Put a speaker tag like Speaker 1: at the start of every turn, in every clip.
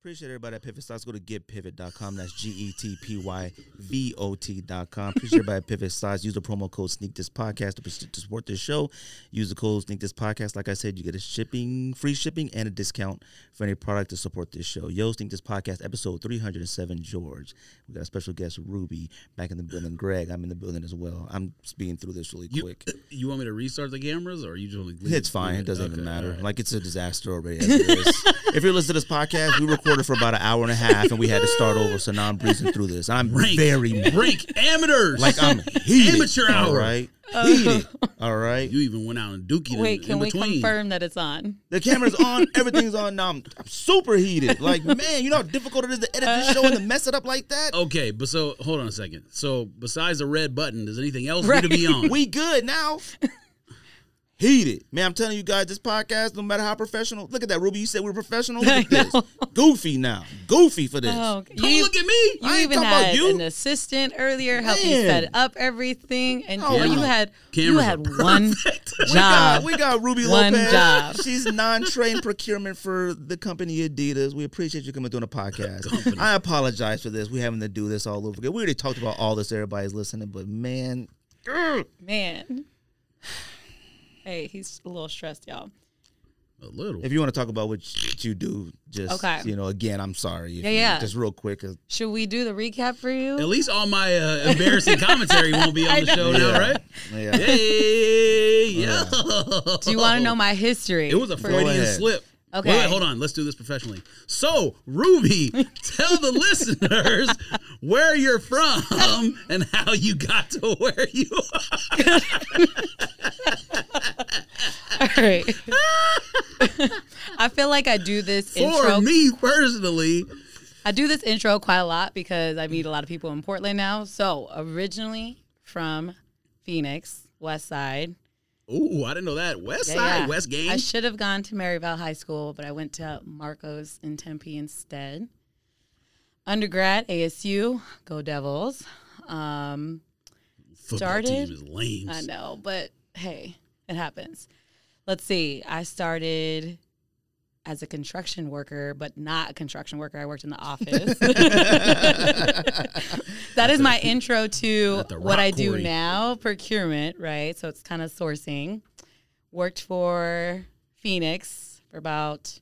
Speaker 1: Appreciate everybody at Pivot Stocks. Go to getpivot.com. That's G E T P Y V O T.com. Appreciate everybody at Pivot Stocks. Use the promo code Sneak This Podcast to, pers- to support this show. Use the code Sneak This Podcast. Like I said, you get a shipping, free shipping, and a discount for any product to support this show. Yo, Sneak This Podcast, episode 307, George. We got a special guest, Ruby, back in the building. Greg, I'm in the building as well. I'm speeding through this really
Speaker 2: You, uh,
Speaker 1: quick.
Speaker 2: you want me to restart the cameras, or you just want to leave
Speaker 1: It's fine.
Speaker 2: leave
Speaker 1: It doesn't even
Speaker 2: Okay,
Speaker 1: matter.
Speaker 2: all right.
Speaker 1: Like it's a disaster already. As it is. if you're listening to this podcast, we recorded for about an hour and a half, and we had to start over. So now I'm breezing through this. I'm
Speaker 2: Rank,
Speaker 1: very mad.
Speaker 2: rank amateurs.
Speaker 1: like I'm heated.
Speaker 2: Amateur
Speaker 1: All
Speaker 2: hour.
Speaker 1: right. Heated. All right.
Speaker 2: you even went out and dookie.
Speaker 3: Wait,
Speaker 2: in,
Speaker 3: can
Speaker 2: in
Speaker 3: we
Speaker 2: between.
Speaker 3: confirm that it's on?
Speaker 1: The camera's on. Everything's on. Now I'm, I'm super heated. Like man, you know how difficult it is to edit this show and to mess it up like that.
Speaker 2: Okay, but so hold on a second. So besides the red button, does anything else
Speaker 3: Right.
Speaker 2: need to be on?
Speaker 1: We good now. Heated. Man, I'm telling you guys, this podcast, no matter how professional, look at that, Ruby. You said we're professional. Look
Speaker 3: I
Speaker 1: at this. Goofy now. Goofy for this.
Speaker 3: Oh,
Speaker 2: Don't
Speaker 3: you,
Speaker 2: look at me.
Speaker 3: you
Speaker 1: I ain't
Speaker 3: even
Speaker 1: talking about
Speaker 3: had
Speaker 1: you.
Speaker 3: an assistant earlier helping
Speaker 1: Man.
Speaker 3: set up everything, and
Speaker 1: Oh,
Speaker 3: all you
Speaker 2: yeah.
Speaker 3: had you
Speaker 2: Cameras are
Speaker 3: had one
Speaker 1: We got-
Speaker 3: job.
Speaker 1: We got Ruby
Speaker 3: One
Speaker 1: Lopez.
Speaker 3: job.
Speaker 1: She's non-trained procurement for the company Adidas. We appreciate you coming doing the podcast. I apologize for this. We having to do this all over again. We already talked about all this. Everybody's listening, but man,
Speaker 3: Man, hey, he's a little stressed, y'all.
Speaker 2: a little.
Speaker 1: if you want to talk about what you do, just
Speaker 3: Okay.
Speaker 1: you know, again, I'm sorry. If
Speaker 3: Yeah,
Speaker 1: you-
Speaker 3: yeah.
Speaker 1: Just real quick. 'cause-
Speaker 3: Should we do the recap for
Speaker 2: At
Speaker 3: you?
Speaker 2: least all my uh, embarrassing commentary won't be
Speaker 3: I
Speaker 2: on the show
Speaker 3: know.
Speaker 2: now, right?
Speaker 1: Yeah. Uh,
Speaker 2: Hey, yo.
Speaker 3: Do you want to know my history?
Speaker 2: It was a
Speaker 3: for-
Speaker 2: Freudian
Speaker 1: ahead.
Speaker 2: slip.
Speaker 3: Okay.
Speaker 2: Wait, wait, hold on. Let's do this professionally. So, Ruby, tell the listeners where you're from and how you got to where you are.
Speaker 3: All right. I feel like I do this intro.
Speaker 2: For me personally,
Speaker 3: I do this intro quite a lot because I meet a lot of people in Portland now. So originally from Phoenix, West Side.
Speaker 2: ooh, I didn't know that. West
Speaker 3: Yeah,
Speaker 2: Side,
Speaker 3: yeah.
Speaker 2: West Game.
Speaker 3: I should have gone to Maryvale High School, but I went to Marcos in Tempe instead. Undergrad, ASU, go Devils. Um,
Speaker 2: Football
Speaker 3: started-
Speaker 2: team is lame.
Speaker 3: I know, but hey, it happens. Let's see. I started as a construction worker, but not a construction worker. I worked in the office. that is my intro to
Speaker 2: Not the
Speaker 3: what
Speaker 2: rock
Speaker 3: I do
Speaker 2: quarry.
Speaker 3: now procurement, right? So it's kind of sourcing. Worked for Phoenix for about,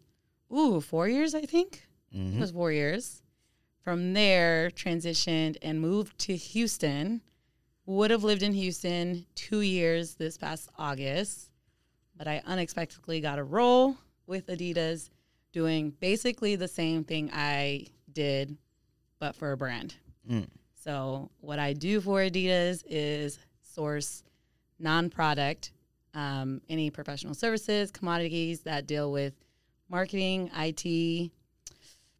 Speaker 3: ooh, four years, I think.
Speaker 2: Mm-hmm.
Speaker 3: It was four years. From there, transitioned and moved to Houston. Would have lived in Houston two years this past August, but I unexpectedly got a role with Adidas doing basically the same thing I did, but for a brand. So, what I do for Adidas is source non product, um, any professional services, commodities that deal with marketing, IT,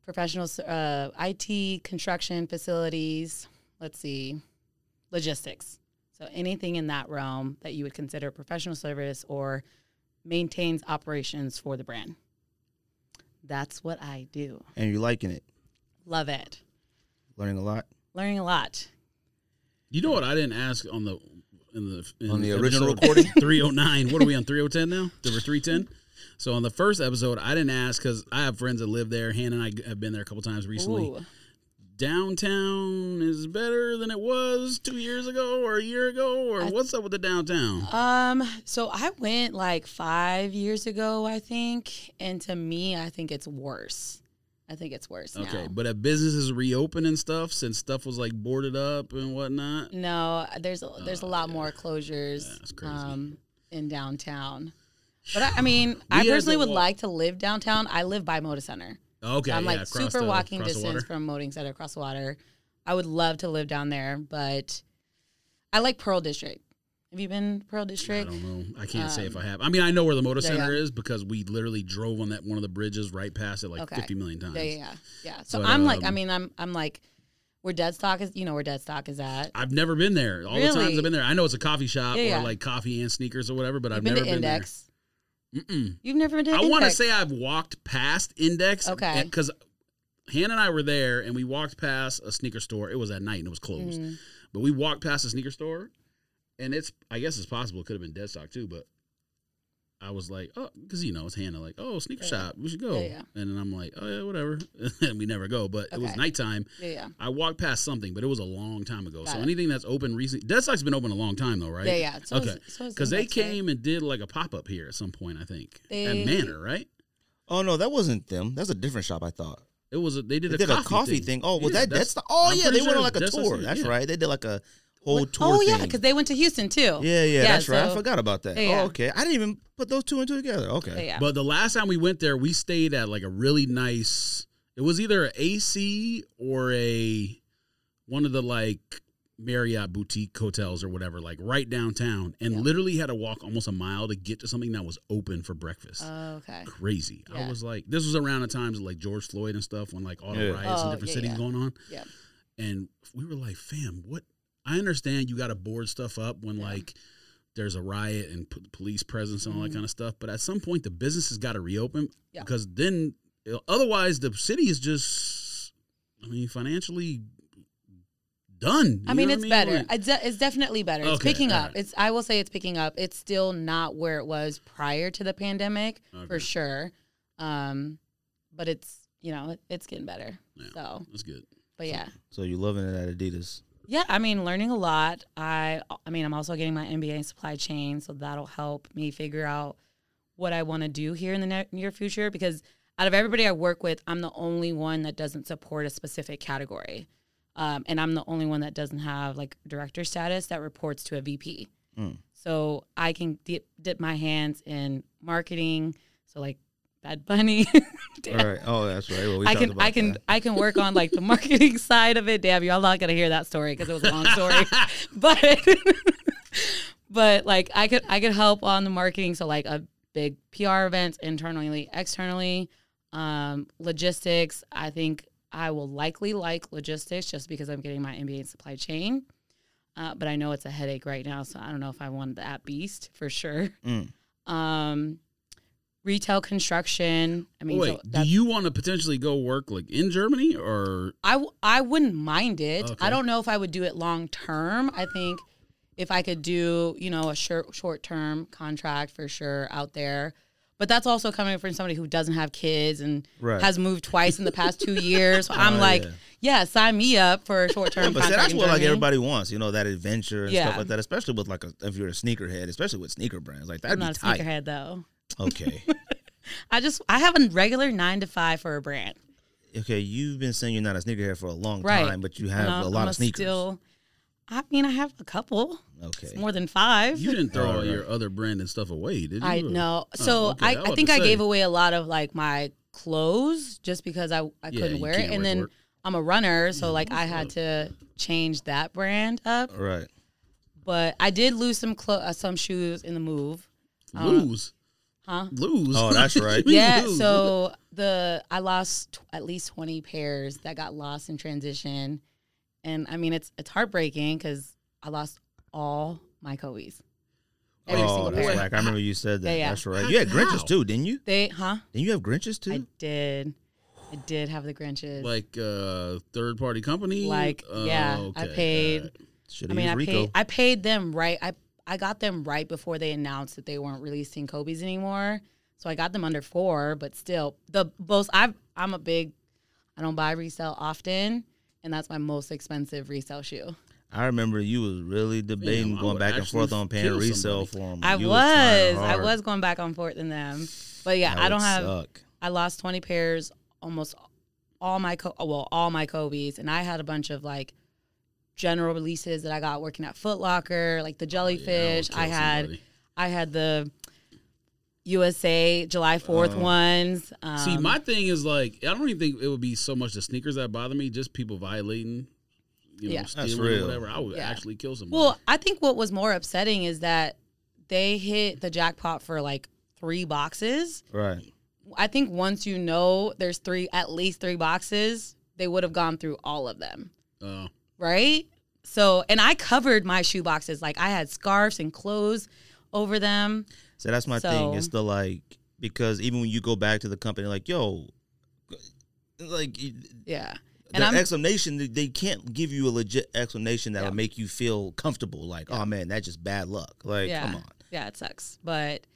Speaker 3: professional s- uh, IT, construction, facilities, let's see, logistics. So, anything in that realm that you would consider professional service or maintains operations for the brand. That's what I do.
Speaker 1: and you're liking it,
Speaker 3: Love it.
Speaker 1: learning a lot
Speaker 3: Learning a lot.
Speaker 2: You know what I didn't ask on the in the in
Speaker 1: On the original
Speaker 2: episode
Speaker 1: recording?
Speaker 2: 309. What are we on 3010 now? Number 310. So on the first episode, I didn't ask cuz I have friends that live there. Hannah and I have been there a couple times recently.
Speaker 3: Ooh.
Speaker 2: Downtown is better than it was 2 years ago or a year ago or what's up with the downtown?
Speaker 3: Um, so I went like five years ago, I think, and to me, I think it's worse. I think it's worse
Speaker 2: Okay,
Speaker 3: now.
Speaker 2: but if businesses reopen and stuff since stuff was like boarded up and whatnot.
Speaker 3: No, there's a, there's a lot more closures
Speaker 2: Oh, that's crazy.
Speaker 3: um in downtown. But I, I mean, I
Speaker 2: had
Speaker 3: personally
Speaker 2: to
Speaker 3: would
Speaker 2: walk-
Speaker 3: like to live downtown. I live by Moda Center.
Speaker 2: Okay,
Speaker 3: I'm like
Speaker 2: yeah, across
Speaker 3: super
Speaker 2: the-
Speaker 3: walking
Speaker 2: across the water.
Speaker 3: distance from Moating Center across the water. I would love to live down there, but I like Pearl District. Have you been to Pearl
Speaker 2: I
Speaker 3: District?
Speaker 2: don't know. I can't say if I have. I mean, I know where the motor
Speaker 3: Um, yeah,
Speaker 2: center
Speaker 3: yeah.
Speaker 2: is because we literally drove on that one of the bridges right past it like
Speaker 3: Okay.
Speaker 2: 50 million times.
Speaker 3: Yeah, yeah, yeah. yeah. So
Speaker 2: But,
Speaker 3: I'm like, I
Speaker 2: um,
Speaker 3: mean, I'm I'm like, where dead stock is, you know, where dead stock is at.
Speaker 2: I've never been there. All the times
Speaker 3: Really?
Speaker 2: I've been there, I know it's a coffee shop
Speaker 3: Yeah, yeah.
Speaker 2: or like coffee and sneakers or whatever, but I've
Speaker 3: You've been
Speaker 2: never
Speaker 3: to
Speaker 2: been
Speaker 3: Index.
Speaker 2: there. Mm-mm.
Speaker 3: You've never been to
Speaker 2: I
Speaker 3: Index.
Speaker 2: want to say I've walked past Index.
Speaker 3: Okay.
Speaker 2: Because Hannah and I were there and we walked past a sneaker store. It was at night and it was closed,
Speaker 3: Mm.
Speaker 2: but we walked past a sneaker store, and it's I guess it's possible it could have been Dead Stock too, but I was like, oh, because you know it's Hannah. Like, oh, sneaker
Speaker 3: Yeah.
Speaker 2: shop, we should go.
Speaker 3: Yeah, yeah.
Speaker 2: And then I'm like, oh yeah, whatever. and we never go. But it was
Speaker 3: Okay.
Speaker 2: nighttime.
Speaker 3: Yeah, yeah.
Speaker 2: I walked past something, but it was a long time ago.
Speaker 3: Got
Speaker 2: so
Speaker 3: it.
Speaker 2: anything that's open recently, Deadstock's been open a long time though, right?
Speaker 3: Yeah, yeah. So
Speaker 2: Okay.
Speaker 3: is- so is
Speaker 2: Because they
Speaker 3: Index, right?
Speaker 2: came and did like a pop up here at some point, I think,
Speaker 3: They-
Speaker 2: at Manor, right?
Speaker 1: Oh no, that wasn't them. That's a different shop. I thought
Speaker 2: It was a, they did,
Speaker 1: they
Speaker 2: a,
Speaker 1: did
Speaker 2: coffee
Speaker 1: a coffee thing. Oh, well,
Speaker 2: Yeah,
Speaker 1: that that's the. Oh
Speaker 2: I'm
Speaker 1: yeah,
Speaker 2: pretty
Speaker 1: they went
Speaker 2: sure
Speaker 1: on like a
Speaker 2: that's us
Speaker 1: tour.
Speaker 2: here,
Speaker 1: That's
Speaker 2: yeah.
Speaker 1: right. They did like a whole
Speaker 3: What-
Speaker 1: tour.
Speaker 3: Oh yeah,
Speaker 1: thing.
Speaker 3: because they went to Houston too.
Speaker 1: yeah, yeah, that's right. I
Speaker 3: Oh. so-
Speaker 1: forgot about that.
Speaker 3: Yeah, yeah.
Speaker 1: Oh, okay. I didn't even put those two and two together. Okay.
Speaker 3: Yeah, yeah.
Speaker 2: But the last time we went there, we stayed at like a really nice. It was either an AC or a one of the like Marriott boutique hotels or whatever, like right downtown, and
Speaker 3: Yeah.
Speaker 2: literally had to walk almost a mile to get to something that was open for breakfast.
Speaker 3: Oh, okay.
Speaker 2: Crazy. I
Speaker 3: Yeah.
Speaker 2: was like, this was around the times of like George Floyd and stuff when like all the
Speaker 1: Yeah.
Speaker 2: riots in
Speaker 3: Oh,
Speaker 2: different
Speaker 3: yeah,
Speaker 2: cities
Speaker 3: yeah.
Speaker 2: going on.
Speaker 3: Yeah.
Speaker 2: And we were like, fam, what? I understand you got to board stuff up when
Speaker 3: Yeah.
Speaker 2: like there's a riot and p- police presence and all that
Speaker 3: Mhm.
Speaker 2: kind of stuff. But at some point, the business has got to reopen
Speaker 3: Yeah.
Speaker 2: because then uh, otherwise the city is just, I mean, financially done.
Speaker 3: I
Speaker 2: You
Speaker 3: mean,
Speaker 2: know what
Speaker 3: it's better.
Speaker 2: Like,
Speaker 3: It's, de- it's definitely better. It's
Speaker 2: Okay,
Speaker 3: picking
Speaker 2: all
Speaker 3: up.
Speaker 2: right.
Speaker 3: It's I will say it's picking up. It's still not where it was prior to the pandemic for
Speaker 2: Okay.
Speaker 3: sure, um, but it's you know it, it's getting better.
Speaker 2: Yeah.
Speaker 3: So,
Speaker 2: That's good.
Speaker 3: but yeah,
Speaker 1: So you loving it at Adidas?
Speaker 3: yeah. I mean, learning a lot. I I mean, I'm also getting my MBA in supply chain, so that'll help me figure out what I want to do here in the ne- near future because out of everybody I work with, I'm the only one that doesn't support a specific category. Um, and I'm the only one that doesn't have like director status that reports to a VP.
Speaker 1: Mm.
Speaker 3: So I can dip, dip my hands in marketing. So like Bad Bunny. Damn.
Speaker 1: All right. Oh, that's right. Well, we
Speaker 3: I
Speaker 1: talked
Speaker 3: can
Speaker 1: about
Speaker 3: I can
Speaker 1: that.
Speaker 3: I can work on like the marketing side of it. Damn, y'all not gonna hear that story because it was a long story. but but like I could I could help on the marketing. So like a big PR events internally, externally, um, logistics. I think I will likely like logistics just because I'm getting my MBA in supply chain. Uh, but I know it's a headache right now, so I don't know if I want the app beast for sure.
Speaker 1: Mm.
Speaker 3: Um, retail construction. I mean,
Speaker 2: Oh, Wait,
Speaker 3: so
Speaker 2: do you want to potentially go work like in Germany or
Speaker 3: I, w- I wouldn't mind it.
Speaker 2: Okay.
Speaker 3: I don't know if I would do it long term. I think if I could do, you know, a short short term contract for sure out there. But that's also coming from somebody who doesn't have kids and
Speaker 1: Right.
Speaker 3: has moved twice in the past two years. So I'm
Speaker 1: Oh,
Speaker 3: like,
Speaker 1: yeah.
Speaker 3: yeah. sign me up for a short term
Speaker 1: But see,
Speaker 3: contract.
Speaker 1: that's
Speaker 3: in
Speaker 1: what like
Speaker 3: Germany.
Speaker 1: everybody wants, you know, that adventure and stuff
Speaker 3: Yeah.
Speaker 1: like that. Especially with like a, if you're a sneakerhead, especially with sneaker brands, like that'd
Speaker 3: I'm
Speaker 1: be
Speaker 3: not a
Speaker 1: tight.
Speaker 3: sneakerhead though.
Speaker 1: Okay,
Speaker 3: I just I have a regular nine to five for a brand.
Speaker 1: okay, you've been saying you're not a sneakerhead for a long
Speaker 3: Right.
Speaker 1: time, but you have
Speaker 3: And I'm-
Speaker 1: a lot
Speaker 3: I'm
Speaker 1: of sneakers.
Speaker 3: Still, I mean, I have a couple.
Speaker 1: okay,
Speaker 3: It's more than five.
Speaker 2: you didn't throw all
Speaker 1: Alright.
Speaker 2: your other brand and stuff away, did you?
Speaker 3: I
Speaker 2: Or-
Speaker 3: know.
Speaker 2: Oh,
Speaker 3: So
Speaker 2: okay. I
Speaker 3: I,
Speaker 2: was
Speaker 3: I
Speaker 2: about
Speaker 3: think
Speaker 2: to
Speaker 3: I gave
Speaker 2: say.
Speaker 3: away a lot of like my clothes just because I, I
Speaker 2: Yeah,
Speaker 3: couldn't
Speaker 2: you
Speaker 3: wear it.
Speaker 2: can't
Speaker 3: And
Speaker 2: wear
Speaker 3: then
Speaker 2: work. Mm-hmm.
Speaker 3: I'm a runner, so like I had to change that brand up.
Speaker 1: All right.
Speaker 3: But I did lose some clo- uh, some shoes in the move. I don't know.
Speaker 2: lose,
Speaker 3: Huh?
Speaker 2: lose.
Speaker 1: Oh, that's right.
Speaker 2: We
Speaker 3: Yeah,
Speaker 2: lose.
Speaker 3: so the I lost t- at least 20 pairs that got lost in transition. And I mean it's it's heartbreaking cuz I lost all my Kobe's. Every
Speaker 1: oh,
Speaker 3: single
Speaker 1: that's
Speaker 3: pair.
Speaker 1: whack. I remember you said that.
Speaker 3: Yeah, yeah.
Speaker 1: That's right. You had Grinches
Speaker 2: How?
Speaker 1: too, didn't you?
Speaker 3: They huh?
Speaker 1: Didn't you have Grinches too?
Speaker 3: I did. I did have the Grinches.
Speaker 2: like uh, third party company. Oh,
Speaker 3: Like, yeah, I paid-
Speaker 2: alright.
Speaker 1: Should
Speaker 3: I
Speaker 1: have
Speaker 3: mean,
Speaker 1: used
Speaker 3: I
Speaker 1: Rico.
Speaker 3: paid I paid them right. I I got them right before they announced that they weren't releasing Kobe's anymore. So I got them under four, but still the most I I'm a big I don't buy resale often, and that's my most expensive resale shoe.
Speaker 1: I remember you was really debating
Speaker 2: I
Speaker 1: going
Speaker 2: would
Speaker 1: back and
Speaker 2: actually
Speaker 1: forth on paying
Speaker 2: kill
Speaker 1: resale
Speaker 2: somebody.
Speaker 1: for them.
Speaker 3: I was I was going back and forth in them, but yeah, I don't have
Speaker 1: Suck.
Speaker 3: I lost 20 pairs, almost all my co- well, all my Kobe's, and I had a bunch of like general releases that I got working at Foot Locker, like the jellyfish.
Speaker 2: Oh, Yeah,
Speaker 3: I
Speaker 2: would kill
Speaker 3: had
Speaker 2: somebody.
Speaker 3: I had the USA July 4th
Speaker 1: Oh.
Speaker 3: ones. Um,
Speaker 2: Uh-huh. See, my thing is like, I don't even think it would be so much the sneakers that bother me, just people violating, you know,
Speaker 3: Yeah.
Speaker 1: That's
Speaker 2: stealing or
Speaker 1: real.
Speaker 2: whatever. I would
Speaker 3: Yeah.
Speaker 2: actually kill somebody.
Speaker 3: well, I think what was more upsetting is that they hit the jackpot for like three boxes.
Speaker 1: Right.
Speaker 3: I think once you know there's three, at least three boxes, they would have gone through all of them.
Speaker 2: uh,
Speaker 3: right? So, and I covered my shoe boxes. Like I had scarves and clothes over them.
Speaker 1: So that's my thing.
Speaker 3: So-
Speaker 1: It's the like because even when you go back to the company, like yo, like the
Speaker 3: Yeah. And I'm,
Speaker 1: explanation they- they can't give you a legit explanation that'll
Speaker 3: Yeah.
Speaker 1: make you feel comfortable. Like oh man, that's just bad luck. Like
Speaker 3: yeah,
Speaker 1: come on.
Speaker 3: yeah, it sucks. But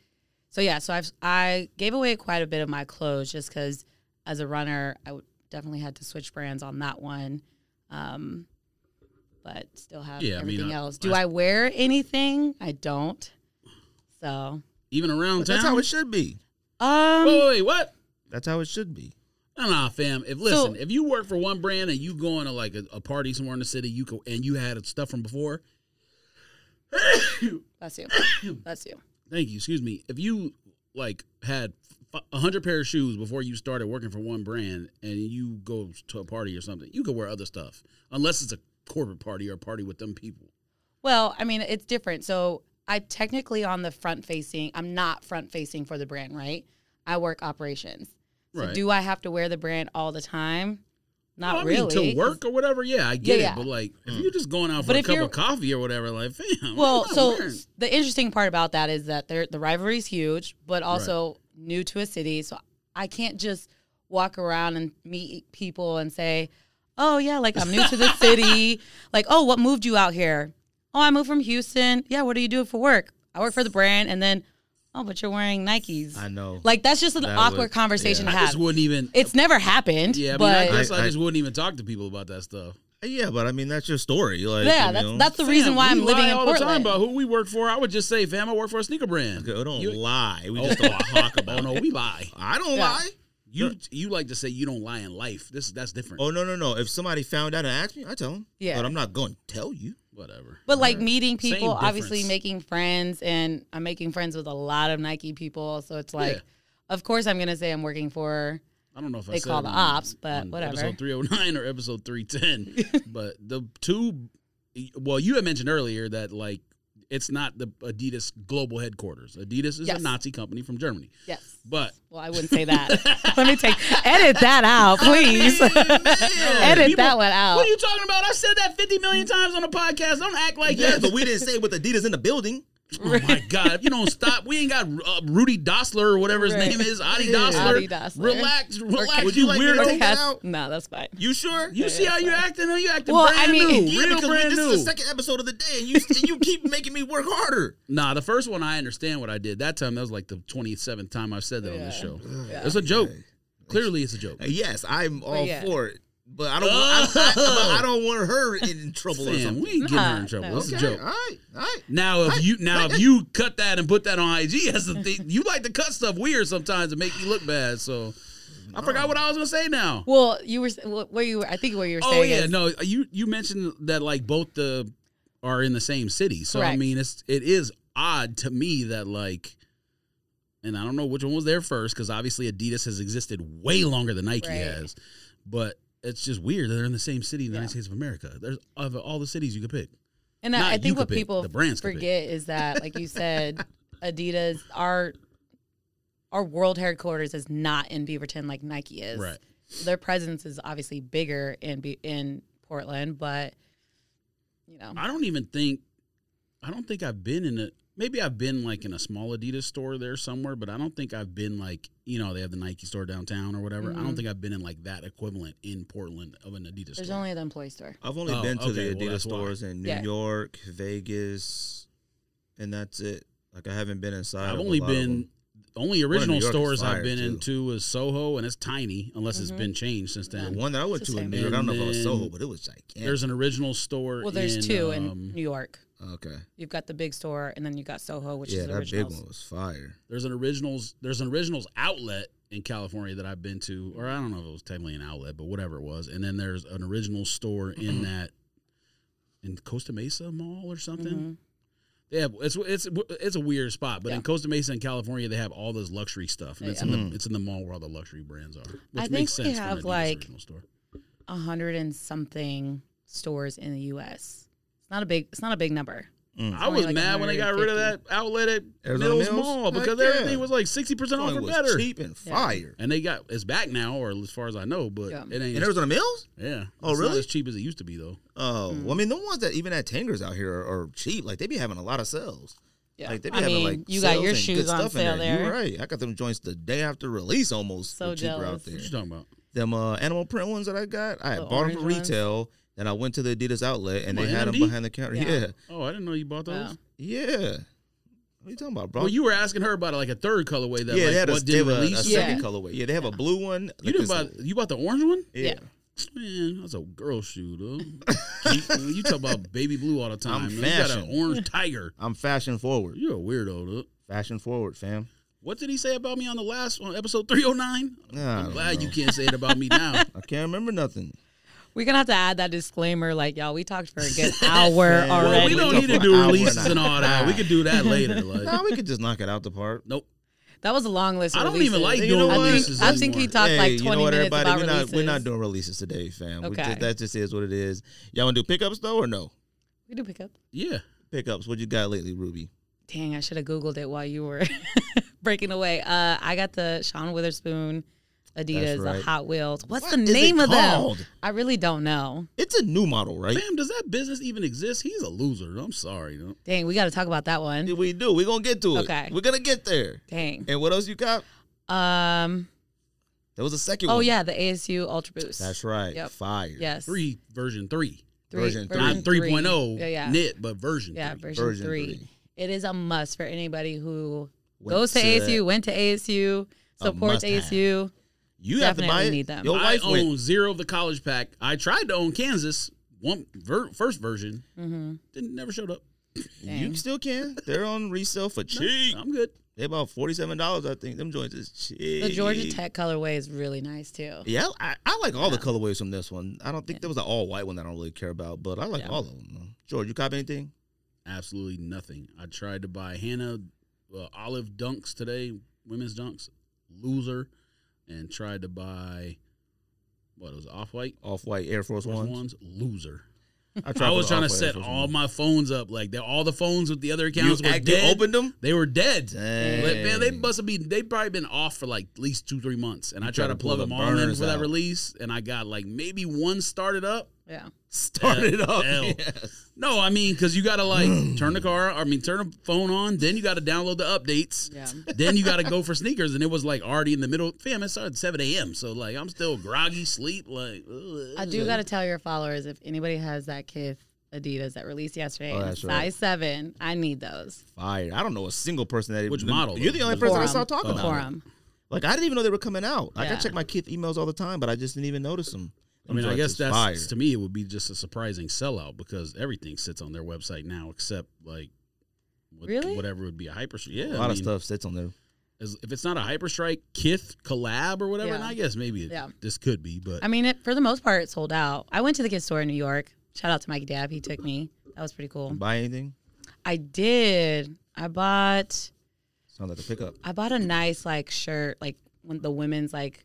Speaker 3: So yeah, so I've I gave away quite a bit of my clothes just because as a runner, I would definitely had to switch brands on that one. Um, but still have
Speaker 2: Yeah, I mean,
Speaker 3: everything
Speaker 2: I-
Speaker 3: else. Do
Speaker 2: I-
Speaker 3: I, wear anything? I don't. So um,
Speaker 2: Even around
Speaker 1: But that's
Speaker 2: town.
Speaker 1: how it should be.
Speaker 2: wait, wait, wait, what?
Speaker 1: That's how it should be.
Speaker 2: No, no, fam. If listen, if you work for one brand and you going to like a, a party somewhere in the city, you co- and you had stuff from before.
Speaker 3: bless you, bless you.
Speaker 2: Thank you. Excuse me. If you like had f- a hundred pair of shoes before you started working for one brand, and you go to a party or something, you could wear other stuff unless it's a corporate party or a party with them people.
Speaker 3: Well, I mean, it's different. So I technically on the front facing. I'm not front facing for the brand, right? I work operations. So
Speaker 2: Right.
Speaker 3: do I have to wear the brand all the time? Not
Speaker 2: Well, I
Speaker 3: really.
Speaker 2: mean, to
Speaker 3: 'cause-
Speaker 2: work or whatever. Yeah, I get
Speaker 3: yeah.
Speaker 2: it. But like, if you're just going out for
Speaker 3: But
Speaker 2: a
Speaker 3: if
Speaker 2: cup
Speaker 3: you're-
Speaker 2: of coffee or whatever, like, fam.
Speaker 3: Well,
Speaker 2: I'm not
Speaker 3: so
Speaker 2: wearing-
Speaker 3: the interesting part about that is that they're, the rivalry is huge, but also new to a city. So I can't just walk around and meet people and say, oh, yeah, like I'm new to the city. Like, oh, what moved you out here? Oh, I moved from Houston. Yeah, what do you do for work? I work for the brand. And then, oh, but you're wearing Nikes.
Speaker 1: I know.
Speaker 3: Like, that's just an
Speaker 1: That
Speaker 3: awkward
Speaker 1: would-
Speaker 3: conversation
Speaker 2: I
Speaker 3: to
Speaker 2: just
Speaker 3: have.
Speaker 2: wouldn't even.
Speaker 3: It's never happened.
Speaker 2: yeah, I mean,
Speaker 3: but
Speaker 2: I guess I,
Speaker 1: I-
Speaker 2: just wouldn't even talk to people about that stuff.
Speaker 1: yeah, but I mean that's your story. Like,
Speaker 3: yeah,
Speaker 1: you
Speaker 3: that's,
Speaker 1: know.
Speaker 3: that's the reason
Speaker 2: Fam,
Speaker 3: why
Speaker 2: we
Speaker 3: I'm living
Speaker 2: lie
Speaker 3: in
Speaker 2: all the time
Speaker 3: Portland.
Speaker 2: about who we work for. I would just say, fam, I work for a sneaker brand.
Speaker 1: Okay, don't
Speaker 2: You-
Speaker 1: lie. We
Speaker 2: Oh,
Speaker 1: just don't talk about.
Speaker 2: oh no, we lie.
Speaker 1: I don't
Speaker 3: Yeah.
Speaker 1: lie.
Speaker 2: You you like to say you don't lie in life. This that's different.
Speaker 1: Oh no no no! If somebody found out and asked me, I tell them.
Speaker 3: Yeah.
Speaker 1: but I'm not going to tell you.
Speaker 2: Whatever.
Speaker 3: But like meeting
Speaker 2: Same
Speaker 3: people, obviously
Speaker 2: difference.
Speaker 3: making friends, and I'm making friends with a lot of Nike people. So it's like,
Speaker 2: Yeah.
Speaker 3: of course, I'm gonna say I'm working for.
Speaker 2: I don't know if I
Speaker 3: They
Speaker 2: said
Speaker 3: call
Speaker 2: it
Speaker 3: the
Speaker 2: on-
Speaker 3: ops, but
Speaker 2: on
Speaker 3: whatever.
Speaker 2: Episode 309 or episode 310. but the two, well, you had mentioned earlier that like it's not the Adidas global headquarters. Adidas is
Speaker 3: Yes.
Speaker 2: a Nazi company from Germany.
Speaker 3: Yes.
Speaker 2: But
Speaker 3: Well, I wouldn't say that. Let me take edit that out, please. edit
Speaker 2: people-
Speaker 3: that one out.
Speaker 2: what are you talking about? I said that 50
Speaker 3: Mm.
Speaker 2: million times on the podcast. Don't act like
Speaker 1: Yeah,
Speaker 2: that.
Speaker 1: but we didn't say with Adidas in the building.
Speaker 2: Oh my God! If you don't stop, we ain't got uh, Rudy Dossler or whatever his
Speaker 3: Right.
Speaker 2: name is, Adi
Speaker 1: Yeah.
Speaker 2: Dossler.
Speaker 3: Adi Dassler.
Speaker 2: Relax, relax.
Speaker 1: Would
Speaker 2: you
Speaker 1: you like me to
Speaker 2: weirdo.
Speaker 1: take that out?
Speaker 3: No, that's fine.
Speaker 1: You sure?
Speaker 2: You see how you're acting? Are you acting
Speaker 3: Well,
Speaker 2: brand
Speaker 3: I mean-
Speaker 2: new?
Speaker 1: yeah,
Speaker 2: real
Speaker 1: because we-
Speaker 2: brand
Speaker 1: this
Speaker 2: new.
Speaker 1: is the second episode of the day, and you and you keep making me work harder.
Speaker 2: nah, the first one I understand what I did. That time that was like the 27th time I've said that on
Speaker 3: Yeah.
Speaker 2: this show. It's a joke. Clearly, it's a joke.
Speaker 1: Uh, Yes, I'm all
Speaker 3: yeah.
Speaker 1: for it, but I don't. want I, I, but I don't want her in trouble or
Speaker 2: Sam,
Speaker 1: something.
Speaker 2: we ain't getting her in
Speaker 3: Nah,
Speaker 2: trouble.
Speaker 3: no.
Speaker 2: It's a
Speaker 1: Okay,
Speaker 2: joke.
Speaker 1: All right, all right.
Speaker 2: Now if
Speaker 1: I-
Speaker 2: you now
Speaker 1: I-
Speaker 2: if you cut that and put that on IG as a thing, you like to cut stuff weird sometimes to make you look bad. So I
Speaker 1: Oh.
Speaker 2: forgot what I was gonna say now.
Speaker 3: Well, you were s- what what you were. I think what you were saying.
Speaker 2: Oh yeah,
Speaker 3: is,
Speaker 2: no, you you mentioned that like both the are in the same city, so I
Speaker 3: Correct.
Speaker 2: mean it's it is odd to me that like, and I don't know which one was there first because obviously Adidas has existed way longer than Nike
Speaker 3: Right.
Speaker 2: has, but it's just weird that they're in the same city in the
Speaker 3: Yeah.
Speaker 2: United States of America. There's of all the cities you could pick.
Speaker 3: And
Speaker 2: Not
Speaker 3: I, I
Speaker 2: you
Speaker 3: think what
Speaker 2: could pick,
Speaker 3: people
Speaker 2: the brands could pick.
Speaker 3: forget is that, like you said, Adidas, our our world headquarters is not in Beaverton like Nike is.
Speaker 2: Right.
Speaker 3: Their presence is obviously bigger in Be- in Portland, but you know,
Speaker 2: I don't even think I don't think I've been in a maybe I've been like in a small Adidas store there somewhere, but I don't think I've been like you know they have the Nike store downtown or whatever. I don't
Speaker 3: Mhm.
Speaker 2: think I've been in like that equivalent in Portland of an Adidas
Speaker 3: there's
Speaker 2: store.
Speaker 3: only the employee store.
Speaker 1: I've only
Speaker 2: Oh,
Speaker 1: been to
Speaker 2: okay,
Speaker 1: the
Speaker 2: well,
Speaker 1: Adidas
Speaker 2: that's why.
Speaker 1: stores in New
Speaker 3: Yeah.
Speaker 1: York, Vegas, and that's it. Like I haven't been inside.
Speaker 2: I've
Speaker 1: of a
Speaker 2: only
Speaker 1: lot of
Speaker 2: been
Speaker 1: them.
Speaker 2: only
Speaker 1: New
Speaker 2: original
Speaker 1: York is
Speaker 2: stores I've
Speaker 1: fire,
Speaker 2: been
Speaker 1: too.
Speaker 2: into is Soho and it's tiny unless it's
Speaker 3: Mhm.
Speaker 2: been changed since
Speaker 1: the
Speaker 2: then.
Speaker 1: one that I went
Speaker 3: It's the
Speaker 1: to in
Speaker 3: same.
Speaker 1: New York. I don't know if it was
Speaker 2: And
Speaker 1: Soho,
Speaker 2: then
Speaker 1: but it was gigantic.
Speaker 2: There's an original store.
Speaker 3: Well, there's
Speaker 2: in,
Speaker 3: two in
Speaker 2: um,
Speaker 3: New York.
Speaker 1: okay,
Speaker 3: You've got the big store, and then you got Soho, which
Speaker 1: yeah,
Speaker 3: is
Speaker 1: that big
Speaker 3: original.
Speaker 1: one was fire.
Speaker 2: There's an originals. There's an originals outlet in California that I've been to, or I don't know if it was technically an outlet, but whatever it was. And then there's an original store
Speaker 3: Mm-hmm.
Speaker 2: in that in Costa Mesa Mall or something.
Speaker 3: Mhm.
Speaker 2: They have it's it's it's a weird spot, but in
Speaker 3: Yeah.
Speaker 2: Costa Mesa in California, they have all this luxury stuff, and it's in
Speaker 1: Yeah.
Speaker 2: the it's in the mall where all the luxury brands are, which
Speaker 3: I think
Speaker 2: makes
Speaker 3: they
Speaker 2: sense.
Speaker 3: have,
Speaker 2: for an Adidas
Speaker 3: like-
Speaker 2: original store.
Speaker 3: A hundred and something stores in the U.S. It's not a big. It's not a big number.
Speaker 1: Mm.
Speaker 2: I
Speaker 3: only
Speaker 2: was
Speaker 3: like
Speaker 2: mad when they got rid of that
Speaker 3: 150.
Speaker 2: outlet at
Speaker 1: Arizona
Speaker 2: Mills,
Speaker 1: Mills?
Speaker 2: Mall
Speaker 1: Heck
Speaker 2: because
Speaker 1: yeah.
Speaker 2: everything was like sixty percent off
Speaker 1: Joint
Speaker 2: or
Speaker 1: was
Speaker 2: better.
Speaker 1: cheap and
Speaker 3: Yeah.
Speaker 1: fire.
Speaker 2: And they got it's back now, or as far as I know, but
Speaker 3: Yeah.
Speaker 2: it ain't.
Speaker 1: And
Speaker 2: as-
Speaker 1: there was on the Mills?
Speaker 2: yeah.
Speaker 1: Oh,
Speaker 2: It's not
Speaker 1: really?
Speaker 2: as cheap as it used to be though.
Speaker 1: Oh, well, I mean, the ones that even at Tangers out here are, are cheap. Like they be having a lot of sales.
Speaker 3: Yeah.
Speaker 1: Like they be
Speaker 3: I
Speaker 1: having
Speaker 3: mean,
Speaker 1: like
Speaker 3: you got
Speaker 1: sales
Speaker 3: your
Speaker 1: and good
Speaker 3: shoes on
Speaker 1: stuff in
Speaker 3: sale there.
Speaker 1: You're right. I got them joints the day after release almost.
Speaker 3: So
Speaker 1: were cheaper
Speaker 3: jealous.
Speaker 1: out there.
Speaker 2: What you talking about?
Speaker 1: Them uh, animal print ones that I got, I had
Speaker 3: The
Speaker 1: bought them from
Speaker 3: orange ones?
Speaker 1: retail. Then I went to the Adidas outlet and
Speaker 2: Oh,
Speaker 1: they had them
Speaker 2: NMD?
Speaker 1: behind the counter.
Speaker 3: Yeah.
Speaker 1: Yeah,
Speaker 2: Oh, I didn't know you bought those.
Speaker 3: Wow.
Speaker 1: yeah. What are you talking about, bro?
Speaker 2: Well, you were asking her about like a third colorway that
Speaker 1: yeah, they
Speaker 2: like
Speaker 1: had a,
Speaker 2: what
Speaker 1: they
Speaker 2: did
Speaker 1: have a, a
Speaker 2: release.
Speaker 3: Yeah.
Speaker 1: second colorway. Yeah, they have a blue one.
Speaker 2: You didn't buy you bought the orange one?
Speaker 1: yeah.
Speaker 3: Yeah.
Speaker 2: Man, that's a girl shoe, though. you, you talk about baby blue all the time.
Speaker 1: I'm
Speaker 2: man. You got
Speaker 1: fashion.
Speaker 2: an orange tiger.
Speaker 1: I'm fashion forward.
Speaker 2: You're a weirdo, though.
Speaker 1: Fashion forward, fam.
Speaker 2: What did he say about me on the last one, episode 309?
Speaker 1: Nah, I
Speaker 2: I'm
Speaker 1: don't
Speaker 2: glad
Speaker 1: know.
Speaker 2: you can't say it about me now.
Speaker 1: I can't remember nothing.
Speaker 3: We're gonna have to add that disclaimer, like y'all, we talked for a good hour
Speaker 1: Man,
Speaker 2: well,
Speaker 3: already.
Speaker 2: we don't
Speaker 1: Already.
Speaker 2: need to
Speaker 1: Hour
Speaker 2: do
Speaker 1: and a
Speaker 2: releases and all that. We
Speaker 1: half.
Speaker 2: could do that later. Like,
Speaker 1: nah, we could just knock it out the park.
Speaker 2: nope.
Speaker 3: That was a long list. Of
Speaker 2: I don't
Speaker 3: releases.
Speaker 2: even like
Speaker 1: You
Speaker 2: doing
Speaker 1: know what?
Speaker 2: releases
Speaker 3: I think we
Speaker 2: anymore.
Speaker 3: talked like
Speaker 1: you know
Speaker 3: 20
Speaker 1: what,
Speaker 3: minutes about
Speaker 1: we're not
Speaker 3: releases.
Speaker 1: we're not doing releases today, fam. We
Speaker 3: Okay.
Speaker 1: just, that just is what it is. Y'all wanna do pickups though or no?
Speaker 3: We do pick up.
Speaker 2: Yeah.
Speaker 1: Pickups. What you got lately, Ruby?
Speaker 3: Dang, I should have googled it while you were breaking away. Uh, I got the Sean Witherspoon
Speaker 1: That's
Speaker 3: Adidas,
Speaker 1: right.
Speaker 3: the Hot Wheels. What's
Speaker 1: What
Speaker 3: the
Speaker 1: is it
Speaker 3: name of them?
Speaker 1: called?
Speaker 3: I really don't know.
Speaker 1: It's a new model, right?
Speaker 2: Damn, does that business even exist? He's a loser. I'm sorry. though.
Speaker 3: Dang, we got to talk about that one.
Speaker 1: We do. We're gonna get to it.
Speaker 3: Okay.
Speaker 1: We're gonna get there.
Speaker 3: Dang.
Speaker 1: And what else you got?
Speaker 3: Um.
Speaker 1: There was a second one.
Speaker 3: Oh yeah, the ASU Ultra Boost.
Speaker 1: That's right.
Speaker 3: Yep.
Speaker 1: Fire.
Speaker 3: Yes.
Speaker 2: Three, version three.
Speaker 1: version three. oh.
Speaker 2: Not 3.0
Speaker 3: Yeah, yeah.
Speaker 2: knit, oh but version
Speaker 3: Yeah,
Speaker 2: three.
Speaker 3: version,
Speaker 1: Version
Speaker 3: three.
Speaker 1: three.
Speaker 3: It is a must for anybody who
Speaker 1: Went
Speaker 3: goes to,
Speaker 1: to
Speaker 3: ASU, went to ASU,
Speaker 1: A
Speaker 3: supports
Speaker 1: must-have.
Speaker 3: ASU.
Speaker 1: You have to buy
Speaker 3: Definitely
Speaker 1: it.
Speaker 3: need them.
Speaker 1: Your
Speaker 2: I
Speaker 1: wife
Speaker 2: own
Speaker 1: went.
Speaker 2: zero of the college pack. I tried to own Kansas one ver- first version,
Speaker 3: hmm
Speaker 2: didn't never showed up.
Speaker 1: You still can. They're on resale for
Speaker 2: No,
Speaker 1: cheap.
Speaker 2: I'm good.
Speaker 1: They're about forty seven dollars, I think. Them joints is cheap.
Speaker 3: The Georgia Tech colorway is really nice too.
Speaker 1: Yeah, I, I like all the colorways from this one. I don't think there was an all white one that I don't really care about, but I like
Speaker 3: Yeah.
Speaker 1: all of them. George, you cop anything?
Speaker 2: Absolutely nothing. I tried to buy Hannah uh, olive dunks today, women's dunks, loser, and tried to buy what it was off white
Speaker 1: Off white Air Force Ones.
Speaker 2: ones, loser.
Speaker 1: tried
Speaker 2: I
Speaker 1: for
Speaker 2: was
Speaker 1: the
Speaker 2: trying
Speaker 1: Off-White
Speaker 2: to set
Speaker 1: Air Force
Speaker 2: all
Speaker 1: Ones.
Speaker 2: my phones up like they- all the phones with the other
Speaker 1: You
Speaker 2: accounts were
Speaker 1: actually
Speaker 2: dead.
Speaker 1: opened them.
Speaker 2: They were dead.
Speaker 1: Dang.
Speaker 2: Like, man, they must have been. They probably been off for like at least two, three months. And
Speaker 1: You
Speaker 2: I tried
Speaker 1: tried to
Speaker 2: to
Speaker 1: pull
Speaker 2: plug
Speaker 1: the
Speaker 2: them all in
Speaker 1: burners
Speaker 2: for that
Speaker 1: out.
Speaker 2: release, and I got like maybe one started up.
Speaker 3: Yeah.
Speaker 1: started
Speaker 2: L-
Speaker 1: off.
Speaker 2: L.
Speaker 1: yes.
Speaker 2: No, I mean because you gotta like turn the car. I mean turn the phone on. Then you gotta download the updates.
Speaker 3: Yeah.
Speaker 2: Then you gotta go for sneakers, and it was like already in the middle. Fam, it started at seven a.m. So like I'm still groggy, sleep. Like ugh.
Speaker 3: I do got to tell your followers if anybody has that Kith Adidas that released yesterday,
Speaker 1: Oh,
Speaker 3: and
Speaker 1: that's
Speaker 3: size
Speaker 1: right.
Speaker 3: seven, I need those.
Speaker 1: Fire. I don't know a single person that
Speaker 2: Which
Speaker 1: the-
Speaker 2: model,
Speaker 1: You're the
Speaker 2: though?
Speaker 1: only
Speaker 2: The
Speaker 1: person I
Speaker 3: Forum.
Speaker 1: saw talking
Speaker 2: Oh.
Speaker 1: about. it.
Speaker 3: Forum.
Speaker 1: Like I didn't even know they were coming out. Like I
Speaker 3: Yeah.
Speaker 1: check my kid emails all the time, but I just didn't even notice them.
Speaker 2: I mean, I
Speaker 1: Like,
Speaker 2: guess
Speaker 1: it's
Speaker 2: that's
Speaker 1: fire.
Speaker 2: to me it would be just a surprising sellout because everything sits on their website now except like what-
Speaker 3: Really?
Speaker 2: whatever would be a hyper. Yeah,
Speaker 1: a
Speaker 2: I
Speaker 1: lot of
Speaker 2: mean,
Speaker 1: stuff sits on there.
Speaker 2: as, if it's not a hyperstrike kith collab or whatever
Speaker 3: Yeah.
Speaker 2: and i guess maybe it-
Speaker 3: Yeah.
Speaker 2: this could be but
Speaker 3: I mean, it, for the most part, it sold out. I went to the Kith store in New York. Shout out to Mikey Dab. He took me. That was pretty cool.
Speaker 1: Buy anything?
Speaker 3: I did. I bought.
Speaker 1: Sounds like a pickup.
Speaker 3: I bought a nice like shirt, like when the women's like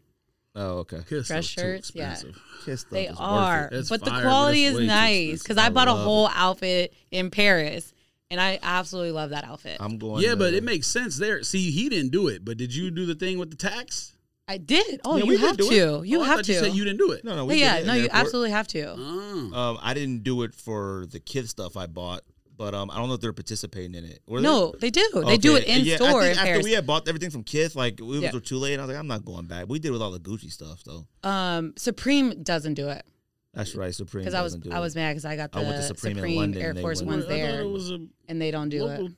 Speaker 1: Oh, okay.
Speaker 2: Kith
Speaker 3: dress
Speaker 2: is too
Speaker 3: shirts, yeah.
Speaker 2: expensive.
Speaker 1: Kiss stuff
Speaker 3: they
Speaker 1: is worth it.
Speaker 3: are,
Speaker 2: It's
Speaker 3: but
Speaker 2: fire,
Speaker 3: the
Speaker 2: but
Speaker 3: quality
Speaker 2: it's
Speaker 3: is
Speaker 2: way too
Speaker 3: nice
Speaker 2: expensive.
Speaker 3: because I,
Speaker 1: I
Speaker 3: bought a
Speaker 1: love
Speaker 3: whole outfit in Paris, and I absolutely love that outfit.
Speaker 1: I'm going.
Speaker 2: yeah but
Speaker 1: to-
Speaker 2: it makes sense there see he didn't do it but did you do the thing with the tax
Speaker 3: I did. Oh,
Speaker 1: Yeah, we
Speaker 3: you
Speaker 1: did
Speaker 3: have
Speaker 1: do
Speaker 3: to. You
Speaker 2: Oh, I
Speaker 3: have
Speaker 2: thought
Speaker 3: to.
Speaker 2: you said you didn't do it
Speaker 1: no, no.
Speaker 3: Yeah,
Speaker 1: Oh, We
Speaker 3: yeah,
Speaker 1: did it in
Speaker 3: no,
Speaker 1: the
Speaker 3: you
Speaker 1: airport.
Speaker 3: absolutely have to.
Speaker 2: oh.
Speaker 1: Um, I didn't do it for the kid stuff I bought, but um, I don't know if they're participating in it. Were
Speaker 3: No, they do. They do it
Speaker 1: Okay.
Speaker 3: in
Speaker 1: Yeah, I
Speaker 3: store
Speaker 1: think
Speaker 3: in
Speaker 1: after
Speaker 3: Paris.
Speaker 1: we had bought everything from Kith, like we
Speaker 3: Yeah.
Speaker 1: was too late. And I was like, I'm not going back. We did with all the Gucci stuff though.
Speaker 3: um, Supreme doesn't do it
Speaker 1: That's right, Supreme.
Speaker 3: because I was
Speaker 1: doesn't do
Speaker 3: I
Speaker 1: it.
Speaker 3: was mad because I got the
Speaker 1: I went to Supreme
Speaker 3: Supreme,
Speaker 1: in London
Speaker 3: Air
Speaker 1: and they
Speaker 3: Force
Speaker 1: wouldn't
Speaker 3: ones
Speaker 1: do it.
Speaker 2: I
Speaker 3: there,
Speaker 2: thought it was a
Speaker 3: and they don't do
Speaker 2: local
Speaker 3: it.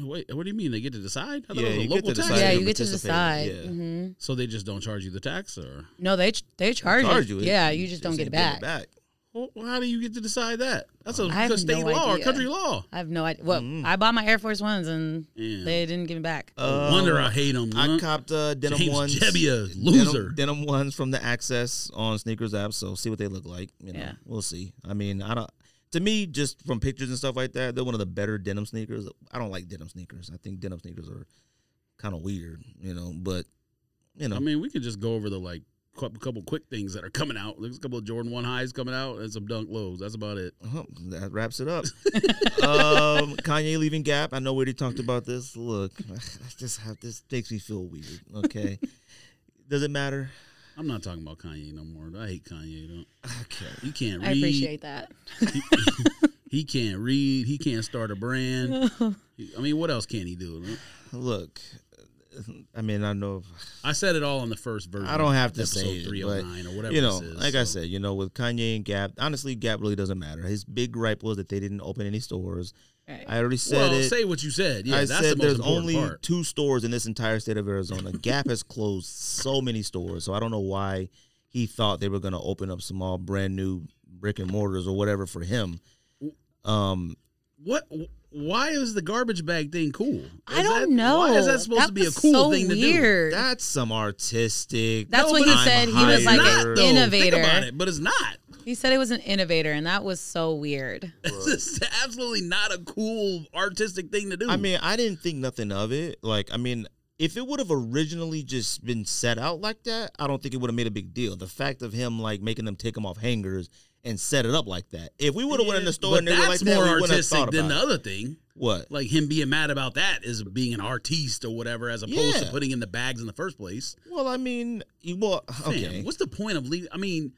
Speaker 2: wait what do you mean they get to decide i thought
Speaker 1: Yeah,
Speaker 2: it
Speaker 1: you
Speaker 2: was
Speaker 1: get
Speaker 2: a local
Speaker 1: to
Speaker 2: tax
Speaker 1: decide.
Speaker 3: Yeah,
Speaker 1: you're
Speaker 3: you get to decide.
Speaker 1: participating, yeah.
Speaker 3: hmm
Speaker 2: so they just don't charge you the tax or
Speaker 3: No, they ch- they charge,
Speaker 1: charge
Speaker 3: it.
Speaker 1: you.
Speaker 3: Yeah, you
Speaker 1: They
Speaker 3: just don't get it
Speaker 1: ain't giving
Speaker 3: back.
Speaker 2: well, how do you get to decide that that's a
Speaker 3: I have
Speaker 2: that's state
Speaker 3: no
Speaker 2: law or
Speaker 3: idea.
Speaker 2: country law
Speaker 3: I have no idea. Well, I bought my Air Force ones and
Speaker 2: Yeah.
Speaker 3: they didn't give me back.
Speaker 1: Mm-hmm. Uh,
Speaker 2: no wonder i hate them
Speaker 1: I copped uh, denim
Speaker 2: James
Speaker 1: ones.
Speaker 2: Jebbia,
Speaker 1: denim-
Speaker 2: loser.
Speaker 1: Denim, ones from the Access on sneakers app. So see what they look like. You know,
Speaker 3: Yeah.
Speaker 1: we'll see. I mean, I don't. To me, just from pictures and stuff like that, they're one of the better denim sneakers. I don't like denim sneakers. I think denim sneakers are kind of weird. You know, but you know,
Speaker 2: I mean, we could just go over the like couple, couple quick things that are coming out. There's a couple of Jordan One highs coming out and some Dunk lows. That's about it.
Speaker 1: Huh, that wraps it up. um, Kanye leaving Gap. I know we already talked about this. Look, I just have this makes me feel weird. Okay, does it matter?
Speaker 2: I'm not talking about Kanye no more. I hate Kanye. Though.
Speaker 1: Okay.
Speaker 2: You can't read.
Speaker 3: I appreciate that.
Speaker 2: He can't read. He can't start a brand. I mean, what else can he do?
Speaker 1: Look, I mean, I know
Speaker 2: I said it all on the first version.
Speaker 1: I don't have to
Speaker 2: episode
Speaker 1: say it,
Speaker 2: 309 or
Speaker 1: but
Speaker 2: whatever.
Speaker 1: you know,
Speaker 2: this is,
Speaker 1: like I
Speaker 2: so.
Speaker 1: said, you know, with Kanye and Gap, honestly, Gap really doesn't matter. His big gripe was that they didn't open any stores.
Speaker 3: Right.
Speaker 1: I already said
Speaker 2: Well,
Speaker 1: it.
Speaker 2: say what you said. Yeah,
Speaker 1: I
Speaker 2: that's the
Speaker 1: said
Speaker 2: most
Speaker 1: there's
Speaker 2: important
Speaker 1: only
Speaker 2: part.
Speaker 1: two stores in this entire state of Arizona. Gap has closed so many stores, so I don't know why he thought they were going to open up some all brand new brick and mortars or whatever for him. Um,
Speaker 2: What? Why is the garbage bag thing cool?
Speaker 3: I
Speaker 2: Is
Speaker 3: don't
Speaker 2: that-
Speaker 3: know.
Speaker 2: Why is that supposed to be a
Speaker 3: was
Speaker 2: cool
Speaker 3: so
Speaker 2: thing to do?
Speaker 3: weird.
Speaker 1: that's some artistic.
Speaker 3: That's
Speaker 2: No,
Speaker 3: what
Speaker 2: but
Speaker 3: he
Speaker 2: I'm
Speaker 3: said. He was like
Speaker 1: hired.
Speaker 3: an
Speaker 1: Not, though.
Speaker 2: Think about
Speaker 3: innovator.
Speaker 2: it, but it's not.
Speaker 3: He said it was an innovator, and that was so weird.
Speaker 2: It's just absolutely not a cool artistic thing to do.
Speaker 1: I mean, I didn't think nothing of it. Like, I mean, if it would have originally just been set out like that, I don't think it would have made a big deal. The fact of him like making them take him off hangers and set it up like that. If we would have went in the store
Speaker 2: but
Speaker 1: and they were like
Speaker 2: that's
Speaker 1: that,
Speaker 2: more
Speaker 1: we wouldn't have
Speaker 2: artistic
Speaker 1: thought
Speaker 2: than
Speaker 1: about
Speaker 2: the
Speaker 1: it.
Speaker 2: other thing.
Speaker 1: What?
Speaker 2: Like him being mad about that is being an artiste or whatever, as opposed to
Speaker 1: Yeah.
Speaker 2: putting in the bags in the first place.
Speaker 1: Well, I mean, you well,
Speaker 2: Man,
Speaker 1: okay.
Speaker 2: what's the point of leaving? I mean,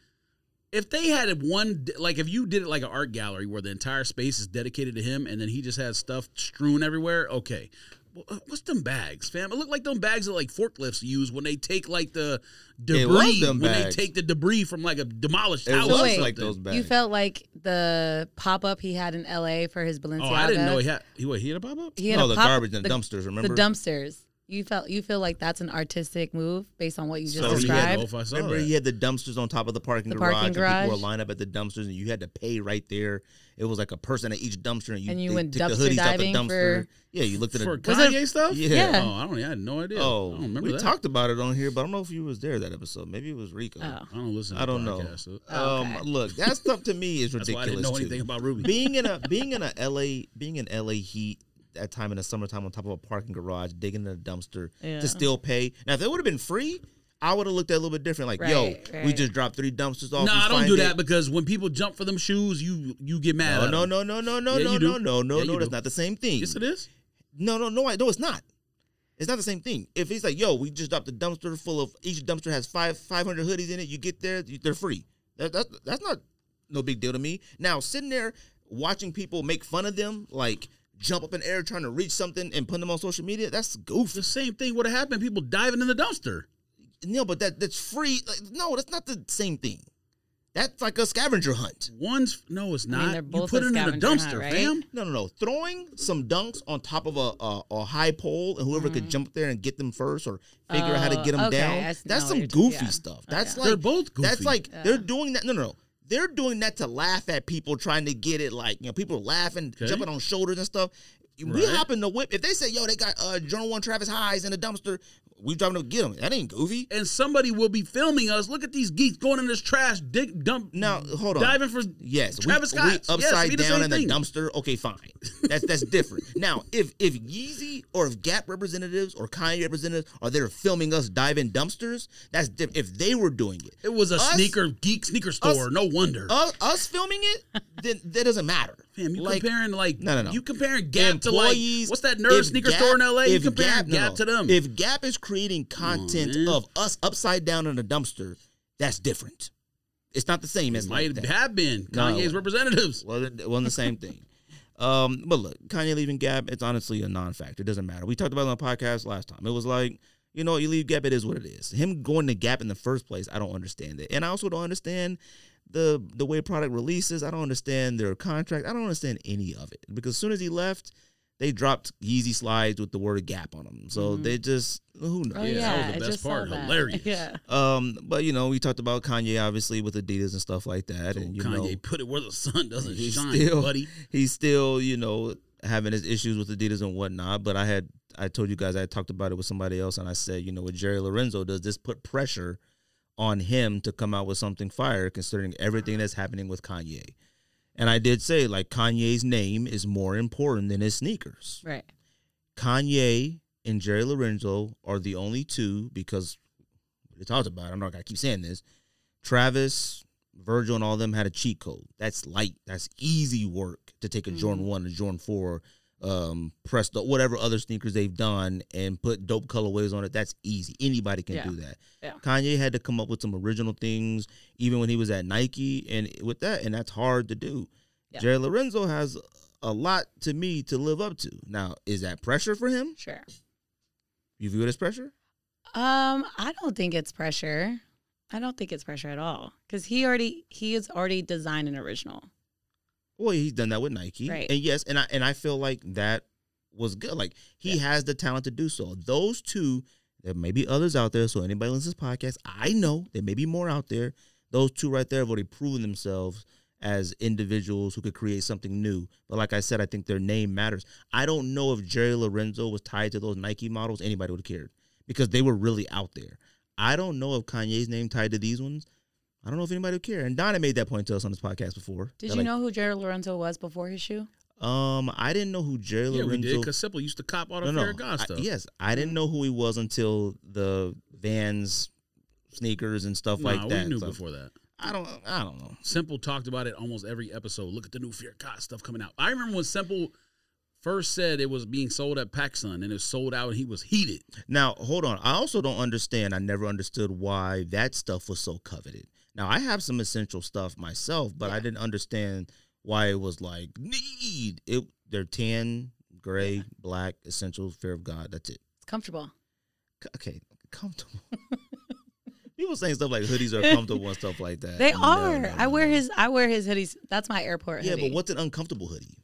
Speaker 2: if they had one, d- like if you did it like an art gallery where the entire space is dedicated to him, and then he just has stuff strewn everywhere, okay. Well, uh, What's them bags, fam? It look like them bags that like forklifts use when they take like the
Speaker 1: It was
Speaker 2: debris.
Speaker 1: them
Speaker 2: When they
Speaker 1: bags.
Speaker 2: take the debris from like a demolished
Speaker 1: It
Speaker 2: house,
Speaker 1: was
Speaker 2: or
Speaker 3: wait,
Speaker 1: like
Speaker 2: something.
Speaker 1: those bags.
Speaker 3: You felt like the pop up he had in L.A. for his Balenciaga.
Speaker 2: Oh, I didn't know he had. He what? He had a pop up.
Speaker 3: He had
Speaker 1: no,
Speaker 3: a
Speaker 1: Oh, the
Speaker 3: pop-
Speaker 1: garbage and the,
Speaker 3: the-
Speaker 1: dumpsters. Remember?
Speaker 3: The dumpsters. You felt you feel like that's an artistic move based on what
Speaker 2: Oh,
Speaker 3: you just
Speaker 1: So he had
Speaker 3: described.
Speaker 2: I saw
Speaker 1: Remember,
Speaker 2: that.
Speaker 1: you had the dumpsters on top of the parking
Speaker 3: The
Speaker 1: garage,
Speaker 3: parking
Speaker 1: and people
Speaker 3: garage?
Speaker 1: were lined up at the dumpsters, and you had to pay right there. It was like a person at each dumpster, and you,
Speaker 3: And you
Speaker 1: they
Speaker 3: went
Speaker 1: took
Speaker 3: dumpster
Speaker 1: the hoodies
Speaker 3: diving
Speaker 1: out the dumpster.
Speaker 3: for-
Speaker 1: yeah, you looked at
Speaker 2: for
Speaker 1: a
Speaker 3: Was
Speaker 2: Kanye stuff.
Speaker 1: yeah.
Speaker 3: Yeah.
Speaker 2: Oh, I don't. I had no idea.
Speaker 1: Oh,
Speaker 2: I don't remember
Speaker 1: we
Speaker 2: that.
Speaker 1: talked about it on here, but I don't know if you was there that episode. Maybe it was Rico.
Speaker 3: Oh.
Speaker 2: I don't listen. To
Speaker 1: I don't know.
Speaker 2: podcasts, so-
Speaker 1: Um,
Speaker 3: Okay.
Speaker 1: look, that stuff to me is
Speaker 2: That's
Speaker 1: ridiculous.
Speaker 2: why I didn't know
Speaker 1: too.
Speaker 2: anything about Ruby.
Speaker 1: being in a being in a LA being in LA heat that time in the summertime on top of a parking garage, digging in a dumpster
Speaker 3: Yeah.
Speaker 1: to still pay. Now if it would have been free, I would have looked at it a little bit different. Like, yo,
Speaker 3: Right,
Speaker 1: we
Speaker 3: right.
Speaker 1: just dropped three dumpsters off.
Speaker 2: No,
Speaker 1: we
Speaker 2: I don't
Speaker 1: find
Speaker 2: do
Speaker 1: it.
Speaker 2: that because when people jump for them shoes, you you get mad.
Speaker 1: No,
Speaker 2: at
Speaker 1: no,
Speaker 2: them.
Speaker 1: no, no, no, no,
Speaker 2: Yeah,
Speaker 1: no, no,
Speaker 2: you do.
Speaker 1: no, no,
Speaker 2: Yeah, you
Speaker 1: no. That's
Speaker 2: do.
Speaker 1: not the same thing.
Speaker 2: Yes, it is.
Speaker 1: No, no, no, I no, it's not. It's not the same thing. If he's like, yo, we just dropped a dumpster full of each dumpster has five five hundred hoodies in it. You get there, you- they're free. That, that that's not no big deal to me. Now sitting there watching people make fun of them, like jump up in air trying to reach something and put them on social media, that's goofy.
Speaker 2: The same thing would have happened. People diving in the dumpster.
Speaker 1: No, but that that's free. Like, no, that's not the same thing. That's like a scavenger hunt.
Speaker 2: One's no, it's not.
Speaker 3: they're
Speaker 2: you
Speaker 3: both
Speaker 2: put
Speaker 3: a
Speaker 2: it in a
Speaker 3: scavenger
Speaker 2: dumpster,
Speaker 3: hunt, right?
Speaker 2: fam.
Speaker 1: No, no, no. Throwing some dunks on top of a a, a high pole, and whoever could jump up there and get them first, or figure out how to
Speaker 3: Mm-hmm. Oh,
Speaker 1: get them
Speaker 3: okay, I
Speaker 1: down.
Speaker 3: see now
Speaker 1: That's
Speaker 3: what
Speaker 1: some
Speaker 3: you're doing.
Speaker 1: goofy
Speaker 3: Yeah.
Speaker 1: stuff. That's like
Speaker 2: They're both
Speaker 1: That's
Speaker 2: goofy.
Speaker 1: like they're doing that. No, no, no. They're doing that to laugh at people trying to get it. Like you know, people laughing,
Speaker 2: Okay.
Speaker 1: jumping on shoulders and stuff. We
Speaker 2: Right.
Speaker 1: happen to whip. If they say, "Yo, they got uh, Journal One Travis Highs in the dumpster," we driving up get them. That ain't goofy.
Speaker 2: And somebody will be filming us. Look at these geeks going in this trash dig, dump.
Speaker 1: Now hold on.
Speaker 2: Mm-hmm. diving for
Speaker 1: Yes, we-
Speaker 2: Travis
Speaker 1: we,
Speaker 2: Scott
Speaker 1: upside
Speaker 2: yes,
Speaker 1: down in the
Speaker 2: the dumpster.
Speaker 1: dumpster. Okay, fine. That's that's different. Now, if if Yeezy or if Gap representatives or Kanye representatives are there filming us diving dumpsters, that's different. If they were doing it,
Speaker 2: It was a
Speaker 1: Us-
Speaker 2: sneaker geek sneaker store. no wonder.
Speaker 1: us, us filming it, then that doesn't matter.
Speaker 2: Fam, you
Speaker 1: Like,
Speaker 2: comparing like
Speaker 1: No, no, no.
Speaker 2: you comparing Gap to like
Speaker 1: employees-
Speaker 2: what's that nerd
Speaker 1: if
Speaker 2: sneaker
Speaker 1: Gap-
Speaker 2: store in LA? You
Speaker 1: if
Speaker 2: comparing Gap,
Speaker 1: no, no.
Speaker 2: to them.
Speaker 1: If Gap is creating content
Speaker 2: man.
Speaker 1: of us upside down in a dumpster, that's different. It's not the same as like
Speaker 2: might
Speaker 1: that.
Speaker 2: have been
Speaker 1: No, it
Speaker 2: Kanye's
Speaker 1: wasn't.
Speaker 2: representatives.
Speaker 1: wasn't it wasn't the same thing. Um, but look, Kanye leaving Gap, it's honestly a non-factor. It doesn't matter. We talked about it on the podcast last time. It was like, you know, you leave Gap, it is what it is. Him going to Gap in the first place, I don't understand it, and I also don't understand the the way product releases. I don't understand their contract. I don't understand any of it because as soon as he left. They dropped Yeezy slides with the word Gap on them, so they just who knows.
Speaker 3: Oh
Speaker 2: Mm-hmm. Yeah,
Speaker 3: yeah,
Speaker 2: that was the
Speaker 3: I
Speaker 2: best
Speaker 3: just saw
Speaker 2: part.
Speaker 3: that.
Speaker 2: Hilarious.
Speaker 3: Yeah,
Speaker 1: Um, but you know, we talked about Kanye obviously with Adidas and stuff like that,
Speaker 2: So
Speaker 1: and you know,
Speaker 2: Kanye put it where the sun doesn't
Speaker 1: He's
Speaker 2: shine,
Speaker 1: still-
Speaker 2: buddy.
Speaker 1: he's still, you know, having his issues with Adidas and whatnot. But I had, I told you guys, I talked about it with somebody else, and I said, you know, what Jerry Lorenzo does this put pressure on him to come out with something fire, considering everything that's happening with Kanye. And I did say, like, Kanye's name is more important than his sneakers.
Speaker 3: right.
Speaker 1: Kanye and Jerry Lorenzo are the only two because we talked about. It, I'm not gonna keep saying this. Travis, Virgil, and all them had a cheat code. That's light. That's easy work to take a
Speaker 3: Mm-hmm.
Speaker 1: Jordan one, a Jordan four, um, press the whatever other sneakers they've done and put dope colorways on it. That's easy. Anybody can
Speaker 3: Yeah.
Speaker 1: do that.
Speaker 3: Yeah.
Speaker 1: Kanye had to come up with some original things, even when he was at Nike, and with that, and that's hard to do.
Speaker 3: Yeah.
Speaker 1: Jerry Lorenzo has a lot to me to live up to. Now, is that pressure for him?
Speaker 3: Sure.
Speaker 1: You view it as pressure?
Speaker 3: Um, I don't think it's pressure. I don't think it's pressure at all because he already he has already designed an original.
Speaker 1: Well, he's done that with Nike,
Speaker 3: Right.
Speaker 1: and yes, and I and I feel like that was good. Like he has the talent to do so. Those two, there may be others out there. So anybody listens to this podcast, I know there may be more out there. Those two right there have already proven themselves as individuals who could create something new. But like I said, I think their name matters. I don't know if Jerry Lorenzo was tied to those Nike models, anybody would have cared because they were really out there. I don't know if Kanye's name tied to these ones. I don't know if anybody would care. And Donna made that point to us on this podcast before.
Speaker 3: Did
Speaker 1: That,
Speaker 3: you
Speaker 1: like,
Speaker 3: know who Jared Lorenzo was before his shoe?
Speaker 1: um, I didn't know who Jerry
Speaker 2: Yeah, we did
Speaker 1: Lorenzo.
Speaker 2: because Simple used to cop all the
Speaker 1: no,
Speaker 2: no,
Speaker 1: no.
Speaker 2: God
Speaker 1: I-
Speaker 2: stuff.
Speaker 1: yes, I didn't know who he was until the Vans sneakers and stuff
Speaker 2: nah,
Speaker 1: like that.
Speaker 2: we knew
Speaker 1: So,
Speaker 2: before that.
Speaker 1: I don't. I don't know.
Speaker 2: Simple talked about it almost every episode. Look at the new Fear God stuff coming out. I remember when Simple first said it was being sold at PacSun and it was sold out and he was heated.
Speaker 1: Now, hold on. I also don't understand. I never understood why that stuff was so coveted. Now, I have some essential stuff myself, but I didn't understand why it was like need. It they're tan, gray, black, essential, fear of God. That's it.
Speaker 3: It's comfortable.
Speaker 1: C- Okay, comfortable. People saying stuff like hoodies are comfortable and stuff like that.
Speaker 3: They
Speaker 1: Uh, No,
Speaker 3: are.
Speaker 1: no,
Speaker 3: I
Speaker 1: no,
Speaker 3: wear
Speaker 1: no.
Speaker 3: his. I wear his hoodies. That's my airport
Speaker 1: Yeah,
Speaker 3: hoodie.
Speaker 1: but what's an uncomfortable hoodie?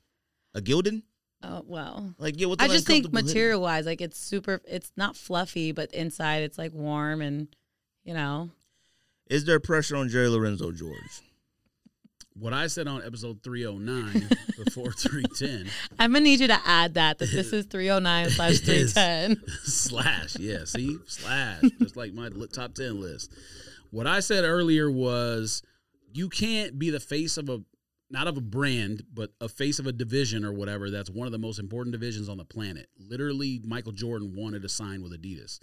Speaker 1: A Gildan?
Speaker 3: Oh well.
Speaker 1: Like yeah, what's
Speaker 3: I
Speaker 1: an
Speaker 3: just think
Speaker 1: uncomfortable hoodie?
Speaker 3: material wise, like it's super. It's not fluffy, but inside it's like warm and, you know,
Speaker 1: Is there pressure on Jerry Lorenzo George?
Speaker 2: What I said on episode 309 before 310
Speaker 3: I'm gonna need you to add that that this is 309 slash 310.
Speaker 2: slash, yeah, see, slash, just like my li- top 10 list. What I said earlier was you can't be the face of a, not of a brand, but a face of a division or whatever. That's one of the most important divisions on the planet. Literally, Michael Jordan wanted to sign with Adidas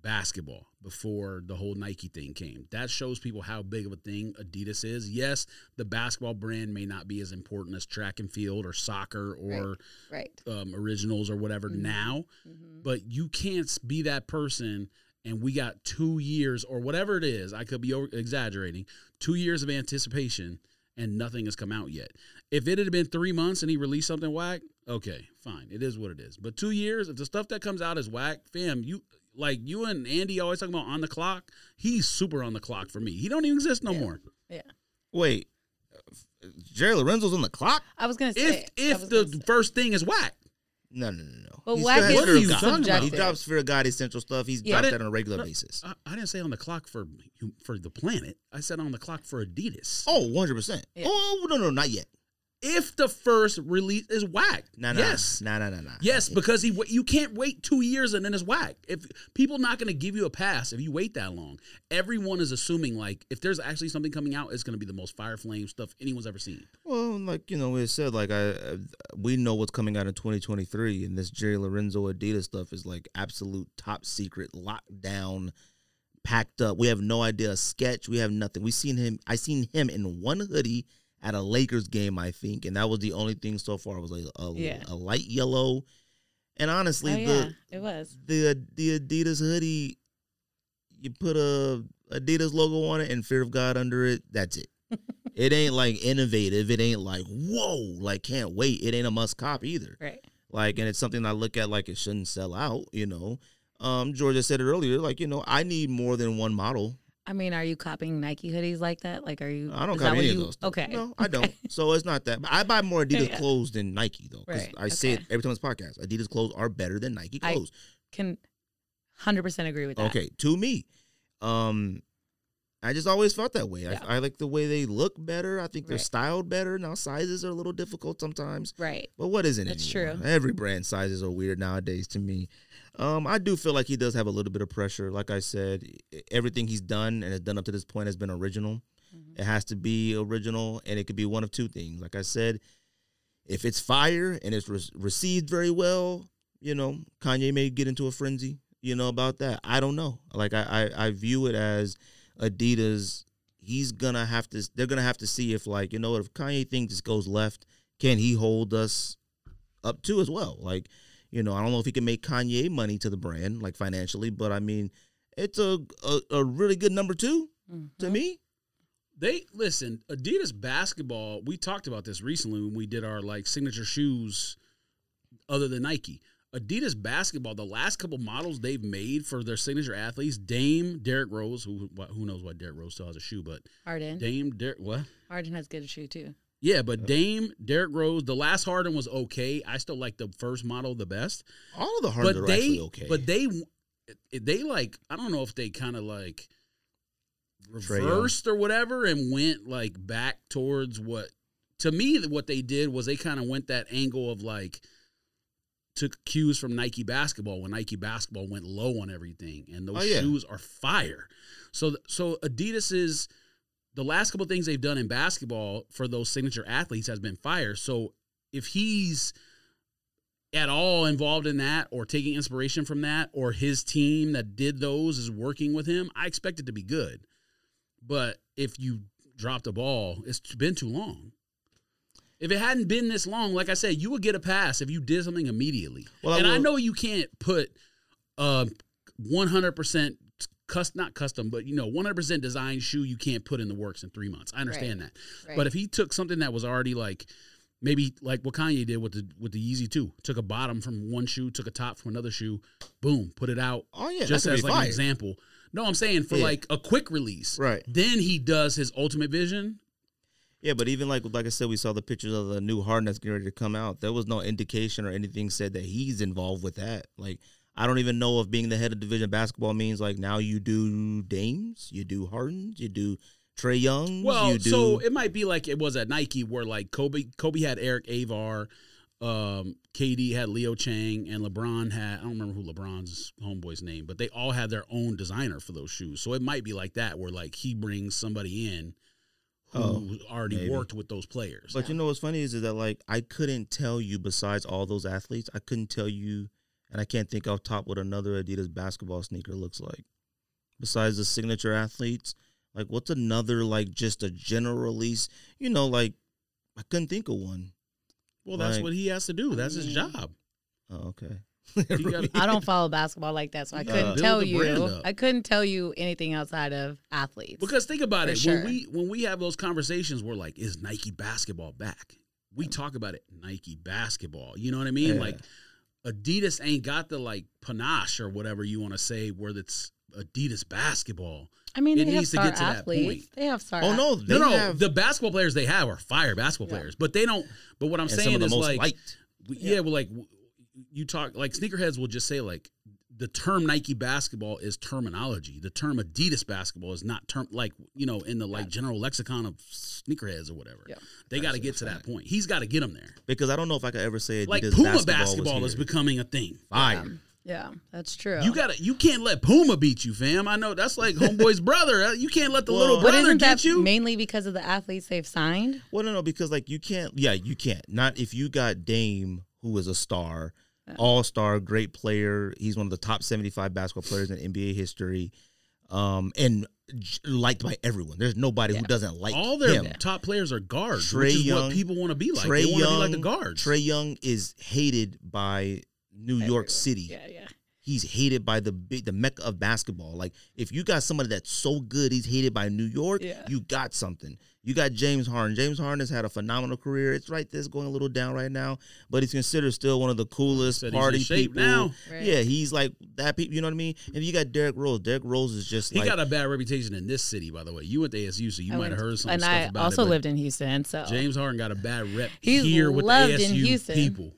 Speaker 2: basketball before the whole Nike thing came. That shows people how big of a thing Adidas is. Yes, the basketball brand may not be as important as track and field or soccer or
Speaker 3: Right. Mm-hmm.
Speaker 2: um, originals or whatever now, but you can't be that person. And we got two years or whatever it is. I could be over- exaggerating. Two years of anticipation and nothing has come out yet. If it had been three months and he released something whack, okay, fine. It is what it is. But two years, if the stuff that comes out is whack, fam, you like you and Andy always talking about on the clock. He's super on the clock for me. He don't even exist no more.
Speaker 3: Yeah.
Speaker 1: Wait, Jerry Lorenzo's on the clock?
Speaker 3: I was gonna say
Speaker 2: If
Speaker 3: I
Speaker 2: if
Speaker 3: was gonna
Speaker 2: the
Speaker 3: say.
Speaker 2: first thing is whack,
Speaker 1: No, no, no, no.
Speaker 3: But
Speaker 1: He
Speaker 3: whack
Speaker 1: still has
Speaker 2: is
Speaker 1: Fear of God. He
Speaker 3: subjective.
Speaker 1: drops Fear of God essential stuff. He's
Speaker 3: Yeah.
Speaker 1: dropped
Speaker 2: But it-
Speaker 1: that on a regular basis.
Speaker 2: I, I didn't say on the clock for hu- for the planet. I said on the clock for Adidas.
Speaker 1: Oh, 100%.
Speaker 3: Yeah.
Speaker 1: Oh, no, no, not yet.
Speaker 2: If the first release is whack,
Speaker 1: No, no.
Speaker 2: yes,
Speaker 1: No, no, no, no.
Speaker 2: yes, because he wa- you can't wait two years and then it's whack. If people not going to give you a pass if you wait that long, everyone is assuming like if there's actually something coming out, it's going to be the most fire flame stuff anyone's ever seen.
Speaker 1: Well, like, you know, we said, like, I, uh, we know what's coming out in 2023, and this Jerry Lorenzo Adidas stuff is like absolute top secret, lockdown, packed up. We have no idea, a sketch. We have nothing. We seen him, I seen him in one hoodie at a Lakers game, I think, and that was the only thing so far. It was like a,
Speaker 3: Yeah.
Speaker 1: a light yellow. And honestly,
Speaker 3: Oh, yeah,
Speaker 1: the,
Speaker 3: it was.
Speaker 1: the the Adidas hoodie, you put a Adidas logo on it and Fear of God under it. That's it. it ain't like innovative. It ain't like whoa, like can't wait. It ain't a must cop either.
Speaker 3: Right.
Speaker 1: Like, and it's something I look at like it shouldn't sell out. You know, um, Georgia said it earlier. Like, you know, I need more than one model.
Speaker 3: I mean, are you copying Nike hoodies like that? Like, are you?
Speaker 1: I don't
Speaker 3: is that
Speaker 1: copy
Speaker 3: what
Speaker 1: any of
Speaker 3: you-
Speaker 1: those.
Speaker 3: Okay.
Speaker 1: No, I don't. So it's not that. But I buy more Adidas
Speaker 3: Yeah.
Speaker 1: clothes than Nike though. 'cause
Speaker 3: Right,
Speaker 1: I say it
Speaker 3: okay.
Speaker 1: every time it's podcast. Adidas clothes are better than Nike
Speaker 3: I-
Speaker 1: clothes.
Speaker 3: Can 100 percent agree with that.
Speaker 1: Okay, to me, um, I just always felt that way.
Speaker 3: Yeah.
Speaker 1: I, I like the way they look better. I think they're
Speaker 3: Right.
Speaker 1: styled better. Now sizes are a little difficult sometimes,
Speaker 3: Right.
Speaker 1: but what isn't
Speaker 3: That's
Speaker 1: anymore?
Speaker 3: true.
Speaker 1: Every brand sizes are weird nowadays to me. Um, I do feel like he does have a little bit of pressure. Like I said, e- everything he's done and has done up to this point has been original. It has to be original, and it could be one of two things. Like I said, if it's fire and it's re- received very well, you know, Kanye may get into a frenzy, you know, about that. I don't know. Like I, I, I view it as Adidas. He's gonna have to. They're gonna have to see if, like, you know, if Kanye thinks this goes left, can he hold us up to as well? Like, you know, I don't know if he can make Kanye money to the brand, like financially, but I mean, it's a a, a really good number two
Speaker 3: Mm-hmm.
Speaker 1: to me.
Speaker 2: They listen, Adidas basketball, we talked about this recently when we did our like signature shoes other than Nike. Adidas basketball, the last couple models they've made for their signature athletes, Dame, Derrick Rose, who who knows why Derrick Rose still has a shoe, but
Speaker 3: Harden.
Speaker 2: Dame, Derrick, what?
Speaker 3: Harden has good shoe too.
Speaker 2: Yeah, but Dame, Derrick Rose, the last Harden was okay. I still like the first model the best.
Speaker 1: All of the Hardens
Speaker 2: but
Speaker 1: are
Speaker 2: they,
Speaker 1: actually okay.
Speaker 2: but they, eh, they like I don't know if they kind of like
Speaker 1: Trae Young.
Speaker 2: reversed or whatever and went like back towards what to me what they did was they kind of went that angle of like took cues from Nike basketball when Nike basketball went low on everything and those
Speaker 1: Oh, yeah.
Speaker 2: shoes are fire. So th- so Adidas is the last couple things they've done in basketball for those signature athletes has been fire. So if he's at all involved in that or taking inspiration from that or his team that did those is working with him, I expect it to be good. But if you drop the ball, it's been too long. If it hadn't been this long, like I said, you would get a pass if you did something immediately.
Speaker 1: Well, I
Speaker 2: and I
Speaker 1: will-
Speaker 2: know you can't put uh, 100% custom, not custom, but you know, 100% design shoe you can't put in the works in three months. I understand that.
Speaker 3: Right.
Speaker 2: But if he took something that was already like maybe like what Kanye did with the with the Yeezy two, took a bottom from one shoe, took a top from another shoe, boom, put it out.
Speaker 1: oh yeah,
Speaker 2: just
Speaker 1: that could
Speaker 2: as
Speaker 1: be
Speaker 2: like
Speaker 1: fire.
Speaker 2: an example. No, I'm saying for
Speaker 1: Yeah.
Speaker 2: like a quick release.
Speaker 1: Right.
Speaker 2: Then he does his ultimate vision.
Speaker 1: Yeah, but even like like I said, we saw the pictures of the new Harden that's getting ready to come out. There was no indication or anything said that he's involved with that. Like I don't even know if being the head of division basketball means like now you do Dames, you do Hardens, you do Trey Youngs,
Speaker 2: Well,
Speaker 1: you do
Speaker 2: so it might be like it was at Nike where like Kobe Kobe had Eric Avar, um, KD had Leo Chang, and LeBron had I don't remember who LeBron's homeboy's name, but they all had their own designer for those shoes. So it might be like that where like he brings somebody in who
Speaker 1: Oh,
Speaker 2: already
Speaker 1: maybe.
Speaker 2: worked with those players.
Speaker 1: But you know what's funny is, is that like I couldn't tell you besides all those athletes, I couldn't tell you, and I can't think off top what another Adidas basketball sneaker looks like. Besides the signature athletes, like what's another like just a general release? You know, like I couldn't think of one.
Speaker 2: well, that's
Speaker 1: like- mm.
Speaker 2: what he has to do. That's his
Speaker 3: Mhm.
Speaker 2: job.
Speaker 1: Oh, okay.
Speaker 2: You gotta-
Speaker 3: I don't follow basketball like that, so I
Speaker 2: You
Speaker 1: gotta
Speaker 3: couldn't
Speaker 2: build
Speaker 3: tell
Speaker 2: the brand
Speaker 3: you.
Speaker 2: up.
Speaker 3: I couldn't tell you anything outside of athletes.
Speaker 2: Because think about
Speaker 3: For
Speaker 2: it,
Speaker 3: sure.
Speaker 2: when we when we have those conversations, we're like, "Is Nike basketball back?" We talk about it, Nike basketball. You know what I mean?
Speaker 1: Yeah.
Speaker 2: Like Adidas ain't got the like panache or whatever you want to say, where it's Adidas basketball.
Speaker 3: I mean,
Speaker 2: It
Speaker 3: they have
Speaker 2: needs to
Speaker 3: star
Speaker 2: get to that
Speaker 3: athletes.
Speaker 2: point.
Speaker 3: They have star.
Speaker 1: oh no,
Speaker 3: athletes.
Speaker 1: they
Speaker 2: no, no,
Speaker 1: have
Speaker 2: the basketball players they have are fire basketball
Speaker 3: Yeah.
Speaker 2: players, but they don't. But what I'm
Speaker 1: and
Speaker 2: saying
Speaker 1: some of the
Speaker 2: is
Speaker 1: most
Speaker 2: like,
Speaker 1: liked.
Speaker 2: we- yeah. well, like w- you talk like sneakerheads will just say like the term Nike basketball is terminology. The term Adidas basketball is not term like you know in the like general lexicon of sneakerheads or whatever.
Speaker 3: Yeah.
Speaker 2: They got to
Speaker 1: That's
Speaker 2: get to that point. He's got to get them there.
Speaker 1: because I don't know if I could ever say Adidas
Speaker 2: Like Puma basketball,
Speaker 1: basketball, was
Speaker 2: is
Speaker 1: here.
Speaker 2: becoming a thing.
Speaker 1: fire.
Speaker 3: Um, Yeah, that's true.
Speaker 2: You gotta, you can't let Puma beat you, fam. I know that's like homeboy's brother. Uh, You can't let the
Speaker 1: Well-
Speaker 2: little
Speaker 1: But
Speaker 3: but
Speaker 2: brother
Speaker 3: isn't
Speaker 2: get
Speaker 3: that
Speaker 2: you.
Speaker 3: mainly because of the athletes they've signed?
Speaker 1: Well, no, no, because like you can't. Yeah, you can't. Not if you got Dame, who is a star, all star, great player. He's one of the top seventy-five basketball players in NBA history, um, and j- liked by everyone. There's nobody who doesn't like
Speaker 2: All their
Speaker 1: him.
Speaker 2: top players are guards,
Speaker 1: Trae
Speaker 2: which is
Speaker 1: Young-
Speaker 2: what people want to be like.
Speaker 1: Trae
Speaker 2: they want to be like the
Speaker 1: Young-
Speaker 2: guards.
Speaker 1: Trey Young is hated by New York City.
Speaker 3: yeah.
Speaker 1: He's hated by the big, the mecca of basketball. Like if you got somebody that's so good, he's hated by New York.
Speaker 3: Yeah.
Speaker 1: You got something. You got James Harden. James Harden has had a phenomenal career. It's right this going a little down right now, but he's considered still one of the coolest
Speaker 2: Said he's in
Speaker 1: party
Speaker 2: shape
Speaker 1: people.
Speaker 2: now.
Speaker 3: Right.
Speaker 1: Yeah, he's like that. People, you know what I mean. And you got Derrick Rose. Derrick Rose is just
Speaker 2: He
Speaker 1: like
Speaker 2: got a bad reputation in this city, by the way. You went to ASU, so you
Speaker 3: I
Speaker 2: might have
Speaker 3: went-
Speaker 2: heard some
Speaker 3: And
Speaker 2: stuff
Speaker 3: I
Speaker 2: about
Speaker 3: also
Speaker 2: it. but
Speaker 3: lived in Houston, so
Speaker 2: James Harden got a bad rep
Speaker 3: He's
Speaker 2: here with the
Speaker 3: loved in
Speaker 2: ASU
Speaker 3: Houston.
Speaker 2: people.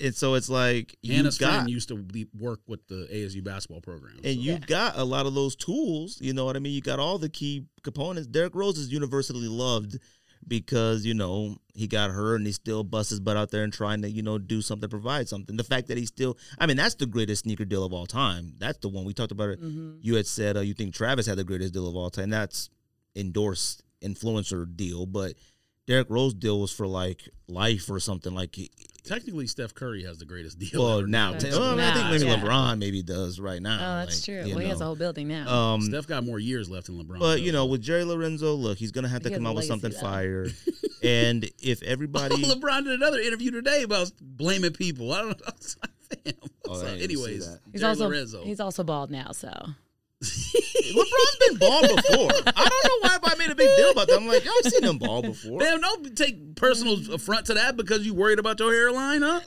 Speaker 1: and so it's like you
Speaker 2: Hannah's
Speaker 1: got
Speaker 2: friend used to be, work with the ASU basketball program.
Speaker 1: and
Speaker 2: so-
Speaker 1: you got a lot of those tools. You know what I mean? You got all the key components. Derrick Rose is universally loved because you know he got hurt and he still busts his butt out there and trying to you know do something, provide something. The fact that he still, I mean, that's the greatest sneaker deal of all time. That's the one we talked about. It.
Speaker 3: Mm-hmm.
Speaker 1: You had said uh, you think Travis had the greatest deal of all time. That's endorsed influencer deal, but. Derrick Rose deal was for like life or something like he-
Speaker 2: technically, Steph Curry has the greatest deal.
Speaker 1: well
Speaker 2: ever.
Speaker 1: now,
Speaker 3: That's
Speaker 1: well, I think
Speaker 3: now,
Speaker 1: maybe
Speaker 3: yeah.
Speaker 1: LeBron maybe does right now.
Speaker 3: Oh, that's
Speaker 1: like,
Speaker 3: true.
Speaker 1: you
Speaker 3: Well, he has a
Speaker 1: know.
Speaker 3: whole building now.
Speaker 1: um,
Speaker 2: Steph got more years left than LeBron.
Speaker 1: But you
Speaker 2: does.
Speaker 1: know, with Jerry Lorenzo, look, he's gonna have to
Speaker 3: He has
Speaker 1: come
Speaker 3: a
Speaker 1: out with something
Speaker 3: legacy, though.
Speaker 1: fire. and if everybody,
Speaker 2: LeBron did another interview today about blaming people. I don't know. I was like, damn.
Speaker 1: Oh, I
Speaker 2: So
Speaker 1: didn't see
Speaker 2: anyways,
Speaker 1: that.
Speaker 3: he's
Speaker 2: Jerry
Speaker 3: also
Speaker 2: Lorenzo.
Speaker 3: he's also bald now, so
Speaker 1: LeBron's been bald before. I don't know why I made a big deal about that. I'm like, y'all seen him bald before.
Speaker 2: Damn, don't take personal affront to that because you worried about your hairline, huh?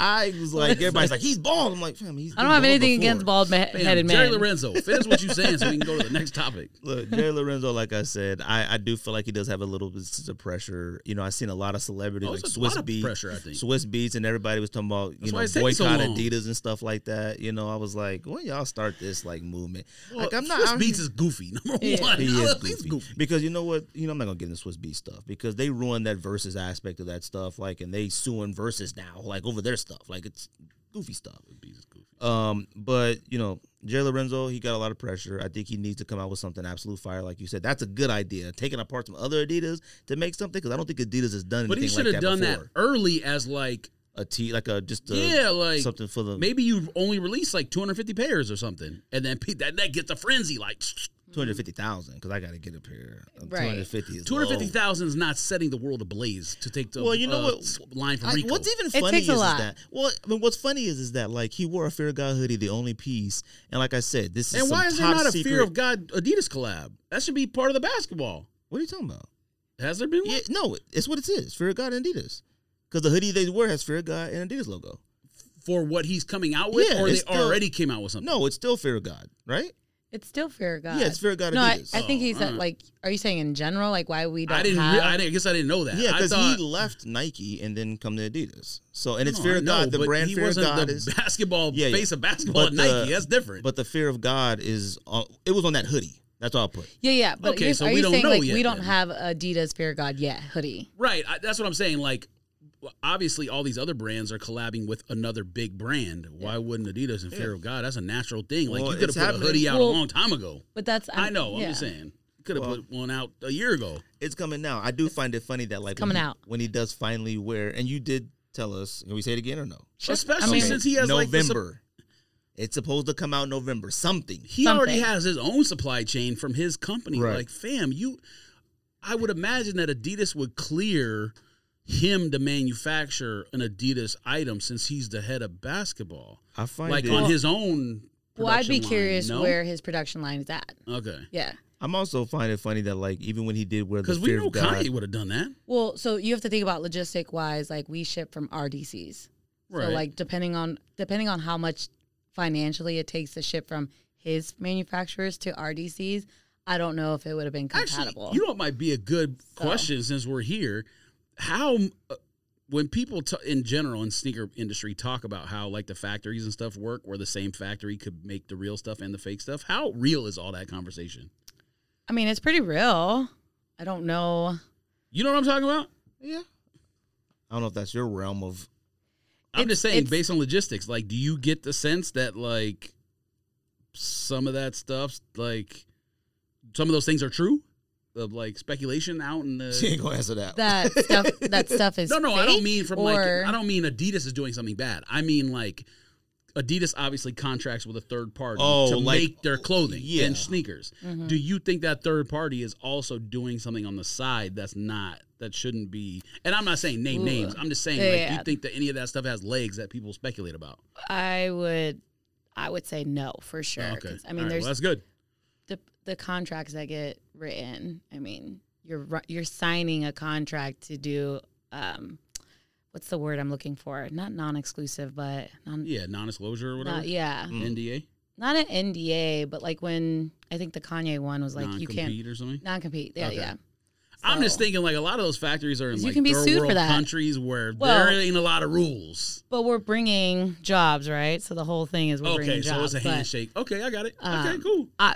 Speaker 1: I was like, everybody's like, he's bald. I'm like, fam, he's.
Speaker 3: I don't have anything against bald ma-
Speaker 2: Bam,
Speaker 3: headed
Speaker 2: Jerry
Speaker 3: men.
Speaker 2: Lorenzo, finish what you're saying so we can go to the next topic.
Speaker 1: Look, Jerry Lorenzo, like I said, I, I do feel like he does have a little bit of pressure. You know, I've seen a lot of celebrities
Speaker 2: Oh,
Speaker 1: like
Speaker 2: it's a
Speaker 1: Swiss
Speaker 2: lot of
Speaker 1: Beats,
Speaker 2: pressure, I think.
Speaker 1: Swiss Beats, and everybody was talking about you
Speaker 2: That's why it
Speaker 1: know boycott
Speaker 2: takes so long.
Speaker 1: Adidas and stuff like that. You know, I was like, when y'all start this like movement,
Speaker 2: Well,
Speaker 1: like I'm not
Speaker 2: Swiss
Speaker 1: out
Speaker 2: Beats
Speaker 1: here-
Speaker 2: is goofy. Number
Speaker 3: Yeah.
Speaker 2: one,
Speaker 1: He is
Speaker 2: He's
Speaker 1: goofy. because you know what? You know I'm not gonna get into Swiss Beat stuff because they ruined that versus aspect of that stuff. Like, and they suing versus now, like over their stuff. Like it's goofy stuff.
Speaker 2: Beats is goofy.
Speaker 1: Um, but you know, Jerry Lorenzo, he got a lot of pressure. I think he needs to come out with something absolute fire, like you said. That's a good idea, taking apart some other Adidas to make something because I don't think Adidas has done anything
Speaker 2: But he should
Speaker 1: like
Speaker 2: have
Speaker 1: that
Speaker 2: done
Speaker 1: before.
Speaker 2: that early as like
Speaker 1: A T, like a just a,
Speaker 2: yeah, like
Speaker 1: something for the
Speaker 2: maybe you only release like 250 pairs or something, and then pe- that that gets a frenzy. Like
Speaker 1: two hundred fifty thousand because I got to get a pair. Two
Speaker 3: Right.
Speaker 1: hundred fifty is
Speaker 2: 250,000 is not setting the world ablaze to take the
Speaker 1: Well, you know
Speaker 2: uh,
Speaker 1: what?
Speaker 2: s- line from
Speaker 1: I-
Speaker 2: Rico.
Speaker 1: what's even
Speaker 3: It
Speaker 1: funny
Speaker 3: takes
Speaker 1: is,
Speaker 3: a
Speaker 1: is
Speaker 3: lot.
Speaker 1: that well, I mean, what's funny is is that like he wore a Fear of God hoodie, the only piece, and like I said, this is
Speaker 2: and
Speaker 1: some
Speaker 2: why is there
Speaker 1: top
Speaker 2: not a
Speaker 1: secret-
Speaker 2: fear of God Adidas collab? That should be part of the basketball.
Speaker 1: What are you talking about?
Speaker 2: Has there been one?
Speaker 1: Yeah, no, it's what it is. Fear of God and Adidas, because the hoodie they wear has Fear of God and Adidas logo.
Speaker 2: for what he's coming out with,
Speaker 1: Yeah,
Speaker 2: or they
Speaker 1: it's still-
Speaker 2: already came out with something?
Speaker 1: No, it's still Fear of God, right?
Speaker 3: It's still fair of God.
Speaker 1: Yeah, it's Fear of God
Speaker 3: No, I,
Speaker 1: Adidas.
Speaker 3: I think
Speaker 2: Oh,
Speaker 3: he said
Speaker 2: alright.
Speaker 3: like, are you saying in general, like why we don't
Speaker 2: I didn't.
Speaker 3: have?
Speaker 2: Re- I, didn't- I guess I didn't know that.
Speaker 1: Yeah,
Speaker 2: I
Speaker 1: because
Speaker 2: thought-
Speaker 1: he left Nike and then come to Adidas. So and it's
Speaker 2: No,
Speaker 1: Fear
Speaker 2: I
Speaker 1: of
Speaker 2: know,
Speaker 1: God. The
Speaker 2: but
Speaker 1: brand
Speaker 2: he
Speaker 1: Fear of
Speaker 2: wasn't
Speaker 1: God
Speaker 2: the
Speaker 1: is
Speaker 2: basketball
Speaker 1: Yeah, yeah.
Speaker 2: face of basketball
Speaker 1: But
Speaker 2: at
Speaker 1: the-
Speaker 2: Nike. That's different.
Speaker 1: but the Fear of God is uh, it was on that hoodie. That's all I put.
Speaker 3: yeah, yeah. But
Speaker 2: Okay,
Speaker 3: you're-
Speaker 2: so
Speaker 3: are
Speaker 2: we
Speaker 3: you
Speaker 2: don't
Speaker 3: saying
Speaker 2: know
Speaker 3: like
Speaker 2: yet
Speaker 3: we don't
Speaker 2: then.
Speaker 3: have Adidas fear of God yet hoodie?
Speaker 2: right. I, that's what I'm saying. Like, obviously, all these other brands are collabing with another big brand. Why wouldn't Adidas and Fear of God? That's a natural thing. Like
Speaker 1: Well,
Speaker 2: you could
Speaker 1: it's
Speaker 2: have put
Speaker 1: happening.
Speaker 2: a hoodie out
Speaker 3: Well,
Speaker 2: a long time ago.
Speaker 3: But that's
Speaker 2: i know. I'm
Speaker 3: yeah.
Speaker 2: just saying. Could have
Speaker 1: Well-
Speaker 2: put one out a year ago.
Speaker 1: It's coming now. I do find it funny that like
Speaker 3: coming
Speaker 1: when he,
Speaker 3: out.
Speaker 1: when he does finally wear. And you did tell us. Can we say it again or no?
Speaker 3: Sure.
Speaker 2: Especially
Speaker 3: I mean-
Speaker 2: since he has like the sup-
Speaker 1: November. it's supposed to come out November. Something.
Speaker 2: he
Speaker 3: Something.
Speaker 2: already has his own supply chain from his company.
Speaker 1: Right.
Speaker 2: Like, fam, you, I would imagine that Adidas would clear him to manufacture an Adidas item since he's the head of basketball,
Speaker 1: I find
Speaker 2: like
Speaker 1: it-
Speaker 2: on his own.
Speaker 3: Well, I'd be
Speaker 2: production line,
Speaker 3: curious
Speaker 2: no?
Speaker 3: where his production line is at.
Speaker 2: Okay,
Speaker 3: Yeah.
Speaker 1: I'm also find it funny that like even when he did wear the
Speaker 2: because we
Speaker 1: Fear
Speaker 2: know
Speaker 1: of God,
Speaker 2: Kanye would have done that.
Speaker 3: Well, so you have to think about logistic wise, like we ship from our DCs.
Speaker 2: Right.
Speaker 3: So like depending on depending on how much financially it takes to ship from his manufacturers to our DCs, I don't know if it would have been compatible.
Speaker 2: Actually, you know, it might be a good
Speaker 3: So.
Speaker 2: question since we're here. How, uh, when people t- in general in sneaker industry talk about how like the factories and stuff work, where the same factory could make the real stuff and the fake stuff, how real is all that conversation?
Speaker 3: I mean, it's pretty real. I don't know.
Speaker 2: You know what I'm talking about?
Speaker 1: yeah. I don't know if that's your realm of
Speaker 2: I'm
Speaker 3: It's-
Speaker 2: just saying,
Speaker 3: it's-
Speaker 2: based on logistics, like, do you get the sense that like some of that stuff's like some of those things are true? Of like speculation out in the
Speaker 1: She ain't gonna answer that.
Speaker 3: That stuff that stuff is
Speaker 2: No, no, I
Speaker 3: fake,
Speaker 2: don't mean from like
Speaker 3: or-
Speaker 2: I don't mean Adidas is doing something bad. I mean like Adidas obviously contracts with a third party
Speaker 1: Oh,
Speaker 2: to
Speaker 1: like-
Speaker 2: make their clothing
Speaker 1: yeah.
Speaker 2: and sneakers.
Speaker 3: Mm-hmm. Mm.
Speaker 2: Do you think that third party is also doing something on the side that's not that shouldn't be? And I'm not saying name
Speaker 3: Ooh.
Speaker 2: names. I'm just saying
Speaker 3: Yeah,
Speaker 2: like
Speaker 3: yeah.
Speaker 2: you think that any of that stuff has legs that people speculate about.
Speaker 3: I would I would say no for sure.
Speaker 2: Oh,
Speaker 3: 'cause, I
Speaker 2: All
Speaker 3: mean,
Speaker 2: right,
Speaker 3: there's
Speaker 2: well, that's good.
Speaker 3: the the contracts that get written. I mean, you're ri- you're signing a contract to do um, what's the word I'm looking for? Not non-exclusive, but non,
Speaker 2: Yeah, non-disclosure or whatever.
Speaker 3: not, yeah,
Speaker 1: Mm.
Speaker 2: NDA,
Speaker 3: not an NDA, but like when I think the Kanye one was like you can't
Speaker 2: non-compete or something.
Speaker 3: non-compete. Yeah,
Speaker 2: Okay.
Speaker 3: yeah.
Speaker 2: I'm just
Speaker 3: So-
Speaker 2: thinking like a lot of those factories are in
Speaker 3: 'Cause you
Speaker 2: like
Speaker 3: can be
Speaker 2: third
Speaker 3: sued for
Speaker 2: world
Speaker 3: that.
Speaker 2: countries where
Speaker 3: Well-
Speaker 2: there ain't a lot of rules.
Speaker 3: But we're bringing jobs, right? So the whole thing is we're
Speaker 2: Okay,
Speaker 3: bringing
Speaker 2: so
Speaker 3: jobs.
Speaker 2: it's a
Speaker 3: but
Speaker 2: handshake. Okay, I got it. okay,
Speaker 3: Um,
Speaker 2: cool.
Speaker 3: I,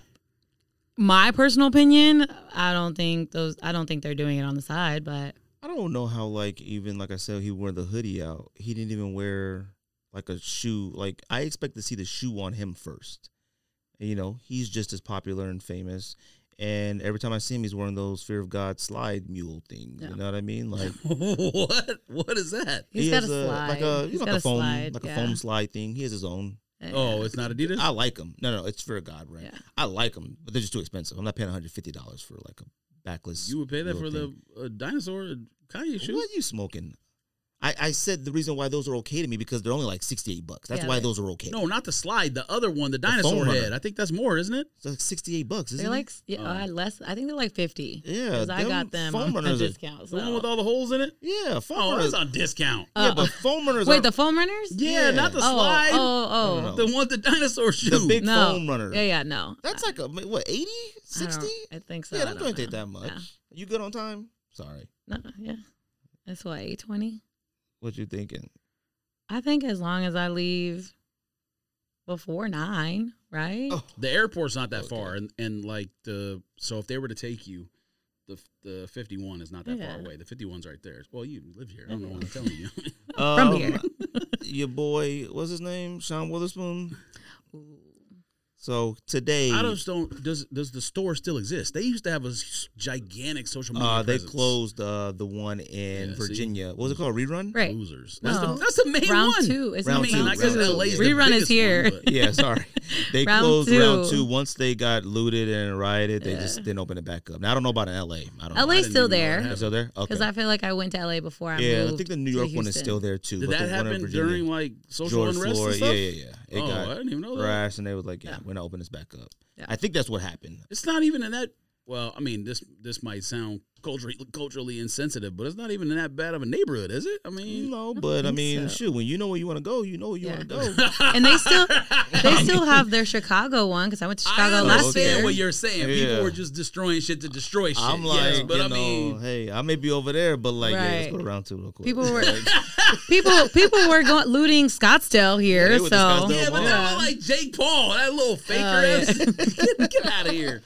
Speaker 3: my personal opinion, I don't think those. I don't think they're doing it on the side, but
Speaker 1: I don't know how like even like I said he wore the hoodie out. He didn't even wear like a shoe. Like I expect to see the shoe on him first. You know, he's just as popular and famous. And every time I see him, he's wearing those Fear of God slide mule things.
Speaker 3: Yeah.
Speaker 1: You know what I mean? Like
Speaker 2: what? What is that?
Speaker 3: he's
Speaker 1: he
Speaker 3: got
Speaker 1: has
Speaker 3: a slide.
Speaker 1: like a you
Speaker 3: He's
Speaker 1: know,
Speaker 3: got
Speaker 1: like a foam
Speaker 3: slide,
Speaker 1: like
Speaker 3: yeah.
Speaker 1: a foam slide thing. He has his own.
Speaker 2: Oh, it's not Adidas.
Speaker 1: I like him. No, no, it's Fear of God, right?
Speaker 3: Yeah.
Speaker 1: I like him, but they're just too expensive. I'm not paying 150 dollars for like a backless.
Speaker 2: you would pay that
Speaker 1: mule
Speaker 2: for
Speaker 1: thing.
Speaker 2: the uh, dinosaur uh, Kanye shoe.
Speaker 1: What you smoking? I, I said the reason why those are okay to me because they're only like sixty eight bucks. That's
Speaker 3: Yeah,
Speaker 1: why
Speaker 3: right.
Speaker 1: those are okay.
Speaker 2: No, not the slide. The other one, the
Speaker 1: phone
Speaker 2: dinosaur
Speaker 1: hunter.
Speaker 2: head. I think that's more, isn't it?
Speaker 1: it's like sixty eight bucks. Isn't
Speaker 3: They're
Speaker 1: it?
Speaker 3: like s- yeah, uh, less. I think they're like fifty.
Speaker 1: Yeah,
Speaker 3: 'cause I
Speaker 1: them
Speaker 3: got them
Speaker 1: foam
Speaker 3: on a
Speaker 1: runners are-
Speaker 3: discount.
Speaker 2: The one
Speaker 3: so. Uh,
Speaker 2: with all the holes in it.
Speaker 1: yeah, foam
Speaker 2: Oh,
Speaker 1: runners.
Speaker 2: that's on discount.
Speaker 1: yeah, but foam runners.
Speaker 3: Wait,
Speaker 1: are,
Speaker 3: the foam runners?
Speaker 2: Yeah,
Speaker 1: Yeah.
Speaker 2: not the
Speaker 3: Oh,
Speaker 2: slide.
Speaker 3: oh, oh.
Speaker 1: No, no, no.
Speaker 2: The one with the dinosaur shoe.
Speaker 1: the big
Speaker 3: No.
Speaker 1: foam runner.
Speaker 3: Yeah, yeah, no.
Speaker 1: That's like a what 80,
Speaker 3: I don't-
Speaker 1: 60?
Speaker 3: I, think so.
Speaker 1: Yeah,
Speaker 3: I
Speaker 1: that
Speaker 3: don't
Speaker 1: don't take
Speaker 3: know.
Speaker 1: that much.
Speaker 3: Yeah.
Speaker 1: You good on time? Sorry.
Speaker 3: No, yeah. That's what, 820?
Speaker 1: What you thinking?
Speaker 3: I think as long as I leave before nine, right?
Speaker 1: Oh,
Speaker 2: The airport's not that
Speaker 1: Okay.
Speaker 2: far, and, and like the so if they were to take you, the the fifty one is not that
Speaker 3: Yeah.
Speaker 2: far away. The 51's right there. Well, you live here. I don't know what I'm telling you.
Speaker 1: oh,
Speaker 3: From here.
Speaker 1: Um, your boy, what's his name? Sean Witherspoon.
Speaker 3: Ooh.
Speaker 1: So today,
Speaker 2: I just don't. Does does the store still exist? They used to have a s- gigantic social media.
Speaker 1: uh, they
Speaker 2: presence.
Speaker 1: closed uh, the one in
Speaker 2: Yeah, see?
Speaker 1: Virginia. What was it called? Rerun?
Speaker 3: Right.
Speaker 2: Losers. That's,
Speaker 3: No.
Speaker 2: the, that's the main
Speaker 3: round
Speaker 2: one.
Speaker 3: two. It's
Speaker 2: I
Speaker 1: Round
Speaker 3: not
Speaker 2: mean,
Speaker 1: two,
Speaker 2: I guess
Speaker 1: round
Speaker 2: LA's
Speaker 1: two.
Speaker 2: the
Speaker 3: Rerun
Speaker 2: biggest
Speaker 3: is here.
Speaker 2: one, but-
Speaker 1: Yeah, sorry. They
Speaker 3: Round
Speaker 1: closed round
Speaker 3: two.
Speaker 1: two once they got looted and rioted. They just
Speaker 3: Yeah.
Speaker 1: didn't open it back up. Now I don't know about in L.A. I don't.
Speaker 3: LA
Speaker 1: know.
Speaker 3: is still
Speaker 2: even know that
Speaker 3: there
Speaker 2: happened.
Speaker 1: Is it there? Okay.
Speaker 3: because I feel like I went to LA before I
Speaker 1: yeah,
Speaker 3: moved.
Speaker 1: I think the New
Speaker 3: to
Speaker 1: York one is
Speaker 3: Houston.
Speaker 1: still there too.
Speaker 2: Did
Speaker 1: but
Speaker 2: that
Speaker 1: the one in
Speaker 2: happen
Speaker 1: Virginia-
Speaker 2: during like social
Speaker 1: George
Speaker 2: unrest
Speaker 1: Floyd?
Speaker 2: and stuff?
Speaker 1: Yeah, yeah, yeah. It
Speaker 2: oh,
Speaker 1: got
Speaker 2: I didn't even know that.
Speaker 1: Rash, and they was like, "Yeah,
Speaker 3: Yeah.
Speaker 1: we're not opening this back up."
Speaker 3: Yeah.
Speaker 1: I think that's what happened.
Speaker 2: It's not even in that. Well, I mean, this this might sound culturally culturally insensitive, but it's not even in that bad of a neighborhood, is it? I
Speaker 1: You
Speaker 2: mean,
Speaker 1: know, but I,
Speaker 3: think
Speaker 1: mean,
Speaker 3: so.
Speaker 1: shoot, when you know where you want to go, you know where you
Speaker 3: Yeah.
Speaker 1: want to go.
Speaker 2: and
Speaker 3: And they still they still have their Chicago one because I went to
Speaker 2: I
Speaker 3: Chicago
Speaker 2: understand
Speaker 3: last year.
Speaker 2: what you're saying.
Speaker 1: Yeah.
Speaker 2: People were just destroying shit to destroy shit.
Speaker 1: I'm
Speaker 2: Yes,
Speaker 1: like,
Speaker 2: but
Speaker 1: you
Speaker 2: I mean,
Speaker 1: know, hey, I may be over there, but like, yeah, let's
Speaker 3: Right.
Speaker 1: go to round two real quick.
Speaker 3: People were
Speaker 1: Like,
Speaker 3: people people were going looting Scottsdale here,
Speaker 1: Yeah, they
Speaker 3: so
Speaker 1: went to Scottsdale
Speaker 2: yeah, but that
Speaker 1: Yeah.
Speaker 2: was like Jake Paul, that little faker
Speaker 3: Oh, yeah.
Speaker 2: ass. get, out of here!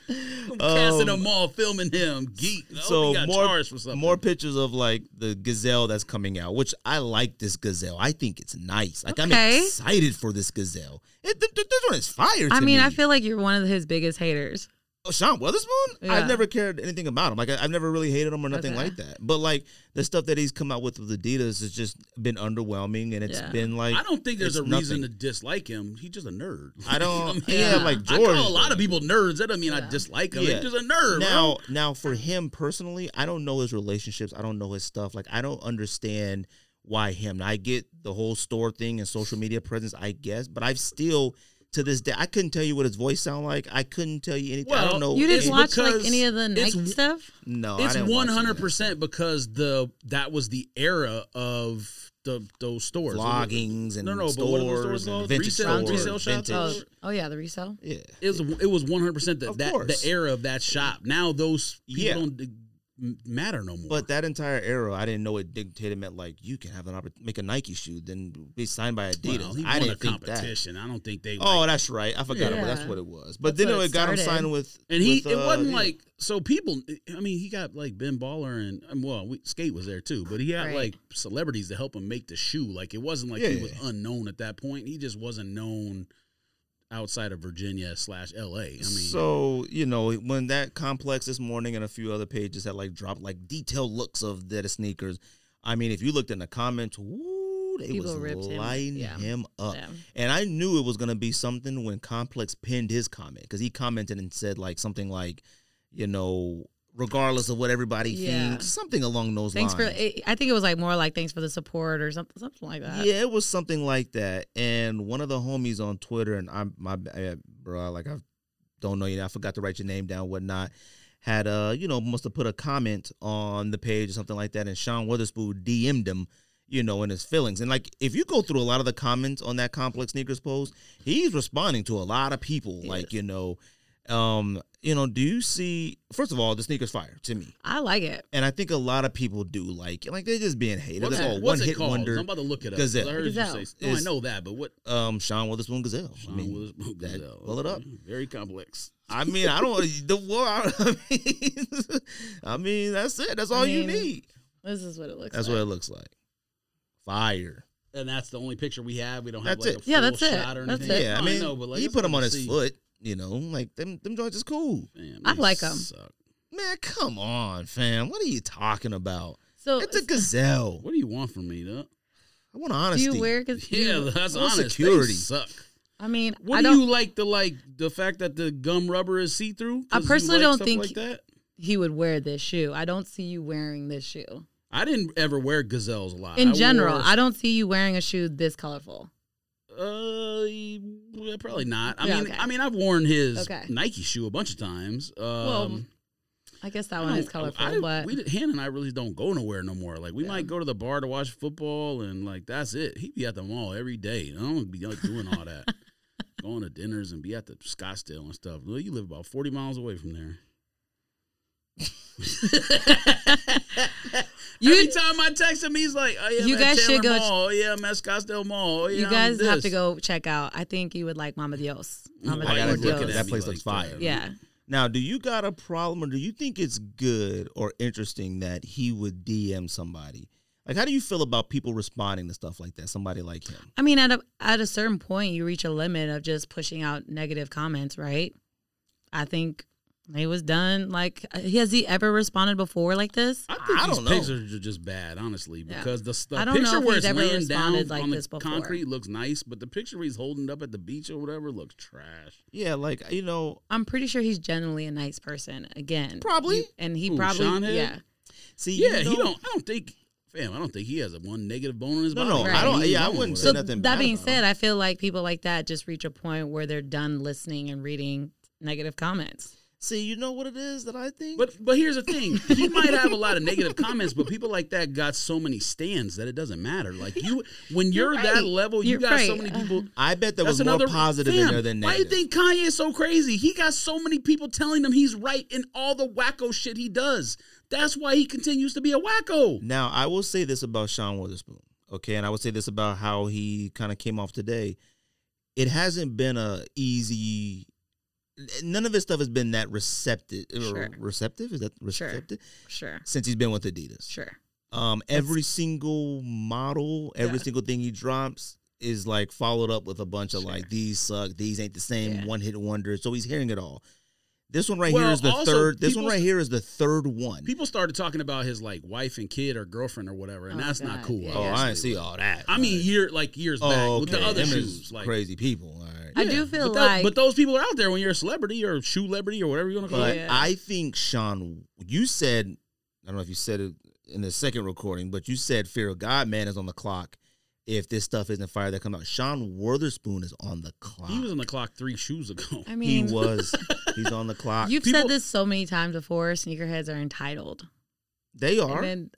Speaker 2: I'm casting a mall, filming him, geek. I hope he
Speaker 1: Um, so
Speaker 2: got
Speaker 1: more,
Speaker 2: charged for something.
Speaker 1: more pictures of like the gazelle that's coming out, which I like this gazelle. I think it's nice. Like I'm
Speaker 3: Okay.
Speaker 1: excited for this gazelle. It, th- th- this one is fire.
Speaker 3: I
Speaker 1: to
Speaker 3: mean, I
Speaker 1: me.
Speaker 3: feel like you're one of his biggest haters.
Speaker 1: Oh, Sean Weatherspoon? I've
Speaker 3: Yeah.
Speaker 1: never cared anything about him. Like I, I've never really hated him or nothing
Speaker 3: Okay.
Speaker 1: like that. But like the stuff that he's come out with with Adidas has just been underwhelming, and it's
Speaker 3: Yeah.
Speaker 1: been like
Speaker 2: I don't think there's a
Speaker 1: it's
Speaker 2: reason
Speaker 1: nothing.
Speaker 2: to dislike him. He's just a nerd.
Speaker 1: I don't. yeah,
Speaker 3: Yeah.
Speaker 1: like
Speaker 2: I
Speaker 1: George.
Speaker 2: call a lot of people nerds. That doesn't mean I
Speaker 3: Yeah.
Speaker 2: dislike him.
Speaker 1: Yeah.
Speaker 2: He's just a nerd.
Speaker 1: now,
Speaker 2: bro.
Speaker 1: now for him personally, I don't know his relationships. I don't know his stuff. Like I don't understand why him. I get the whole store thing and social media presence, I guess, but I've still to this day I couldn't tell you what his voice sound like. I couldn't tell you anything. I
Speaker 2: Well,
Speaker 1: don't know.
Speaker 3: You
Speaker 2: Oh, It's
Speaker 3: didn't watch like
Speaker 2: because
Speaker 3: any of the
Speaker 2: it's
Speaker 3: Nike
Speaker 2: w-
Speaker 3: stuff.
Speaker 1: No, I
Speaker 2: it's
Speaker 1: didn't watch
Speaker 2: one
Speaker 1: any of that.
Speaker 2: hundred percent because the that was the era of the those stores.
Speaker 1: vloggings and
Speaker 2: No, no, but what are those stores
Speaker 1: stores and
Speaker 2: called?
Speaker 1: vintage
Speaker 2: Resale-
Speaker 1: stores,
Speaker 2: resale shops?
Speaker 1: vintage.
Speaker 3: Oh,
Speaker 2: Vintage.
Speaker 3: oh yeah, the resale.
Speaker 1: Yeah,
Speaker 2: It was it was one hundred percent that
Speaker 1: Of
Speaker 2: that- the
Speaker 1: course.
Speaker 2: era of that shop. Now those people
Speaker 1: Yeah.
Speaker 2: don't d- m- matter no more.
Speaker 1: but that entire era, I didn't know it dictated meant like you can have an oppor- make a Nike shoe, then be signed by
Speaker 2: Well,
Speaker 1: Adidas.
Speaker 2: he
Speaker 1: I didn't
Speaker 2: won a
Speaker 1: think that.
Speaker 2: competition. I don't think they. like-
Speaker 1: Oh, that's right. I forgot about that's
Speaker 3: Yeah.
Speaker 1: what it was. But
Speaker 3: That's
Speaker 1: then
Speaker 3: what
Speaker 1: it
Speaker 3: it
Speaker 1: got him
Speaker 3: started.
Speaker 1: signed with,
Speaker 2: and he
Speaker 1: with,
Speaker 2: it
Speaker 1: uh,
Speaker 2: wasn't
Speaker 1: yeah.
Speaker 2: like so people. I mean, he got like Ben Baller and um, well, we, Skate was there too, but he had
Speaker 3: Right.
Speaker 2: like celebrities to help him make the shoe. Like it wasn't like
Speaker 1: Yeah.
Speaker 2: he was unknown at that point. He just wasn't known outside of Virginia slash L.A. I mean,
Speaker 1: so you know when that complex this morning and a few other pages had like dropped like detailed looks of the sneakers. I mean, if you looked in the comments, woo, they
Speaker 3: People
Speaker 1: was
Speaker 3: ripped him.
Speaker 1: lighting
Speaker 3: Yeah.
Speaker 1: him
Speaker 2: Oh,
Speaker 1: up.
Speaker 3: Yeah.
Speaker 1: And I knew it was going to be something when Complex pinned his comment because he commented and said like something like, you know, regardless of what everybody
Speaker 3: Yeah.
Speaker 1: thinks, something along those
Speaker 3: Thanks for.
Speaker 1: lines.
Speaker 3: It, I think it was like more like thanks for the support or something, something like that.
Speaker 1: Yeah, it was something like that. And one of the homies on Twitter, and I'm my eh, bro, like I don't know you, I forgot to write your name down, whatnot. Had uh, you know, must have put a comment on the page or something like that, and Sean Witherspoon DM'd him, you know, in his feelings. And like, if you go through a lot of the comments on that complex sneakers post, he's responding to a lot of people.
Speaker 3: He
Speaker 1: like,
Speaker 3: is.
Speaker 1: you know, um, you know, do you see? First of all, the sneakers fire to me,
Speaker 3: I like it.
Speaker 1: and I think a lot of people do like, like they're just being hated.
Speaker 2: what's,
Speaker 1: It's
Speaker 2: it,
Speaker 1: all
Speaker 2: what's
Speaker 1: one
Speaker 2: it
Speaker 1: hit
Speaker 2: called?
Speaker 1: wonder
Speaker 2: I'm about to look it up. 'cause
Speaker 1: Gazelle.
Speaker 2: I heard
Speaker 3: Gazelle.
Speaker 2: you say. No, I
Speaker 1: Is-
Speaker 2: know that, but what?
Speaker 1: um Sean Witherspoon Gazelle. I
Speaker 2: Sean
Speaker 1: mean,
Speaker 2: Witherspoon
Speaker 1: that-
Speaker 2: Gazelle.
Speaker 1: pull it up.
Speaker 2: Very complex.
Speaker 1: I mean, I don't the war. I mean, I mean, that's it. That's all you
Speaker 3: mean,
Speaker 1: need.
Speaker 3: This is what it looks.
Speaker 1: That's
Speaker 3: like.
Speaker 1: what it looks like. Fire.
Speaker 2: And that's the only picture we have. We don't
Speaker 1: That's
Speaker 2: have like
Speaker 1: it.
Speaker 2: a full
Speaker 3: Yeah, that's it.
Speaker 2: shot or
Speaker 3: That's
Speaker 2: anything.
Speaker 3: it.
Speaker 1: Yeah, I
Speaker 2: No,
Speaker 1: mean,
Speaker 2: know, but, like,
Speaker 1: he
Speaker 2: it's
Speaker 1: put him
Speaker 2: hard
Speaker 1: on
Speaker 2: to
Speaker 1: his
Speaker 2: see.
Speaker 1: foot. You know, like them them joints is cool.
Speaker 2: Man,
Speaker 3: I
Speaker 2: they
Speaker 3: like 'em.
Speaker 2: suck.
Speaker 1: Man, come on, fam. What are you talking about?
Speaker 3: So
Speaker 1: It's a gazelle.
Speaker 2: What do you want from me, though?
Speaker 1: I want
Speaker 3: do
Speaker 1: honesty.
Speaker 3: you wear? Cause
Speaker 2: Yeah, that's
Speaker 1: Well,
Speaker 2: honest.
Speaker 1: security.
Speaker 2: They suck.
Speaker 3: I mean,
Speaker 2: What
Speaker 3: I
Speaker 2: do
Speaker 3: don't.
Speaker 2: you like the like the fact that the gum rubber is see through?
Speaker 3: I personally don't
Speaker 2: like
Speaker 3: think-
Speaker 2: that.
Speaker 3: he would wear this shoe. I don't see you wearing this shoe.
Speaker 2: I didn't ever wear gazelles a lot.
Speaker 3: In
Speaker 2: I
Speaker 3: general,
Speaker 2: wore-
Speaker 3: I don't see you wearing a shoe this colorful.
Speaker 2: Uh, yeah, probably not. I
Speaker 3: Yeah,
Speaker 2: mean,
Speaker 3: okay.
Speaker 2: I mean, I've worn his
Speaker 3: Okay.
Speaker 2: Nike shoe a bunch of times. Um,
Speaker 3: I guess
Speaker 2: I
Speaker 3: that one is
Speaker 2: don't-
Speaker 3: colorful,
Speaker 2: I-
Speaker 3: but
Speaker 2: we, Hannah and I really don't go nowhere no more. Like we might go to the bar to watch football, and like that's it. He be at the mall every day. I don't be like, doing all that, going to dinners and be at the Scottsdale and stuff. Well, you live about forty miles away from there. Every
Speaker 3: you
Speaker 2: time I text him, he's like, "Oh yeah,
Speaker 3: You
Speaker 2: I'm
Speaker 3: guys
Speaker 2: at
Speaker 3: should
Speaker 2: Chandler
Speaker 3: go-
Speaker 2: Mall. Oh, yeah, I'm at Scottsdale Mall. Oh, yeah,
Speaker 3: you
Speaker 2: I'm
Speaker 3: guys have
Speaker 2: this."
Speaker 3: to go check out. I think you would like Mama Dios. Mama
Speaker 1: Mm, I
Speaker 2: Why
Speaker 1: gotta
Speaker 2: you
Speaker 3: Dios.
Speaker 1: look at
Speaker 2: looking
Speaker 1: that
Speaker 2: me
Speaker 1: place looks
Speaker 2: that?
Speaker 1: fire.
Speaker 3: Yeah.
Speaker 1: Now, do you got a problem or do you think it's good or interesting that he would DM somebody? Like, how do you feel about people responding to stuff like that? Somebody like him?
Speaker 3: I mean, at a at a certain point, you reach a limit of just pushing out negative comments, right? I think it was done. Like, uh, has he ever responded before like this?
Speaker 2: I think
Speaker 1: I
Speaker 2: these
Speaker 1: don't know.
Speaker 2: pictures are just bad, honestly,
Speaker 3: Yeah.
Speaker 2: because the, the
Speaker 3: I don't know
Speaker 2: picture
Speaker 3: if
Speaker 2: where
Speaker 3: he's
Speaker 2: it's
Speaker 3: ever
Speaker 2: laying down
Speaker 3: responded like
Speaker 2: on the
Speaker 3: this before.
Speaker 2: concrete looks nice, but the picture where he's holding it up at the beach or whatever looks trash.
Speaker 1: Yeah, like, you know,
Speaker 3: I'm pretty sure he's generally a nice person. Again,
Speaker 1: Probably.
Speaker 3: You- and he
Speaker 2: Who,
Speaker 3: probably
Speaker 2: Sean Hill?
Speaker 3: yeah.
Speaker 1: see, you
Speaker 2: Yeah, he
Speaker 1: know-
Speaker 2: don't. I don't think, fam. I don't think he has a one negative bone in his
Speaker 1: No,
Speaker 2: body.
Speaker 1: no,
Speaker 3: I
Speaker 1: don't-
Speaker 2: He's
Speaker 1: yeah, I
Speaker 2: wrong
Speaker 1: wouldn't
Speaker 2: with
Speaker 1: say
Speaker 3: So
Speaker 2: it.
Speaker 1: nothing
Speaker 3: that
Speaker 1: bad
Speaker 3: being
Speaker 1: about
Speaker 3: said, I feel like people like that just reach a point where they're done listening and reading negative comments.
Speaker 1: See, you know what it is that I think?
Speaker 2: But but here's the thing: he might have a lot of negative comments, but people like that got so many stands that it doesn't matter. Like you, when you're,
Speaker 3: You're
Speaker 2: that
Speaker 3: right.
Speaker 2: level, you
Speaker 3: You're
Speaker 2: got so
Speaker 3: right.
Speaker 2: many people.
Speaker 1: I bet there
Speaker 2: That's
Speaker 1: was more
Speaker 2: another
Speaker 1: positive in
Speaker 2: Fam,
Speaker 1: there than
Speaker 2: Why
Speaker 1: negative.
Speaker 2: do you think Kanye is so crazy? He got so many people telling him he's right in all the wacko shit he does. That's why he continues to be a wacko.
Speaker 1: Now, I will say this about Sean Witherspoon, okay, and I will say this about how he kind of came off today. It hasn't been a easy. None of his stuff has been that receptive. or
Speaker 3: Sure.
Speaker 1: Receptive is that
Speaker 3: Sure.
Speaker 1: receptive?
Speaker 3: Sure,
Speaker 1: Since he's been with Adidas,
Speaker 3: sure.
Speaker 1: um, every single model, every
Speaker 3: Yeah.
Speaker 1: single thing he drops is like followed up with a bunch of
Speaker 3: Sure.
Speaker 1: like these suck, these ain't the same,
Speaker 3: Yeah.
Speaker 1: one hit wonder. So he's hearing it all. This one right here
Speaker 2: Well,
Speaker 1: is the
Speaker 2: also,
Speaker 1: third. This one
Speaker 2: people's-
Speaker 1: right here is the third one.
Speaker 2: People started talking about his like wife and kid or girlfriend or whatever, and
Speaker 3: Oh,
Speaker 2: that's not
Speaker 3: God,
Speaker 2: cool.
Speaker 3: yeah.
Speaker 1: oh, I ain't see all that.
Speaker 2: I mean,
Speaker 1: Like-
Speaker 2: year like years back with the
Speaker 3: okay.
Speaker 2: other
Speaker 1: Them
Speaker 2: shoes,
Speaker 1: is
Speaker 2: like
Speaker 1: crazy people. All right.
Speaker 3: I do feel
Speaker 2: but that-
Speaker 3: like-
Speaker 2: but those people are out there when you're a celebrity or shoe celebrity or whatever you want to call
Speaker 1: But
Speaker 2: it.
Speaker 3: Yeah.
Speaker 1: I think Sean, you said, I don't know if you said it in the second recording, but you said "Fear of God" man is on the clock. If this stuff isn't fire that come out, Sean Wortherspoon is on the clock.
Speaker 2: He was on the clock three shoes ago.
Speaker 3: I
Speaker 1: He
Speaker 3: mean,
Speaker 1: was. he's on the clock.
Speaker 3: you've
Speaker 2: people-
Speaker 3: said this so many times before. Sneakerheads are entitled.
Speaker 1: they are.
Speaker 3: And then,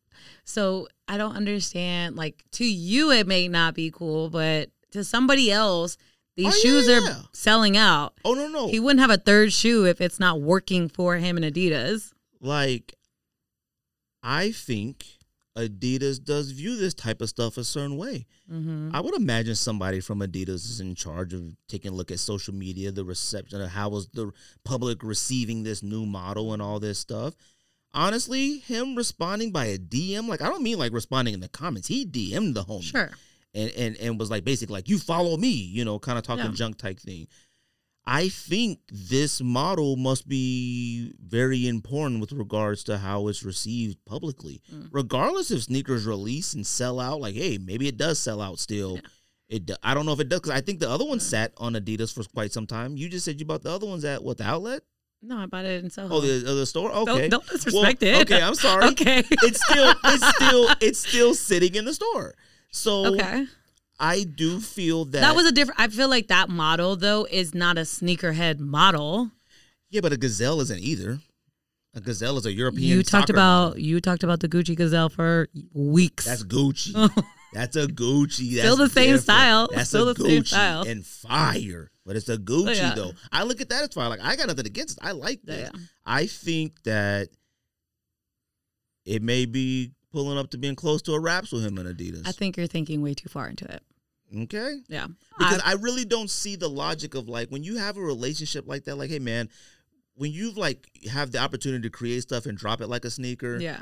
Speaker 3: so I don't understand. Like to you, it may not be cool, but to somebody else, these
Speaker 1: Oh, yeah,
Speaker 3: shoes are
Speaker 1: yeah.
Speaker 3: selling out.
Speaker 1: oh no no.
Speaker 3: He wouldn't have a third shoe if it's not working for him in Adidas.
Speaker 1: like I think Adidas does view this type of stuff a certain way.
Speaker 3: Mm-hmm.
Speaker 1: I would imagine somebody from Adidas is in charge of taking a look at social media, the reception of how was the public receiving this new model and all this stuff. Honestly, him responding by a DM, like I don't mean like responding in the comments. He DM'd the homie
Speaker 3: Sure.
Speaker 1: and, and and was like basically like, you follow me, you know, kind of talking
Speaker 3: Yeah.
Speaker 1: junk type thing. I think this model must be very important with regards to how it's received publicly.
Speaker 3: Mm.
Speaker 1: Regardless if sneakers release and sell out, like, hey, maybe it does sell out still. It do- I don't know if it does because I think the other
Speaker 3: Mm.
Speaker 1: one sat on Adidas for quite some time. You just said you bought the other ones at what the outlet?
Speaker 3: No, I bought it in Soho.
Speaker 1: Oh, the other store.
Speaker 3: Uh-huh. Don't-
Speaker 1: Okay,
Speaker 3: don't, disrespect
Speaker 1: Well,
Speaker 3: it.
Speaker 1: Okay, I'm sorry.
Speaker 3: Okay.
Speaker 1: It's still it's still it's still sitting in the store. So
Speaker 3: okay.
Speaker 1: I do feel that
Speaker 3: That was a different. I feel like that model though is not a sneakerhead model.
Speaker 1: Yeah, but a gazelle isn't either. A gazelle is a European.
Speaker 3: you talked
Speaker 1: soccer
Speaker 3: about
Speaker 1: model.
Speaker 3: you talked about the Gucci Gazelle for weeks.
Speaker 1: that's Gucci. that's a Gucci. That's
Speaker 3: Still the same
Speaker 1: different.
Speaker 3: style.
Speaker 1: That's
Speaker 3: Still
Speaker 1: a
Speaker 3: the
Speaker 1: Gucci
Speaker 3: same style.
Speaker 1: and fire. But it's a Gucci
Speaker 3: Yeah.
Speaker 1: though. I look at that as fire. Like I got nothing against it. I like
Speaker 3: Yeah.
Speaker 1: that. I think that it may be pulling up to being close to a raps with him and Adidas.
Speaker 3: I think you're thinking way too far into it.
Speaker 1: okay.
Speaker 3: Yeah.
Speaker 1: because I, really don't see the logic of like when you have a relationship like that like hey man when you've like have the opportunity to create stuff and drop it like a sneaker
Speaker 3: yeah.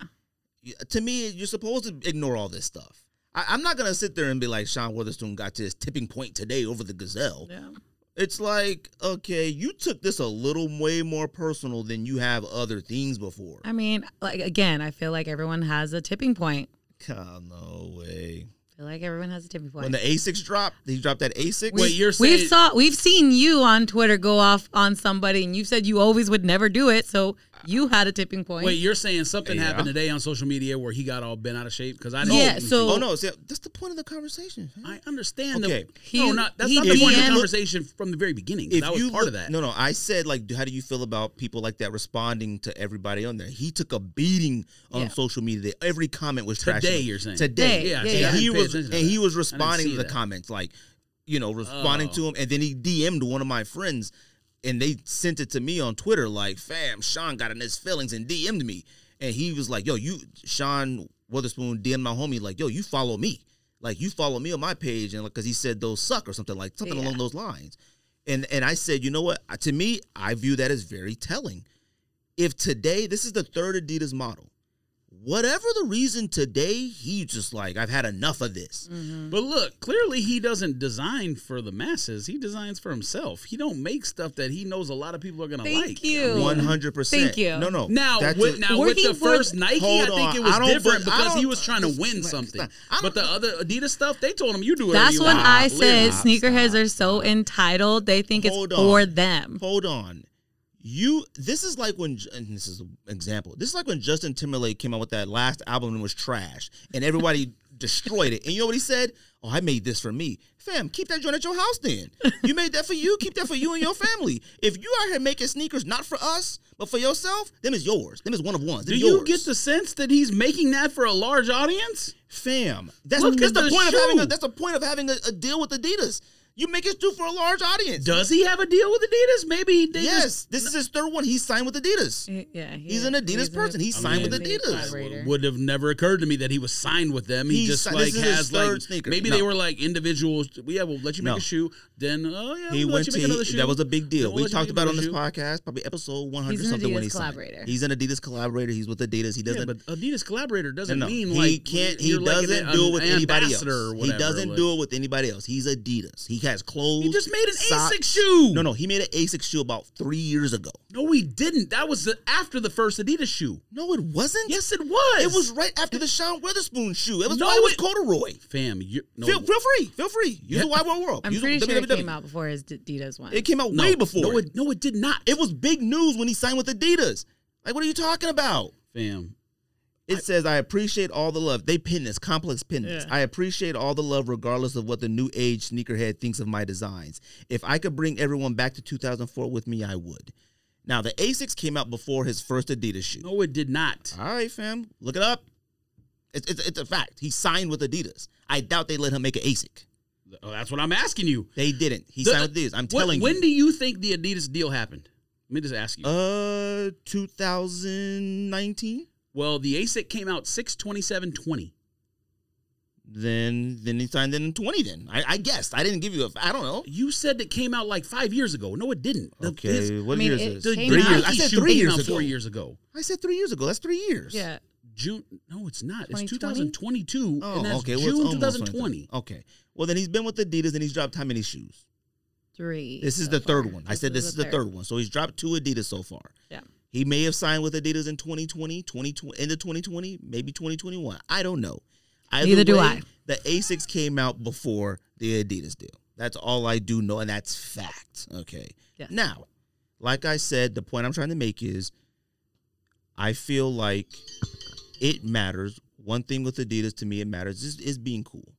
Speaker 1: y- to me you're supposed to ignore all this stuff I, i'm not gonna sit there and be like sean Witherspoon got to his tipping point today over the gazelle
Speaker 3: Yeah.
Speaker 1: it's like okay you took this a little way more personal than you have other things before
Speaker 3: I mean, like again, I feel like everyone has a tipping point.
Speaker 1: God, no way
Speaker 3: I feel like everyone has a tipping point.
Speaker 1: when the a6 dropped he dropped that a6
Speaker 2: Wait, you're saying
Speaker 3: we've saw we've seen you on Twitter go off on somebody and you said you always would never do it, so You had a tipping point.
Speaker 2: Wait, you're saying something
Speaker 1: Yeah.
Speaker 2: happened today on social media where he got all bent out of shape? Because I
Speaker 3: No.
Speaker 2: know.
Speaker 3: Yeah, so-
Speaker 1: Oh no, see, that's the point of the conversation.
Speaker 2: I understand.
Speaker 1: Okay.
Speaker 2: The,
Speaker 3: He-
Speaker 2: no, not, that's
Speaker 3: he
Speaker 2: not the point of the
Speaker 3: DM'd
Speaker 2: conversation from the very beginning. That was part
Speaker 1: look-
Speaker 2: of that.
Speaker 1: No, no, I said like, how do you feel about people like that responding to everybody on there? He took a beating on
Speaker 3: Yeah.
Speaker 1: social media. Every comment was trashing
Speaker 2: Today,
Speaker 1: him.
Speaker 2: you're saying.
Speaker 1: today,
Speaker 2: Yeah,
Speaker 3: Yeah, yeah,
Speaker 2: see, I
Speaker 3: yeah.
Speaker 1: and
Speaker 2: didn't
Speaker 1: he
Speaker 2: pay
Speaker 1: was
Speaker 2: attention
Speaker 1: and
Speaker 2: to
Speaker 1: he
Speaker 2: that.
Speaker 1: was
Speaker 2: I didn't
Speaker 1: responding
Speaker 2: see
Speaker 1: to the
Speaker 2: that.
Speaker 1: comments like, you know, responding
Speaker 2: Oh.
Speaker 1: to him, and then he DM'd one of my friends, and they sent it to me on Twitter like, "Fam, Sean got in his feelings and DM'd me," and he was like, "Yo, you, Sean Witherspoon DM'd my homie like, yo, you follow me." Like you follow me on my page, and because he said those suck or something like something
Speaker 3: Yeah.
Speaker 1: along those lines, and and I said, you know what? I- To me, I view that as very telling. If today, this is the third Adidas model, whatever the reason today, he just like, I've had enough of this.
Speaker 3: Mm-hmm.
Speaker 2: But look, clearly he doesn't design for the masses. He designs for himself. He don't make stuff that he knows a lot of people are gonna
Speaker 3: Thank
Speaker 2: like.
Speaker 3: you.
Speaker 1: One hundred percent.
Speaker 3: Thank you.
Speaker 1: No, no.
Speaker 2: Now,
Speaker 1: that's
Speaker 2: with,
Speaker 1: a-
Speaker 2: now
Speaker 3: Where
Speaker 2: with
Speaker 3: he
Speaker 2: the
Speaker 3: was-
Speaker 2: first Nike, I
Speaker 1: Hold
Speaker 2: think
Speaker 1: on. I
Speaker 2: it was
Speaker 1: don't
Speaker 2: different
Speaker 1: bu- I
Speaker 2: because he
Speaker 1: don't-
Speaker 2: was trying to win
Speaker 1: Stop.
Speaker 2: something.
Speaker 1: I
Speaker 2: But the
Speaker 1: don't-
Speaker 2: other Adidas stuff, they told him you do it.
Speaker 3: That's
Speaker 2: you
Speaker 3: when
Speaker 2: want."
Speaker 3: I
Speaker 2: Clearly.
Speaker 3: said sneakerheads are so entitled. They think
Speaker 1: Hold
Speaker 3: it's for
Speaker 1: on.
Speaker 3: them.
Speaker 1: hold on. You. This is like when, and this is an example. This is like when Justin Timberlake came out with that last album and was trash, and everybody destroyed it. And you know what he said? Oh, I made this for me, fam. Keep that joint at your house, then. You made that for you. Keep that for you and your family. If you out here making sneakers not for us but for yourself, them is yours. Them is one of ones.
Speaker 2: Do
Speaker 1: Them
Speaker 2: you
Speaker 1: yours.
Speaker 2: get the sense that he's making that for a large audience?
Speaker 1: Fam, that's,
Speaker 2: Look
Speaker 1: that's
Speaker 2: at
Speaker 1: the,
Speaker 2: the
Speaker 1: point of having a,
Speaker 2: shoe.
Speaker 1: that's the point of having a, a deal with Adidas. You make it do for a large audience.
Speaker 2: Does he have a deal with Adidas? Maybe he did.
Speaker 1: yes, this is his third one. He signed with Adidas.
Speaker 3: Yeah, he
Speaker 1: He's
Speaker 3: is.
Speaker 1: an Adidas
Speaker 3: He's
Speaker 1: person. He
Speaker 3: a
Speaker 1: signed
Speaker 2: with
Speaker 3: big
Speaker 1: Adidas.
Speaker 3: collaborator.
Speaker 2: would have never occurred to me that he was signed with them. He
Speaker 1: He's
Speaker 2: just
Speaker 1: si-
Speaker 2: like
Speaker 1: this is his
Speaker 2: has
Speaker 1: third
Speaker 2: like
Speaker 1: sneaker.
Speaker 2: maybe
Speaker 1: No.
Speaker 2: they were like individuals. Yeah, we'll let you make
Speaker 1: No.
Speaker 2: a shoe. Then oh yeah,
Speaker 1: He
Speaker 2: we'll
Speaker 1: went
Speaker 2: let
Speaker 1: to
Speaker 2: you make another shoe.
Speaker 1: that was a big deal.
Speaker 2: Then we'll
Speaker 1: we
Speaker 2: let you
Speaker 1: talked
Speaker 2: make
Speaker 1: about it on
Speaker 2: another
Speaker 1: this
Speaker 2: shoe.
Speaker 1: podcast, probably episode one hundred
Speaker 3: He's an
Speaker 1: something when
Speaker 3: Adidas
Speaker 1: he signed.
Speaker 3: collaborator.
Speaker 1: He's an Adidas collaborator. He's with Adidas. He doesn't.
Speaker 2: Yeah, but Adidas collaborator doesn't
Speaker 1: no, no.
Speaker 2: mean
Speaker 1: he
Speaker 2: like
Speaker 1: can't. He
Speaker 2: you're like an-
Speaker 1: doesn't
Speaker 2: an
Speaker 1: do it with anybody else.
Speaker 2: ambassador Or
Speaker 1: he
Speaker 2: whatever.
Speaker 1: doesn't
Speaker 2: like,
Speaker 1: do it with anybody else. He's Adidas. He has clothes.
Speaker 2: He just made an
Speaker 1: socks.
Speaker 2: Asics shoe.
Speaker 1: No, no. He made an Asics shoe about three years ago.
Speaker 2: no, he didn't. That was the, after the first Adidas shoe.
Speaker 1: No, it wasn't.
Speaker 2: Yes, it was.
Speaker 1: It was right after the Sean Witherspoon shoe. It was
Speaker 2: No,
Speaker 1: why it was
Speaker 2: it-
Speaker 1: corduroy.
Speaker 2: fam. You, no,
Speaker 1: Feel, feel free, feel free. Use the wide world world.
Speaker 3: I'm
Speaker 1: Use
Speaker 3: pretty
Speaker 1: the
Speaker 3: sure it
Speaker 1: www.
Speaker 3: came out before his D- Adidas one.
Speaker 1: It came out
Speaker 2: no,
Speaker 1: way before.
Speaker 2: No,
Speaker 1: it.
Speaker 2: it, no, it did not.
Speaker 1: It was big news when he signed with Adidas. Like, what are you talking about?
Speaker 2: fam.
Speaker 1: It says, I appreciate all the love. They pin this, complex pin this.
Speaker 3: Yeah.
Speaker 1: I appreciate all the love regardless of what the new age sneakerhead thinks of my designs. If I could bring everyone back to 2004 with me, I would. Now, the Asics came out before his first Adidas shoe.
Speaker 2: No, it did not.
Speaker 1: All right, fam. Look it up. It's, it's, it's a fact. He signed with Adidas. I doubt they let him make an ASIC. Uh,
Speaker 2: Oh, that's what I'm asking you.
Speaker 1: They didn't. He
Speaker 2: The-
Speaker 1: signed with Adidas. I'm
Speaker 2: What-
Speaker 1: telling
Speaker 2: when
Speaker 1: you.
Speaker 2: do you think the Adidas deal happened? Let me just ask you.
Speaker 1: uh, 2019.
Speaker 2: well, the ASIC came out six twenty seven twenty.
Speaker 1: Then then he signed in 20. Then I, I guessed. I didn't give you a. I don't know.
Speaker 2: You said it came out like five years ago. No, it didn't. The- his-
Speaker 1: Okay, what
Speaker 3: I mean,
Speaker 1: year is
Speaker 3: it
Speaker 1: this?
Speaker 2: the
Speaker 3: came
Speaker 1: Three
Speaker 3: out-
Speaker 1: years. I
Speaker 2: Nike
Speaker 1: said
Speaker 2: shoe
Speaker 1: three
Speaker 2: came
Speaker 1: years
Speaker 2: out
Speaker 1: ago.
Speaker 2: Four years ago.
Speaker 1: I said three years ago. That's three years.
Speaker 3: yeah.
Speaker 2: June. No, it's not. It's
Speaker 3: 2020?
Speaker 2: 2022,
Speaker 1: Oh,
Speaker 2: and that's
Speaker 1: okay. well, it's
Speaker 2: June
Speaker 1: almost
Speaker 2: 2020.
Speaker 1: 20. Okay. Well, then he's been with Adidas and he's dropped how many shoes?
Speaker 3: Three.
Speaker 1: This is
Speaker 3: so
Speaker 1: the third
Speaker 3: far.
Speaker 1: one. I said this is the third one. So he's dropped two Adidas so far.
Speaker 3: Yeah.
Speaker 1: He may have signed with Adidas in 2020, 2020 end of 2020, maybe 2021. I don't know. Either
Speaker 3: Neither do
Speaker 1: way,
Speaker 3: I.
Speaker 1: The Asics came out before the Adidas deal. That's all I do know, and that's fact. Okay.
Speaker 3: Yeah.
Speaker 1: Now, like I said, the point I'm trying to make is I feel like it matters. One thing with Adidas to me, it matters is, is being cool.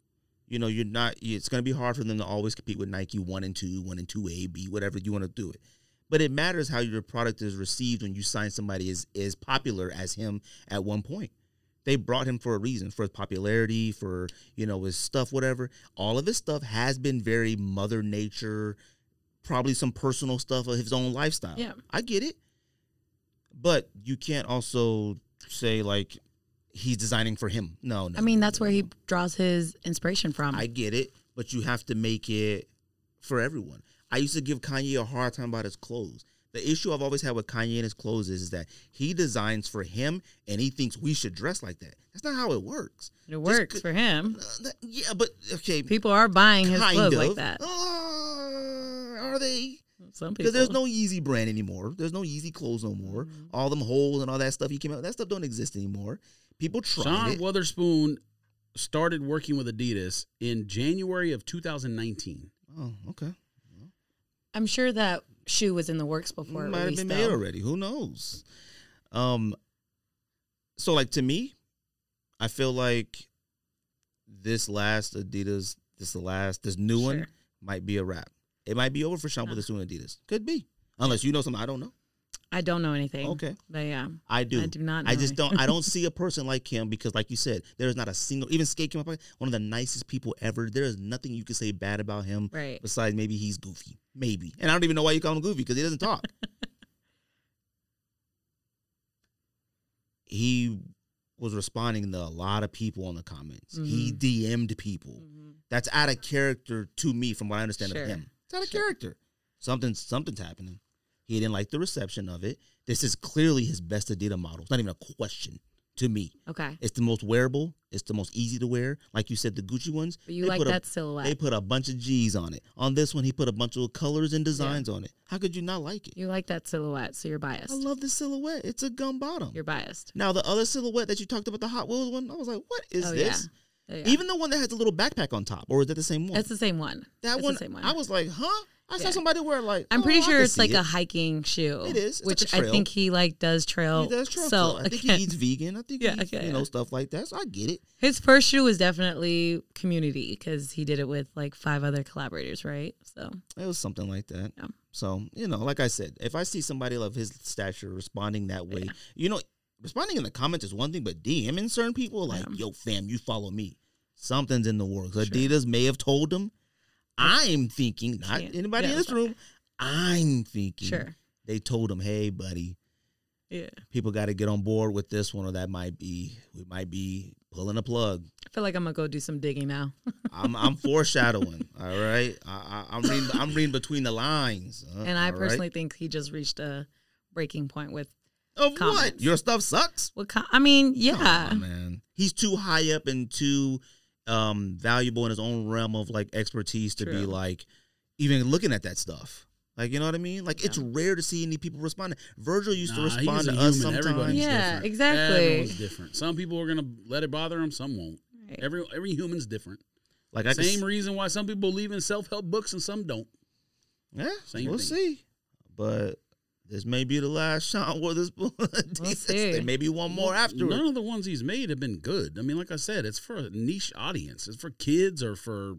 Speaker 1: You know, you're not. It's going to be hard for them to always compete with Nike one and two, one and two A, B, whatever you want to do it. But it matters how your product is received when you sign somebody as as popular as him at one point. They brought him for a reason, for his popularity, for you know his stuff, whatever. All of his stuff has been very mother nature, probably some personal stuff of his own lifestyle.
Speaker 3: Yeah.
Speaker 1: I get it. But you can't also say like he's designing for him. No, no.
Speaker 3: I mean,
Speaker 1: no,
Speaker 3: that's
Speaker 1: no,
Speaker 3: where
Speaker 1: no.
Speaker 3: he draws his inspiration from.
Speaker 1: I get it, but you have to make it for everyone. I used to give Kanye a hard time about his clothes. The issue I've always had with Kanye and his clothes is, is that he designs for him and he thinks we should dress like that. That's not how it works.
Speaker 3: it works for him.
Speaker 1: Uh, that- yeah, but okay,
Speaker 3: Mm-hmm. People are buying his
Speaker 1: kind
Speaker 3: clothes
Speaker 1: of.
Speaker 3: like that.
Speaker 1: Uh, are they?
Speaker 3: Some people. Mm-hmm.
Speaker 1: Because there's no Yeezy brand anymore. There's no Yeezy clothes no more. All them holes and all that stuff he came out. That stuff don't exist anymore. People tried
Speaker 2: Sean
Speaker 1: it.
Speaker 2: Witherspoon started working with Adidas in January of 2019.
Speaker 1: oh, okay.
Speaker 3: I'm sure that shoe was in the works before it
Speaker 1: Might have
Speaker 3: released.
Speaker 1: been made
Speaker 3: though.
Speaker 1: already. Who knows? Um, so like to me, I feel like this last Adidas, this last, this new one
Speaker 3: Sure.
Speaker 1: might be a wrap. It might be over for Sean
Speaker 3: Uh.
Speaker 1: with this new Adidas. Could be, unless you know something I don't know.
Speaker 3: I don't know anything.
Speaker 1: Okay,
Speaker 3: But yeah,
Speaker 1: I do.
Speaker 3: I do not know
Speaker 1: I just
Speaker 3: anything.
Speaker 1: don't. I don't see a person like him because, like you said, there is not a single. Even Skate came up like, one of the nicest people ever. There is nothing you can say bad about him
Speaker 3: Right.
Speaker 1: besides maybe he's goofy, maybe. And I don't even know why you call him goofy because he doesn't talk. he was responding to a lot of people on the comments. He
Speaker 3: Mm-hmm.
Speaker 1: DM'd people. That's out of character to me, from what I understand
Speaker 3: Sure.
Speaker 1: of him. It's out of character. Something something's happening. He didn't like the reception of it. This is clearly his best Adidas model. It's not even a question to me.
Speaker 3: Okay.
Speaker 1: It's the most wearable. It's the most easy to wear. Like you said, the Gucci ones.
Speaker 3: But you
Speaker 1: they
Speaker 3: like
Speaker 1: put a-
Speaker 3: that silhouette.
Speaker 1: They put a bunch of G's on it. On this one, he put a bunch of colors and designs on it. How could you not like it?
Speaker 3: You like that silhouette, so you're biased.
Speaker 1: I love the silhouette. It's a gum bottom.
Speaker 3: you're biased.
Speaker 1: Now the other silhouette that you talked about, the Hot Wheels one, I was like, what is
Speaker 3: Oh, yeah.
Speaker 1: this?
Speaker 3: Yeah, yeah.
Speaker 1: Even the one that has the little backpack on top, or is that the same one?
Speaker 3: it's the same one.
Speaker 1: that
Speaker 3: it's
Speaker 1: one,
Speaker 3: the same one.
Speaker 1: I was like, huh? I saw
Speaker 3: Yeah.
Speaker 1: somebody wear like.
Speaker 3: I'm
Speaker 1: oh,
Speaker 3: pretty
Speaker 1: I
Speaker 3: sure
Speaker 1: can
Speaker 3: it's
Speaker 1: see
Speaker 3: like
Speaker 1: it.
Speaker 3: a hiking shoe.
Speaker 1: It is. It's
Speaker 3: which
Speaker 1: like a
Speaker 3: I
Speaker 1: trail.
Speaker 3: think he like does trail.
Speaker 1: He does trail
Speaker 3: so
Speaker 1: stuff. I think
Speaker 3: again,
Speaker 1: he eats vegan. I think
Speaker 3: Yeah,
Speaker 1: he eats,
Speaker 3: okay,
Speaker 1: you know
Speaker 3: yeah.
Speaker 1: stuff like that. So I get it.
Speaker 3: his first shoe was definitely community because he did it with like five other collaborators, right? So
Speaker 1: It was something like that.
Speaker 3: Yeah.
Speaker 1: So, you know, like I said, if I see somebody of his stature responding that way, you know, responding in the comments is one thing, but DMing certain people, like, yo, fam, you follow me. Something's in the works. Adidas may have told them. I'm thinking, not
Speaker 3: Can't-
Speaker 1: anybody
Speaker 3: yeah,
Speaker 1: in this room, I'm thinking.
Speaker 3: Sure.
Speaker 1: They told him, hey, buddy,
Speaker 3: yeah,
Speaker 1: people got to get on board with this one, or that might be, we might be pulling a plug.
Speaker 3: I feel like I'm gonna go do some digging now.
Speaker 1: I'm, I'm foreshadowing, all right? I, I, I'm, reading, I'm reading between the lines. uh,
Speaker 3: and I
Speaker 1: all right?
Speaker 3: personally think he just reached a breaking point with.
Speaker 1: Of what?
Speaker 3: comments.
Speaker 1: Your stuff sucks.
Speaker 3: What co- I mean,
Speaker 1: Come
Speaker 3: yeah,
Speaker 1: on, man. He's too high up and too um, valuable in his own realm of like expertise to be
Speaker 3: True.
Speaker 1: like even looking at that stuff. Like you know what I mean? Like it's rare to see any people responding. Virgil used to
Speaker 2: Nah, he's
Speaker 1: respond
Speaker 2: a
Speaker 1: to us
Speaker 2: human.
Speaker 1: sometimes.
Speaker 2: Everybody's
Speaker 3: Yeah,
Speaker 2: different.
Speaker 3: exactly.
Speaker 2: Everyone's different. Some people are gonna let it bother them. Some won't.
Speaker 3: Right.
Speaker 2: Every every human's different.
Speaker 1: Like I
Speaker 2: Same
Speaker 1: same.
Speaker 2: reason why some people believe in self help books and some don't.
Speaker 1: yeah,
Speaker 2: same
Speaker 1: we'll
Speaker 2: thing.
Speaker 1: see. But this may be the last Sean Witherspoon. Jesus,
Speaker 3: see.
Speaker 1: there may be one more afterwards.
Speaker 2: None of the ones he's made have been good. I mean, like I said, it's for a niche audience. It's for kids or for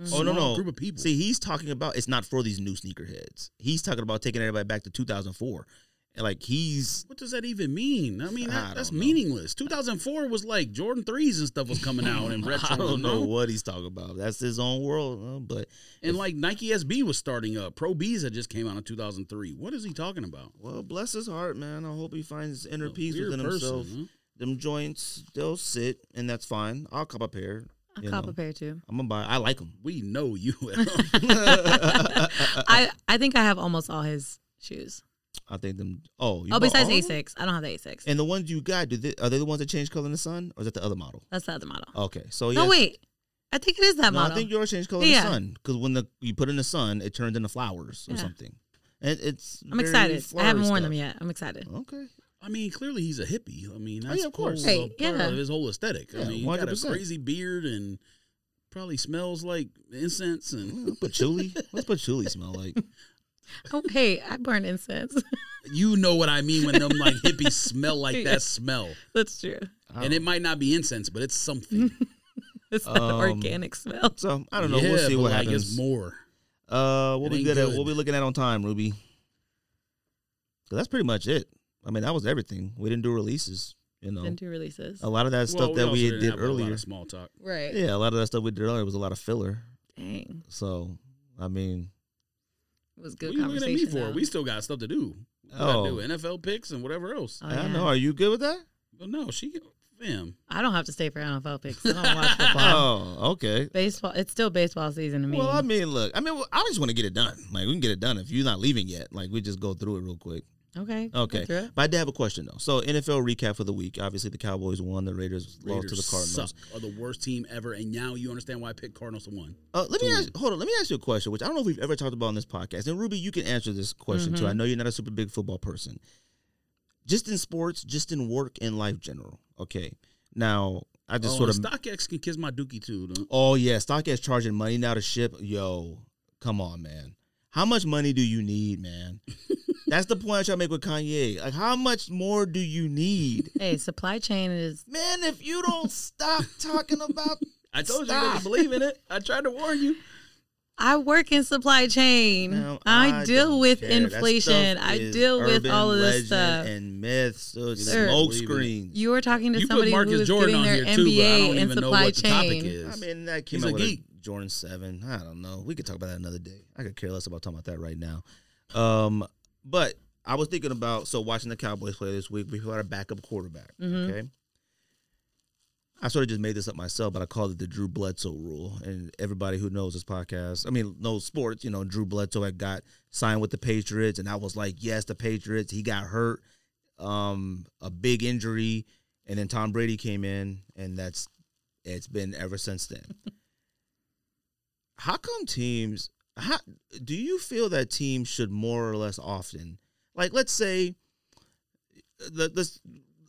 Speaker 3: Mm-hmm.
Speaker 1: Oh no,
Speaker 2: small
Speaker 1: no.
Speaker 2: group of people.
Speaker 1: See, he's talking about it's not for these new sneakerheads. He's talking about taking everybody back to 2004. And like he's
Speaker 2: what does that even mean? I mean, that,
Speaker 1: I
Speaker 2: that's
Speaker 1: don't know.
Speaker 2: meaningless. 2004 was like Jordan threes and stuff was coming out and retro.
Speaker 1: I don't
Speaker 2: and
Speaker 1: know
Speaker 2: all.
Speaker 1: what he's talking about. That's his own world, uh, but
Speaker 2: And like Nike SB was starting up. Pro B's that just came out in 2003. What is he talking about?
Speaker 1: well, bless his heart, man. I hope he finds inner
Speaker 2: A
Speaker 1: peace
Speaker 2: weird
Speaker 1: within himself.
Speaker 2: person,
Speaker 1: Them joints, they'll sit, and that's fine. I'll cop a pair.
Speaker 3: I'll
Speaker 1: you
Speaker 3: cop
Speaker 1: know.
Speaker 3: a pair too.
Speaker 1: I'm gonna buy. I like them.
Speaker 2: We know you. Will.
Speaker 3: I I think I have almost all his shoes.
Speaker 1: I think them. Oh, you
Speaker 3: oh,
Speaker 1: bought
Speaker 3: besides
Speaker 1: all of
Speaker 3: the
Speaker 1: them?
Speaker 3: A6, I don't have the A6.
Speaker 1: And the ones you got, do they, are they the ones that change color in the sun, or is that the other model?
Speaker 3: That's the other model.
Speaker 1: Okay, so yeah.
Speaker 3: No, wait. I think it is that
Speaker 1: Oh, no,
Speaker 3: model.
Speaker 1: I think yours changed color in
Speaker 3: Yeah.
Speaker 1: the sun because when the you put it in the sun, it turns into flowers or
Speaker 3: Yeah.
Speaker 1: something. And it's
Speaker 3: I'm
Speaker 1: very
Speaker 3: excited. I haven't
Speaker 1: flowery
Speaker 3: worn them
Speaker 1: stuff.
Speaker 3: yet. I'm excited.
Speaker 1: Okay,
Speaker 2: I mean, clearly he's a hippie. I mean,
Speaker 1: Oh,
Speaker 2: that's
Speaker 1: yeah, of course.
Speaker 2: part of-
Speaker 3: Right,
Speaker 2: part
Speaker 3: yeah.
Speaker 2: of his whole aesthetic. I
Speaker 1: Yeah,
Speaker 2: mean, he got a
Speaker 1: 100%.
Speaker 2: crazy beard and probably smells like incense and
Speaker 1: Well, patchouli. What's patchouli smell like?
Speaker 3: Oh, hey, I burn incense.
Speaker 2: you know what I mean when them like hippies smell like
Speaker 3: Yeah.
Speaker 2: that smell.
Speaker 3: That's true.
Speaker 1: I
Speaker 2: And
Speaker 1: don't
Speaker 2: it might not be incense, but it's something.
Speaker 3: It's not
Speaker 1: Um,
Speaker 3: organic smell.
Speaker 1: So I don't know. we'll see
Speaker 2: but,
Speaker 1: what
Speaker 2: like,
Speaker 1: happens.
Speaker 2: It's more.
Speaker 1: uh, we'll
Speaker 2: it
Speaker 1: be
Speaker 2: ain't
Speaker 1: good, at.
Speaker 2: good.
Speaker 1: We'll be looking at on time, Ruby. 'Cause that's pretty much it. I mean, that was everything. We didn't do releases. You know,
Speaker 3: Then two releases.
Speaker 2: Oh.
Speaker 1: a lot of that stuff
Speaker 2: Well,
Speaker 1: that
Speaker 2: also
Speaker 1: we
Speaker 2: didn't
Speaker 1: did
Speaker 2: have a lot
Speaker 1: earlier.
Speaker 2: of small talk.
Speaker 3: Right.
Speaker 1: Yeah, a lot of that stuff we did earlier was a lot of filler.
Speaker 3: Dang.
Speaker 1: So I mean,
Speaker 3: It was
Speaker 2: What
Speaker 3: good
Speaker 2: you looking at
Speaker 3: conversation.
Speaker 2: me for?
Speaker 3: though.
Speaker 2: We still got stuff to do. We
Speaker 1: Oh.
Speaker 2: gotta do NFL picks and whatever else.
Speaker 3: Oh,
Speaker 1: I don't
Speaker 3: yeah.
Speaker 1: know. Are you good with that?
Speaker 2: But no, she, fam.
Speaker 3: I don't have to stay for NFL picks. I don't watch football.
Speaker 1: Oh, okay.
Speaker 3: Baseball. It's still baseball season to me.
Speaker 1: Well, I mean, look, I mean, well, I just want to get it done. Like, we can get it done if you're not leaving yet. Like, we just go through it real quick.
Speaker 3: okay. go
Speaker 1: Okay.
Speaker 3: through it.
Speaker 1: But I did have a question, though. So, NFL recap for the week. Obviously, the Cowboys won, the Raiders, lost to the
Speaker 2: Raiders
Speaker 1: Cardinals.
Speaker 2: Suck, are the worst team ever, and now you understand why I picked Cardinals to one.
Speaker 1: Uh, let me ask, hold on. Let me ask you a question, which I don't know if we've ever talked about on this podcast. And Ruby, you can answer this question
Speaker 2: Mm-hmm.
Speaker 1: too. I know you're not a super big football person. Just in sports, just in work and life general. Okay. Now I just
Speaker 2: oh,
Speaker 1: sort of.
Speaker 2: and StockX can kiss my dookie too. though.
Speaker 1: oh yeah, StockX charging money now to ship. Yo, come on, man. How much money do you need, man? That's the point I try to make with Kanye. Like, how much more do you need?
Speaker 3: Hey, supply chain is
Speaker 1: Man, if you don't stop talking about
Speaker 2: I told you I
Speaker 1: Stop.
Speaker 2: didn't believe in it. I tried to warn you.
Speaker 3: I work in supply chain.
Speaker 1: Ma'am,
Speaker 3: I, deal
Speaker 1: don't
Speaker 3: with
Speaker 1: care. That
Speaker 3: inflation.
Speaker 1: stuff
Speaker 3: I
Speaker 1: is
Speaker 3: deal with
Speaker 1: urban
Speaker 3: all of
Speaker 1: legend
Speaker 3: this stuff.
Speaker 1: and myths, uh,
Speaker 3: Sir.
Speaker 1: smoke screens.
Speaker 3: you were talking to
Speaker 2: You put
Speaker 3: somebody who
Speaker 2: Marcus
Speaker 3: was
Speaker 2: Jordan
Speaker 3: getting
Speaker 2: on
Speaker 3: their
Speaker 2: here too, but I
Speaker 3: MBA
Speaker 2: don't
Speaker 3: in
Speaker 2: even know
Speaker 3: supply
Speaker 2: what the topic
Speaker 3: chain.
Speaker 1: I
Speaker 2: is.
Speaker 1: mean, that came
Speaker 2: He's
Speaker 1: out
Speaker 2: a
Speaker 1: with
Speaker 2: geek.
Speaker 1: a Jordan Seven. I don't know. We could talk about that another day. I could care less about talking about that right now. Um, but I was thinking about so watching the Cowboys play this week. We had a backup quarterback.
Speaker 3: Mhm.
Speaker 1: Okay. I sort of just made this up myself, but I called it the Drew Bledsoe rule. And everybody who knows this podcast, I mean, knows sports, you know, Drew Bledsoe had got signed with the Patriots, and I was like, yes, the Patriots. He got hurt, um, a big injury, and then Tom Brady came in, and that's it's been ever since then. how come teams? How do you feel that teams should more or less often, like let's say, uh, let- let's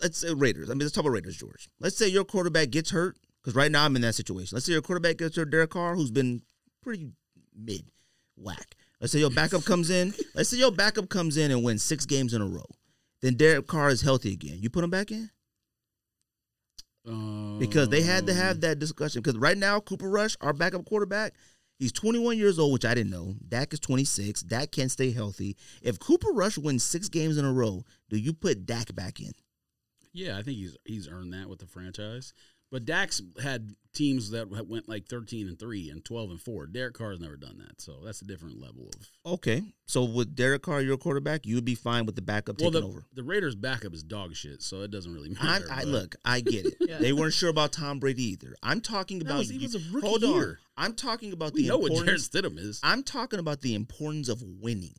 Speaker 1: let's say Raiders. I mean, let's talk about Raiders, George. Let's say your quarterback gets hurt because right now I'm in that situation. Let's say your quarterback gets hurt, Derek Carr, who's been pretty mid whack. Let's say your backup comes in. Let's say your backup comes in and wins six games in a row. Then Derek Carr is healthy again. You put him back in
Speaker 2: um,
Speaker 1: because they had to
Speaker 2: Mm.
Speaker 1: have that discussion. Because right now, Cooper Rush, our backup quarterback, he's 21 years old, which I didn't know. Dak is 26. Dak can't stay healthy. If Cooper Rush wins six games in a row, do you put Dak back in?
Speaker 2: Yeah, I think he's he's earned that with the franchise. But Dax had teams that had- went like thirteen and three and twelve and four. Derek Carr's never done that, so that's a different level of.
Speaker 1: Okay, so with Derek Carr, your quarterback, you would be fine with the backup
Speaker 2: Well,
Speaker 1: taking
Speaker 2: the,
Speaker 1: over.
Speaker 2: the Raiders' backup is dog shit, so it doesn't really
Speaker 1: I,
Speaker 2: matter.
Speaker 1: I
Speaker 2: but-
Speaker 1: look, I get it.
Speaker 3: Yeah.
Speaker 1: They weren't sure about Tom Brady either. I'm talking
Speaker 2: That
Speaker 1: about
Speaker 2: was- he
Speaker 1: you-
Speaker 2: was a rookie
Speaker 1: hold
Speaker 2: year.
Speaker 1: on. I'm talking about
Speaker 2: we
Speaker 1: the
Speaker 2: know what Jared
Speaker 1: importance.
Speaker 2: Stidham is.
Speaker 1: I'm talking about the importance of winning.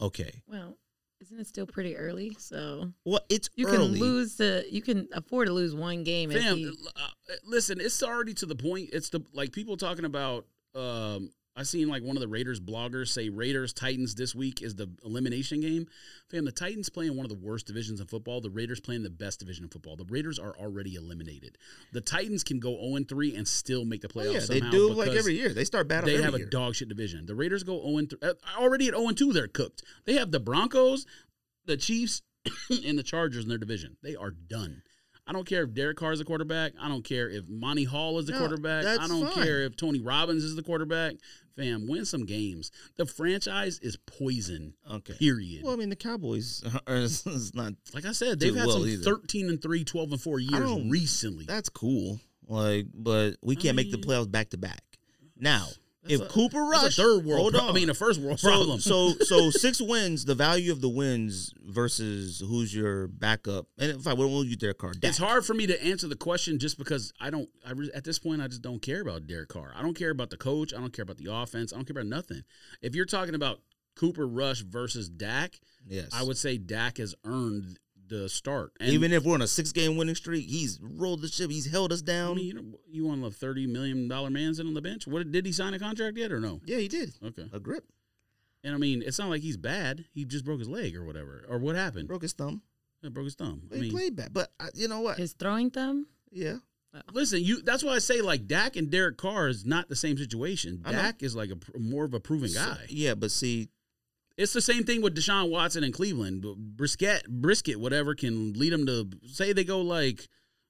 Speaker 1: Okay,
Speaker 3: Well, isn't it still pretty early? So
Speaker 1: well, it's
Speaker 3: you
Speaker 1: early.
Speaker 3: can lose the you can afford to lose one game. if
Speaker 2: Fam,
Speaker 3: you-
Speaker 2: uh, listen, it's already to the point. It's the like people talking about. Um, I seen like one of the Raiders bloggers say Raiders Titans this week is the elimination game. Fam, the Titans playing one of the worst divisions in football. The Raiders playing the best division in football. The Raiders are already eliminated. The Titans can go zero and three and still make the
Speaker 1: Oh,
Speaker 2: playoffs.
Speaker 1: yeah, they
Speaker 2: somehow
Speaker 1: do like
Speaker 2: because
Speaker 1: every year. They start battling.
Speaker 2: They have
Speaker 1: every year.
Speaker 2: a dog shit division. The Raiders go zero and three. Already at zero and two, they're cooked. They have the Broncos, the Chiefs, and the Chargers in their division. They are done. I don't care if Derek Carr is the quarterback. I don't care if Monty Hall is the
Speaker 1: No,
Speaker 2: quarterback.
Speaker 1: that's
Speaker 2: I don't
Speaker 1: fine.
Speaker 2: care if Tony Robbins is the quarterback. Fam, win some games. The franchise is poison.
Speaker 1: Okay.
Speaker 2: Period.
Speaker 1: Well, I mean, the Cowboys are it's not.
Speaker 2: like I said, they've
Speaker 1: do
Speaker 2: had
Speaker 1: well
Speaker 2: some
Speaker 1: either.
Speaker 2: 13 and 3, 12 and 4 years
Speaker 1: don't-
Speaker 2: recently.
Speaker 1: That's cool. Like, but we can't make the
Speaker 2: mean-
Speaker 1: playoffs back to back. Now,
Speaker 2: That's
Speaker 1: if
Speaker 2: a-
Speaker 1: Cooper
Speaker 2: That's
Speaker 1: Rush,
Speaker 2: a third world
Speaker 1: hold
Speaker 2: pro-
Speaker 1: on.
Speaker 2: I mean, a first world
Speaker 1: so,
Speaker 2: problem.
Speaker 1: So so six wins, the value of the wins versus who's your backup. And in fact, when will you Derek Carr? Dak.
Speaker 2: It's hard for me to answer the question just because I don't. I re- at this point I just don't care about Derek Carr. I don't care about the coach. I don't care about the offense. I don't care about nothing. If you're talking about Cooper Rush versus Dak,
Speaker 1: Yes.
Speaker 2: I would say Dak has earned the start. And
Speaker 1: Even if we're on a six game winning streak, he's rolled the ship. He's held us
Speaker 2: I
Speaker 1: down.
Speaker 2: mean, you, know, you want to thirty million dollar man sitting on the bench? What did he sign a contract yet or no?
Speaker 1: yeah, he did.
Speaker 2: Okay,
Speaker 1: A grip.
Speaker 2: and I mean it's not like he's bad. He just broke his leg or whatever, or what happened? Broke,
Speaker 1: Broke his thumb.
Speaker 2: broke his thumb. I
Speaker 1: But he
Speaker 2: mean,
Speaker 1: played back. But I, you know what?
Speaker 3: Is throwing them?
Speaker 1: yeah.
Speaker 2: Listen, you. That's why I say like Dak and Derek Carr is not the same situation.
Speaker 1: I know.
Speaker 2: Dak is like a pr- more of a proven
Speaker 1: So-
Speaker 2: guy.
Speaker 1: yeah, but see,
Speaker 2: It's the same thing with Deshaun Watson and Cleveland. But Brisket, brisket, whatever can lead them to say they go like,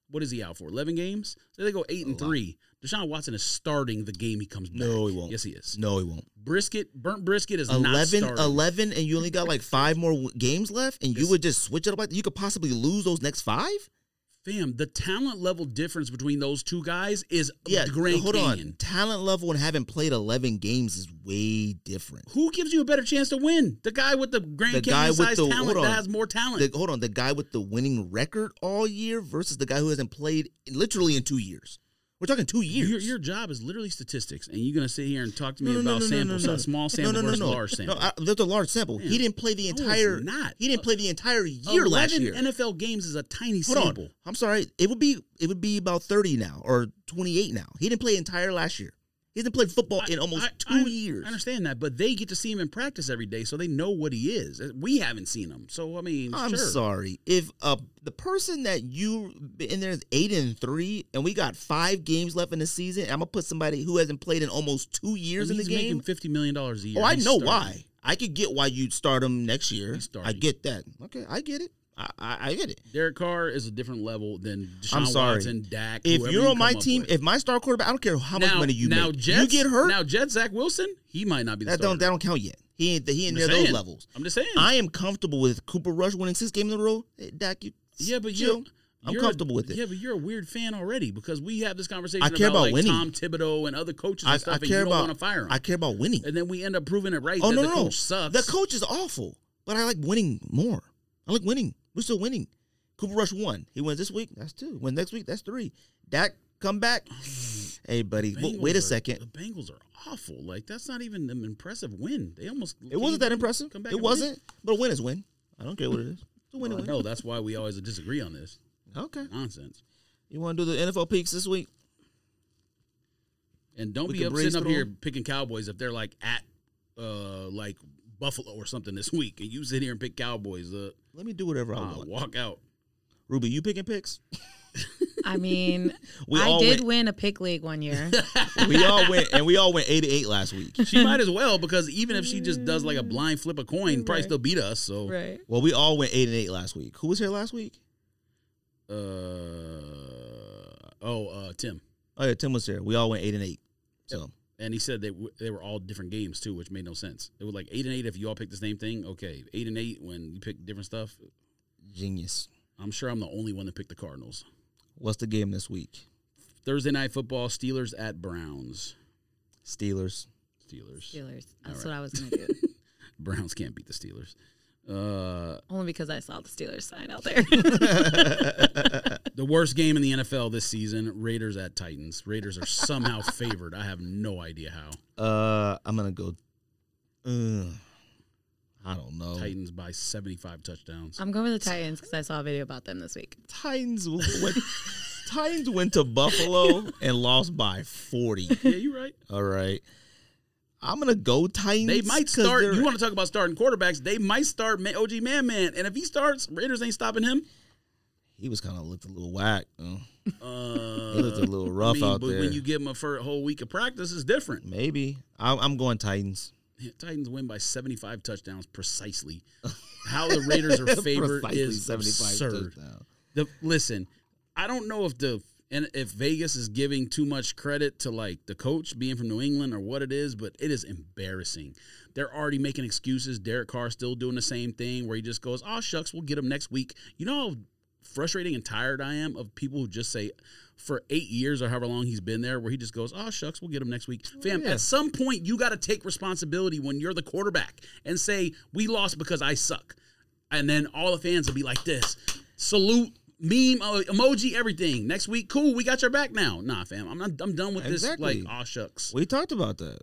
Speaker 2: what is he out for? Eleven games. Say they go eight
Speaker 1: A
Speaker 2: and
Speaker 1: lot.
Speaker 2: three. Deshaun Watson is starting the game he comes back.
Speaker 1: No, he won't.
Speaker 2: Yes, he is.
Speaker 1: no, he won't.
Speaker 2: Brisket, burnt brisket is not
Speaker 1: 11,
Speaker 2: starting.
Speaker 1: 11 and you only got like five more w- games left, and you
Speaker 2: Yes.
Speaker 1: would just switch it up like that? You could possibly lose those next five?
Speaker 2: Fam, the talent level difference between those two guys is
Speaker 1: Yeah,
Speaker 2: Grand
Speaker 1: hold
Speaker 2: Canyon.
Speaker 1: on. Talent level and having played 11 games is way different.
Speaker 2: Who gives you a better chance to win? The guy with the Grand
Speaker 1: The guy
Speaker 2: Canyon
Speaker 1: with
Speaker 2: sized
Speaker 1: the-
Speaker 2: talent
Speaker 1: hold on.
Speaker 2: that has more talent.
Speaker 1: The, hold on, the guy with the winning record all year versus the guy who hasn't played in- literally in two years. We're talking two years.
Speaker 2: Your, your job is literally statistics, and you're gonna sit here and talk to me
Speaker 1: No, no, no,
Speaker 2: about
Speaker 1: no, no,
Speaker 2: samples,
Speaker 1: no, no.
Speaker 2: uh, small sample versus large sample.
Speaker 1: No, I, there's a large sample.
Speaker 2: Yeah.
Speaker 1: He didn't play the
Speaker 2: No, it's
Speaker 1: entire.
Speaker 2: not.
Speaker 1: He didn't
Speaker 2: Uh,
Speaker 1: play the entire year last
Speaker 2: 11
Speaker 1: year.
Speaker 2: NFL games is a tiny
Speaker 1: Hold
Speaker 2: sample.
Speaker 1: on. I'm sorry. It would be it would be about 30 now or 28 now. He didn't play entire last year. He hasn't played football in almost
Speaker 2: I-
Speaker 1: two
Speaker 2: I-
Speaker 1: years.
Speaker 2: I understand that, but they get to see him in practice every day, so they know what he is. Uh, We haven't seen him, so I mean,
Speaker 1: I'm
Speaker 2: sure.
Speaker 1: sorry. If uh the person that you in there is eight and three, and we got five games left in the season, I'm gonna put somebody who hasn't played in almost two years
Speaker 2: And
Speaker 1: in the
Speaker 2: he's
Speaker 1: game.
Speaker 2: making fifty million dollars a year.
Speaker 1: Oh, I
Speaker 2: He's
Speaker 1: know
Speaker 2: starting.
Speaker 1: why. I could get why you'd start him next year.
Speaker 2: He's starting.
Speaker 1: I get that. Okay, I get it. I I, I get it.
Speaker 2: Derek Carr is a different level than Deshaun
Speaker 1: I'm sorry.
Speaker 2: Watson, Dak.
Speaker 1: If
Speaker 2: whoever
Speaker 1: you're
Speaker 2: you
Speaker 1: on my
Speaker 2: come up
Speaker 1: team,
Speaker 2: with.
Speaker 1: if my star quarterback, I don't care how much money you
Speaker 2: now
Speaker 1: make,
Speaker 2: Jets,
Speaker 1: you get hurt.
Speaker 2: Now Jets, Zach Wilson, he might not be the
Speaker 1: that don't
Speaker 2: starter.
Speaker 1: that don't count yet. He ain't he ain't
Speaker 2: I'm
Speaker 1: near
Speaker 2: just
Speaker 1: those
Speaker 2: saying.
Speaker 1: levels.
Speaker 2: I'm just saying.
Speaker 1: I am comfortable with Cooper Rush winning six games in a row. Hey, Dak, you
Speaker 2: yeah, but
Speaker 1: chill.
Speaker 2: you.
Speaker 1: I'm
Speaker 2: you're
Speaker 1: comfortable
Speaker 2: a,
Speaker 1: with it.
Speaker 2: Yeah, but you're a weird fan already because we have this conversation.
Speaker 1: I care about
Speaker 2: like,
Speaker 1: winning.
Speaker 2: Tom Thibodeau and other coaches and
Speaker 1: I,
Speaker 2: stuff,
Speaker 1: I
Speaker 2: and you
Speaker 1: care
Speaker 2: don't
Speaker 1: about
Speaker 2: want to fire him.
Speaker 1: I care about winning.
Speaker 2: and then we end up proving it right
Speaker 1: Oh
Speaker 2: that
Speaker 1: no,
Speaker 2: the
Speaker 1: no,
Speaker 2: coach
Speaker 1: no.
Speaker 2: sucks.
Speaker 1: The coach is awful, but I like winning more. I like winning. We're still winning. Cooper Rush won. He wins this week. That's two. Win next week. That's three. Dak come back. hey, buddy.
Speaker 2: The
Speaker 1: wa-
Speaker 2: Bengals
Speaker 1: wait a
Speaker 2: are-
Speaker 1: second.
Speaker 2: The Bengals are awful. Like that's not even an impressive win. They almost
Speaker 1: It wasn't that impressive.
Speaker 2: Come back
Speaker 1: It
Speaker 2: and win. Oh,
Speaker 1: wasn't. But a win is win. I don't care what it is. It's a win. is
Speaker 2: No, that's why we always disagree on this
Speaker 1: win. Okay.
Speaker 2: nonsense.
Speaker 1: You want to do the NFL picks this week?
Speaker 2: And don't
Speaker 1: We
Speaker 2: be
Speaker 1: can
Speaker 2: up
Speaker 1: breeze
Speaker 2: sitting up
Speaker 1: through
Speaker 2: here
Speaker 1: 'em.
Speaker 2: picking Cowboys if they're like at uh like Buffalo or something this week, and you sit here and pick Cowboys. Uh,
Speaker 1: Let me do whatever I
Speaker 2: uh,
Speaker 1: want.
Speaker 2: walk out.
Speaker 1: Ruby, you picking picks?
Speaker 3: I mean,
Speaker 1: We
Speaker 3: I
Speaker 1: all
Speaker 3: did
Speaker 1: went.
Speaker 3: win a pick league one year.
Speaker 1: we all went, and we all went eight to eight last week.
Speaker 2: She might as well because even if she just does like a blind flip a coin, probably still beat us. So
Speaker 3: right.
Speaker 1: Well, we all went eight and eight last week. Who was here last week?
Speaker 2: uh oh, uh Tim.
Speaker 1: Oh yeah, Tim was here. We all went eight and eight. So.
Speaker 2: And he said they w- they were all different games too, which made no sense. It was like eight and eight if you all picked the same thing. Okay, eight and eight when you pick different stuff.
Speaker 1: Genius.
Speaker 2: I'm sure I'm the only one that picked the Cardinals.
Speaker 1: What's the game this week?
Speaker 2: Thursday night football: Steelers at Browns.
Speaker 1: Steelers.
Speaker 2: Steelers.
Speaker 3: Steelers.
Speaker 2: All right.
Speaker 3: That's what I was going to do.
Speaker 2: Browns can't beat the Steelers. Uh,
Speaker 3: Only because I saw the Steelers sign out there.
Speaker 1: Uh,
Speaker 2: the worst game in the NFL this season: Raiders at Titans. Raiders are somehow favored. I have no idea how.
Speaker 1: Uh, I'm gonna go. Uh, I don't know.
Speaker 2: Titans by 75 touchdowns.
Speaker 3: I'm going with the Titans because I saw a video about them this week.
Speaker 1: Titans went. Titans went to Buffalo and lost by 40.
Speaker 2: yeah, you're right.
Speaker 1: All right. I'm gonna go Titans.
Speaker 2: They might
Speaker 1: 'cause
Speaker 2: start.
Speaker 1: they're-
Speaker 2: You want to talk about starting quarterbacks? They might start Ma- OG Man Man, and if he starts, Raiders ain't stopping him.
Speaker 1: he was kind of looked a little whack. uh,
Speaker 2: Uh,
Speaker 1: He looked a little rough out
Speaker 2: but
Speaker 1: there.
Speaker 2: when you give him a fir- whole week of practice, it's different.
Speaker 1: Maybe I'm, I'm going Titans.
Speaker 2: Titans win by 75 touchdowns precisely. How the Raiders are favored
Speaker 1: Precisely
Speaker 2: is absurd.
Speaker 1: touchdown.
Speaker 2: The listen, I don't know if the and if Vegas is giving too much credit to like the coach being from New England or what it is, but it is embarrassing. They're already making excuses. Derek Carr still doing the same thing where he just goes, "Oh shucks, we'll get him next week." You know how frustrating and tired I am of people who just say for eight years or however long he's been there, where he just goes, "Oh shucks, we'll get him next week." Fam,
Speaker 1: yeah.
Speaker 2: at some point you got to take responsibility when you're the quarterback and say, "We lost because I suck." and then all the fans will be like this salute meme uh, emoji everything next week cool we got your back now nah fam i'm not, i'm done with
Speaker 1: Exactly.
Speaker 2: this like aw shucks
Speaker 1: We talked about that.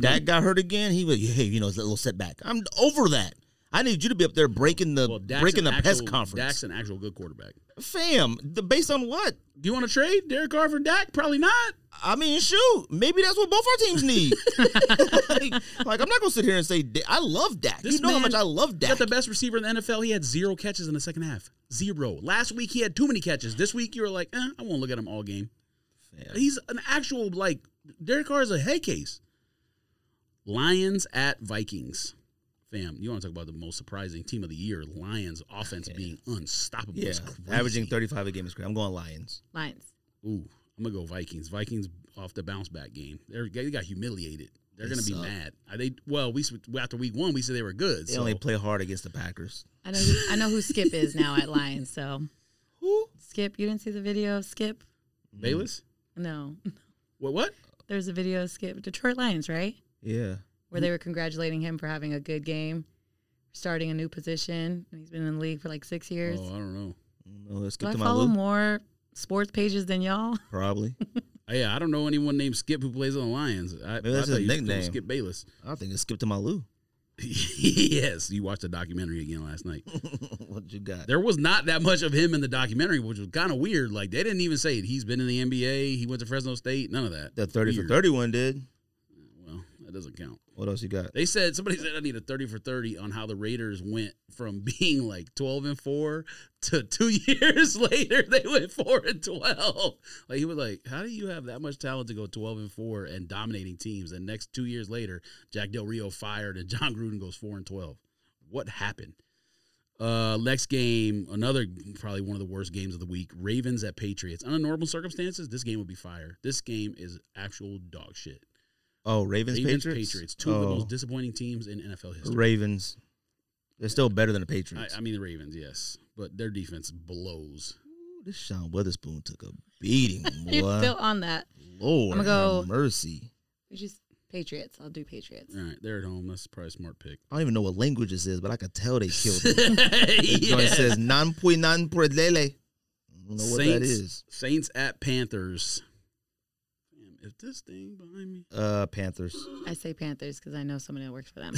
Speaker 1: Dak got hurt again. He was, hey, you know, it's a little setback. I'm over that. I need you to be up there breaking the
Speaker 2: well Dak's
Speaker 1: breaking the
Speaker 2: an actual,
Speaker 1: press conference,
Speaker 2: Dak's an actual good quarterback
Speaker 1: fam. The, based on what?
Speaker 2: do you want to trade Derek Carr for Dak probably not
Speaker 1: I mean, shoot, maybe that's what both our teams need. like, like, I'm not gonna sit here and say Da- I love Dak.
Speaker 2: This
Speaker 1: you know how
Speaker 2: man
Speaker 1: much I love
Speaker 2: got
Speaker 1: Dak.
Speaker 2: the best receiver in the NFL he had zero catches in the second half zero last week he had too many catches this week you were like eh, I won't look at him all game
Speaker 1: Fam.
Speaker 2: he's an actual like Derek Carr is a head case Lions at Vikings. Fam, you want to talk about the most surprising team of the year? Lions offense being unstoppable.
Speaker 1: yeah,
Speaker 2: is crazy.
Speaker 1: averaging 35 a game is great. I'm going Lions.
Speaker 3: Lions.
Speaker 2: Ooh, I'm gonna go Vikings. Vikings off the bounce back game. They're, they got humiliated. They're
Speaker 1: They
Speaker 2: gonna be
Speaker 1: suck.
Speaker 2: mad. Are they? Well, we s- after week one, we said they were good.
Speaker 1: They
Speaker 2: so
Speaker 1: only play hard against the Packers.
Speaker 3: I know who, I know who Skip is now at Lions. So
Speaker 1: Who?
Speaker 3: Skip, you didn't see the video of Skip?
Speaker 2: Bayless.
Speaker 3: No,
Speaker 1: Mm-hmm.
Speaker 2: What? What? Oh,
Speaker 3: there's a video of Skip Detroit Lions, right?
Speaker 1: Yeah.
Speaker 3: Where they were congratulating him for having a good game, starting a new position, and he's been in the league for like six years.
Speaker 2: Oh, I don't know.
Speaker 1: No, Mm-hmm. let's
Speaker 3: Do
Speaker 1: get
Speaker 3: I
Speaker 1: to my
Speaker 3: follow
Speaker 1: loop.
Speaker 3: more sports pages than y'all?
Speaker 1: Probably.
Speaker 2: Yeah, I don't know anyone named Skip who plays on the Lions. I,
Speaker 1: Maybe that's
Speaker 2: I thought
Speaker 1: his
Speaker 2: you said it was
Speaker 1: nickname.
Speaker 2: Skip Bayless.
Speaker 1: I think it's skip to my loo.
Speaker 2: yes, you watched the documentary again last night.
Speaker 1: what you got?
Speaker 2: there was not that much of him in the documentary, which was kind of weird. Like they didn't even say it. He's been in the NBA. He went to Fresno State. None of that.
Speaker 1: The 30
Speaker 2: Weird.
Speaker 1: for 31 did.
Speaker 2: doesn't count.
Speaker 1: What else you got?
Speaker 2: They said somebody said I need a thirty for thirty on how the Raiders went from being like twelve and four to two years later they went four and twelve. Like he was like, how do you have that much talent to go twelve and four and dominating teams? And next two years later, Jack Del Rio fired and John Gruden goes four and twelve. What happened? Uh, next game, another probably one of the worst games of the week. Ravens at Patriots. Under normal circumstances, this game would be fire. This game is actual dog shit.
Speaker 1: Oh, Ravens,
Speaker 2: Ravens
Speaker 1: Patriots.
Speaker 2: Patriots. two of the
Speaker 1: Oh,
Speaker 2: most disappointing teams in NFL history.
Speaker 1: Ravens. They're still better than the
Speaker 2: I,
Speaker 1: Patriots.
Speaker 2: I mean the Ravens, yes, but their defense blows.
Speaker 1: Ooh, this Sean Witherspoon took a beating.
Speaker 3: You're
Speaker 1: boy.
Speaker 3: still on that.
Speaker 1: Lord,
Speaker 3: I'ma go-
Speaker 1: have mercy.
Speaker 3: We just Patriots. I'll do Patriots.
Speaker 2: All right, they're at home. That's probably a smart pick.
Speaker 1: I don't even know what language this is, but I could tell they killed it. It
Speaker 2: Yeah.
Speaker 1: joint says non pui non lele. I don't know what that is.
Speaker 2: Saints at Panthers. Damn, if this thing behind me.
Speaker 1: Uh, Panthers.
Speaker 3: I say Panthers because I know somebody that works for them.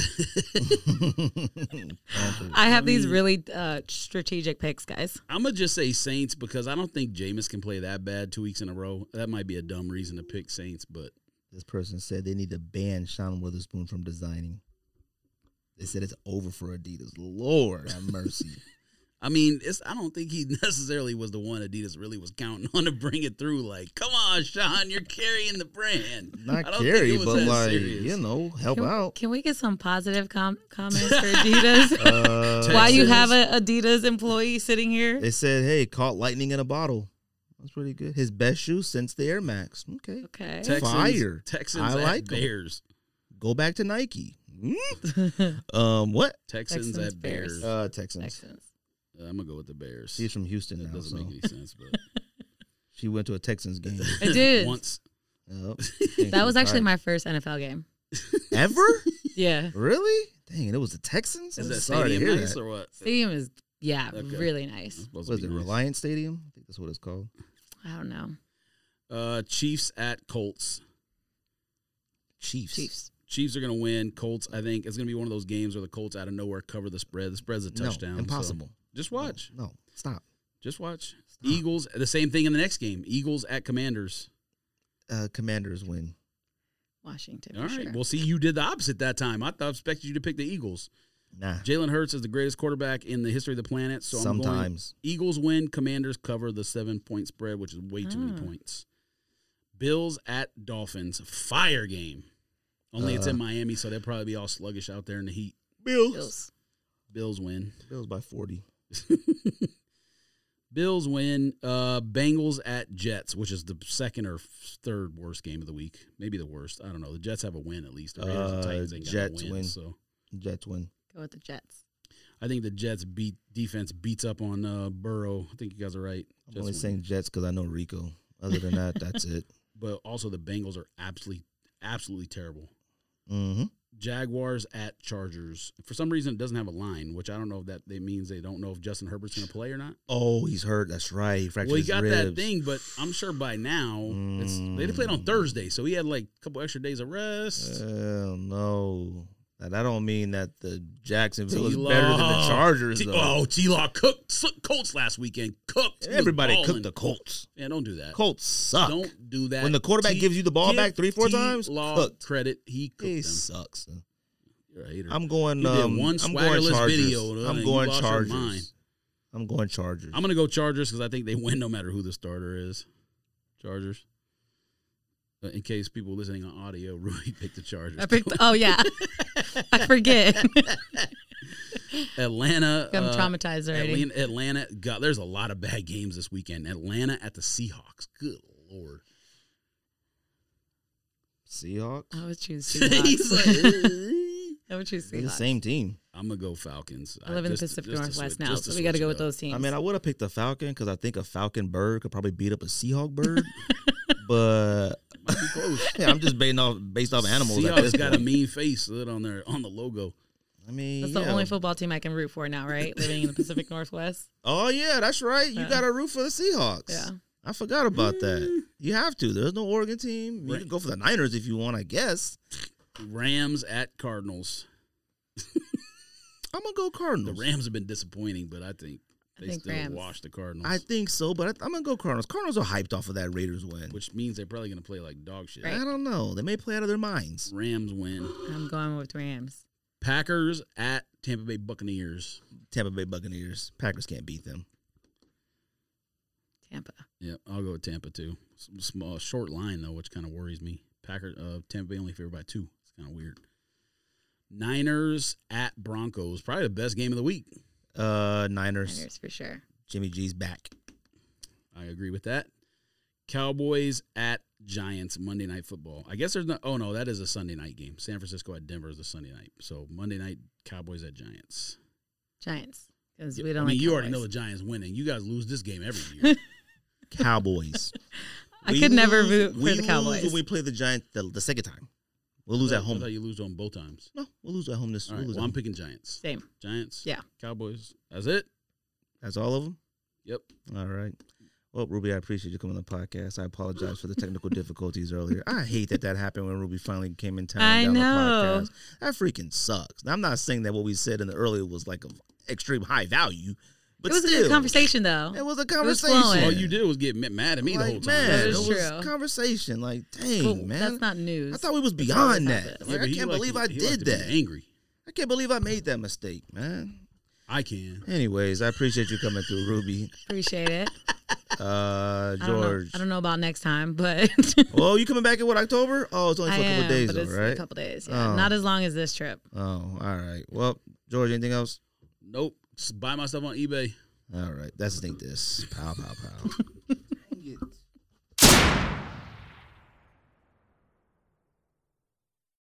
Speaker 1: Panthers.
Speaker 3: I have these
Speaker 2: mean-
Speaker 3: really uh, strategic picks, guys.
Speaker 2: I'm gonna just say Saints because I don't think Jameis can play that bad two weeks in a row. That might be a dumb reason to pick Saints, but
Speaker 1: This person said they need to ban Sean Witherspoon from designing. They said it's over for Adidas. Lord have mercy.
Speaker 2: I mean, it's I don't think he necessarily was the one Adidas really was counting on to bring it through. Like, come on, Sean, you're carrying the brand.
Speaker 1: Not
Speaker 2: I don't think
Speaker 1: Gary,
Speaker 2: it was
Speaker 1: but
Speaker 2: that
Speaker 1: like
Speaker 2: serious.
Speaker 1: you know, help
Speaker 3: Can,
Speaker 1: out.
Speaker 3: can we get some positive com- comments for Adidas?
Speaker 1: Uh,
Speaker 3: Why you
Speaker 2: Texas.
Speaker 3: have a Adidas employee sitting here?
Speaker 1: They said, "Hey, caught lightning in a bottle." That's pretty good. His best shoe since the Air Max. Okay,
Speaker 3: Okay.
Speaker 2: Texans,
Speaker 1: Fire.
Speaker 2: Texans
Speaker 1: I
Speaker 2: at
Speaker 1: like 'em.
Speaker 2: Bears.
Speaker 1: go back to Nike. Mm-hmm. um, what?
Speaker 2: Texans,
Speaker 3: Texans,
Speaker 2: at
Speaker 3: Bears.
Speaker 2: Bears.
Speaker 1: Uh, Texans.
Speaker 3: Texans.
Speaker 2: Uh, I'm gonna go with the Bears.
Speaker 1: She's from Houston
Speaker 2: That
Speaker 1: now,
Speaker 2: doesn't
Speaker 1: so
Speaker 2: make any sense, but
Speaker 1: she went to a Texans game.
Speaker 3: I did.
Speaker 2: once.
Speaker 1: Yep.
Speaker 3: That was actually my first NFL game.
Speaker 1: ever.
Speaker 3: Yeah.
Speaker 1: Really? Dang, it was the Texans.
Speaker 2: Is
Speaker 1: I'm
Speaker 2: that
Speaker 1: sorry to
Speaker 2: stadium
Speaker 1: hear
Speaker 2: nice
Speaker 1: that.
Speaker 2: or what?
Speaker 3: Stadium is, yeah,
Speaker 2: Okay.
Speaker 3: really nice.
Speaker 2: Supposed to
Speaker 1: Was
Speaker 2: be
Speaker 1: it
Speaker 2: nice.
Speaker 1: Reliance Stadium? I think that's what it's called.
Speaker 2: Mm-hmm.
Speaker 3: I don't know.
Speaker 2: Uh, Chiefs at Colts.
Speaker 1: Chiefs.
Speaker 3: Chiefs.
Speaker 2: Chiefs are gonna win. Colts, I think, it's gonna be one of those games where the Colts out of nowhere cover the spread. The spread's a touchdown.
Speaker 1: No,
Speaker 2: so-
Speaker 1: impossible.
Speaker 2: Just watch.
Speaker 1: No, stop.
Speaker 2: Just watch.
Speaker 1: Stop.
Speaker 2: Eagles. The same thing in the next game. Eagles at Commanders.
Speaker 1: Uh, commanders win.
Speaker 3: Washington.
Speaker 2: All right.
Speaker 3: for sure.
Speaker 2: Well, see, you did the opposite that time. I thought I expected you to pick the Eagles.
Speaker 1: Nah.
Speaker 2: Jalen Hurts is the greatest quarterback in the history of the planet. So I'm going
Speaker 1: Sometimes.
Speaker 2: Eagles win, Commanders cover the seven point spread, which is way too many
Speaker 3: Ah.
Speaker 2: points. Bills at Dolphins, fire game. Only it's in
Speaker 1: Uh.
Speaker 2: Miami, so they'll probably be all sluggish out there in the heat.
Speaker 3: Bills.
Speaker 2: Bills win.
Speaker 1: Bills by 40.
Speaker 2: Bills win. Uh, Bengals at Jets, which is the second or f- third worst game of the week. Maybe the worst. I don't know. The Jets have a win at least. The Raiders and
Speaker 1: Uh,
Speaker 2: Titans ain't got a
Speaker 1: Jets
Speaker 2: win,
Speaker 1: win.
Speaker 2: So
Speaker 1: Jets win.
Speaker 3: Go with the Jets.
Speaker 2: I think the Jets beat defense beats up on uh, Burrow. I think you guys are right.
Speaker 1: I'm
Speaker 2: Jets
Speaker 1: only
Speaker 2: win.
Speaker 1: saying Jets because I know Rico. Other than that, that's it.
Speaker 2: But also the Bengals are absolutely absolutely terrible.
Speaker 1: Mm-hmm.
Speaker 2: Jaguars at Chargers. For some reason, it doesn't have a line, which I don't know if that they means they don't know if Justin Herbert's going to play or not.
Speaker 1: Oh, he's hurt. That's right. He fractured
Speaker 2: well, he
Speaker 1: his
Speaker 2: got
Speaker 1: ribs.
Speaker 2: that thing, but I'm sure by now it's, they
Speaker 1: Mm.
Speaker 2: played on Thursday, so he had like a couple extra days of rest.
Speaker 1: Hell no. Now, that don't mean that the Jacksonville is
Speaker 2: T-Law.
Speaker 1: better than the Chargers,
Speaker 2: T-
Speaker 1: though.
Speaker 2: oh, T. Law cooked sl- Colts last weekend. Cooked. He was
Speaker 1: Everybody
Speaker 2: balling.
Speaker 1: cooked the Colts.
Speaker 2: Yeah, don't do that.
Speaker 1: Colts suck.
Speaker 2: Don't do that.
Speaker 1: When the quarterback
Speaker 2: T-
Speaker 1: gives you the ball
Speaker 2: give
Speaker 1: back three, four
Speaker 2: T.
Speaker 1: times,
Speaker 2: Law
Speaker 1: cooked.
Speaker 2: credit. He cooked
Speaker 1: He
Speaker 2: them.
Speaker 1: sucks.
Speaker 2: You're a hater.
Speaker 1: I'm going.
Speaker 2: You did
Speaker 1: Um,
Speaker 2: one
Speaker 1: I'm going
Speaker 2: swaggerless
Speaker 1: Chargers.
Speaker 2: video, though, and
Speaker 1: I'm
Speaker 2: you
Speaker 1: going
Speaker 2: lost your mind.
Speaker 1: Chargers. I'm going Chargers.
Speaker 2: I'm gonna go Chargers because I think they win no matter who the starter is. Chargers. Uh, in case people listening on audio, Rui picked the Chargers.
Speaker 3: I picked, oh, yeah. I forget.
Speaker 2: Atlanta.
Speaker 3: I'm
Speaker 2: uh,
Speaker 3: traumatized already.
Speaker 2: Atlanta, Atlanta. God, there's a lot of bad games this weekend. Atlanta at the Seahawks. Good lord.
Speaker 1: Seahawks.
Speaker 3: I would choose
Speaker 2: He's
Speaker 3: Seahawks.
Speaker 2: like,
Speaker 3: I would choose
Speaker 1: They're the
Speaker 3: Seahawks.
Speaker 1: same team.
Speaker 2: I'm gonna go Falcons.
Speaker 3: I live in the
Speaker 2: just-
Speaker 3: Pacific
Speaker 2: just to
Speaker 3: Northwest
Speaker 2: switch-
Speaker 3: now,
Speaker 2: just
Speaker 3: so we got to
Speaker 2: switch
Speaker 3: go
Speaker 2: it
Speaker 3: with
Speaker 2: up.
Speaker 3: those teams.
Speaker 1: I mean, I would have picked a Falcon because I think a Falcon bird could probably beat up a Seahawk bird, but
Speaker 2: Might be close.
Speaker 1: yeah, I'm just based off based off animals. at this
Speaker 2: Seahawks got a
Speaker 1: point.
Speaker 2: mean face lit on their on the logo.
Speaker 1: I mean,
Speaker 3: That's
Speaker 1: yeah.
Speaker 3: the only football team I can root for now, right? Living in the Pacific Northwest.
Speaker 1: oh yeah, that's right. You
Speaker 3: Yeah.
Speaker 1: got to root for the Seahawks.
Speaker 3: Yeah. Mm.
Speaker 1: I forgot about that. You have to. There's no Oregon team. You
Speaker 2: Right.
Speaker 1: can go for the Niners if you want, I guess.
Speaker 2: Rams at Cardinals.
Speaker 1: I'm gonna go
Speaker 2: The
Speaker 1: Cardinals.
Speaker 2: Rams have been disappointing, but I think
Speaker 3: I
Speaker 2: They
Speaker 3: think
Speaker 2: still
Speaker 3: Rams.
Speaker 2: wash the Cardinals,
Speaker 1: I think so, but I, I'm gonna go Cardinals. Cardinals are hyped off of that Raiders win.
Speaker 2: which means they're probably going to play like dog shit.
Speaker 1: I
Speaker 3: Right.
Speaker 1: don't know. They may play out of their minds.
Speaker 2: Rams win.
Speaker 3: I'm going with Rams.
Speaker 2: Packers at Tampa Bay Buccaneers.
Speaker 1: Tampa Bay Buccaneers. Packers can't beat them.
Speaker 3: Tampa.
Speaker 2: Yeah, I'll go with Tampa too. Some small, short line though, which kind of worries me. Packers, uh, Tampa Bay only favored by two. It's kind of weird. Niners at Broncos, probably the best game of the week.
Speaker 1: Uh, Niners.
Speaker 3: Niners for sure.
Speaker 1: Jimmy G's back.
Speaker 2: I agree with that. Cowboys at Giants Monday Night Football. I guess there's no. Oh no, that is a Sunday night game. San Francisco at Denver is the Sunday night. So Monday night Cowboys at Giants.
Speaker 3: Giants. Because
Speaker 2: Yeah,
Speaker 3: we don't
Speaker 2: I mean,
Speaker 3: like
Speaker 2: you already know the
Speaker 3: Cowboys.
Speaker 2: Giants winning. You guys lose this game every year.
Speaker 1: Cowboys.
Speaker 3: I
Speaker 1: We
Speaker 3: could never
Speaker 1: lose-
Speaker 3: root for
Speaker 1: we
Speaker 3: the
Speaker 1: lose
Speaker 3: Cowboys.
Speaker 1: when we play the Giants the, the second time. We'll lose
Speaker 2: I
Speaker 1: at
Speaker 2: thought- I
Speaker 1: home.
Speaker 2: thought you lose on both times.
Speaker 1: No, we'll lose at home this.
Speaker 2: All
Speaker 1: We'll
Speaker 2: right.
Speaker 1: lose
Speaker 2: Well,
Speaker 1: at
Speaker 2: I'm
Speaker 1: home.
Speaker 2: picking Giants.
Speaker 3: Same.
Speaker 2: Giants.
Speaker 3: Yeah.
Speaker 2: Cowboys. That's it.
Speaker 1: That's all of them.
Speaker 2: Yep.
Speaker 1: All right. Well, Ruby, I appreciate you coming on the podcast. I apologize for the technical difficulties earlier. I hate that that happened when Ruby finally came in town.
Speaker 3: I
Speaker 1: and got on
Speaker 3: know.
Speaker 1: the podcast. That freaking sucks. Now, I'm not saying that what we said in the earlier was like of extreme high value, but
Speaker 3: it was
Speaker 1: still,
Speaker 3: a good conversation though.
Speaker 1: It was a
Speaker 3: was
Speaker 1: conversation.
Speaker 3: flowing.
Speaker 2: All Oh, you did was get ma- mad at me the
Speaker 1: Like,
Speaker 2: whole time.
Speaker 1: Man,
Speaker 3: That
Speaker 1: it
Speaker 3: is
Speaker 1: was
Speaker 3: true.
Speaker 1: conversation. Like, dang,
Speaker 3: Well,
Speaker 1: man.
Speaker 3: That's not news.
Speaker 1: I thought we was
Speaker 3: always
Speaker 1: beyond
Speaker 3: how
Speaker 1: that.
Speaker 3: it is.
Speaker 1: Like,
Speaker 2: but
Speaker 1: I
Speaker 2: he
Speaker 1: can't
Speaker 2: liked
Speaker 1: believe
Speaker 2: to-
Speaker 1: I
Speaker 2: he liked
Speaker 1: did
Speaker 2: to be
Speaker 1: that.
Speaker 2: Angry.
Speaker 1: I can't believe I made that mistake, man.
Speaker 2: I can.
Speaker 1: Anyways, I appreciate you coming through, Ruby.
Speaker 3: Appreciate it.
Speaker 1: Uh,
Speaker 3: I don't, know,
Speaker 1: George.
Speaker 3: I don't know about next time, but
Speaker 1: Oh, you coming back in what October? Oh, it's only
Speaker 3: I
Speaker 1: for a couple
Speaker 3: am.
Speaker 1: days,
Speaker 3: but
Speaker 1: though,
Speaker 3: it's
Speaker 1: right?
Speaker 3: a couple days. Yeah.
Speaker 1: Oh.
Speaker 3: Not as long as this trip.
Speaker 1: Oh, all right. Well, George, anything else?
Speaker 2: Nope. Just buy myself on eBay.
Speaker 1: All right. That's think this. Pow, pow, pow.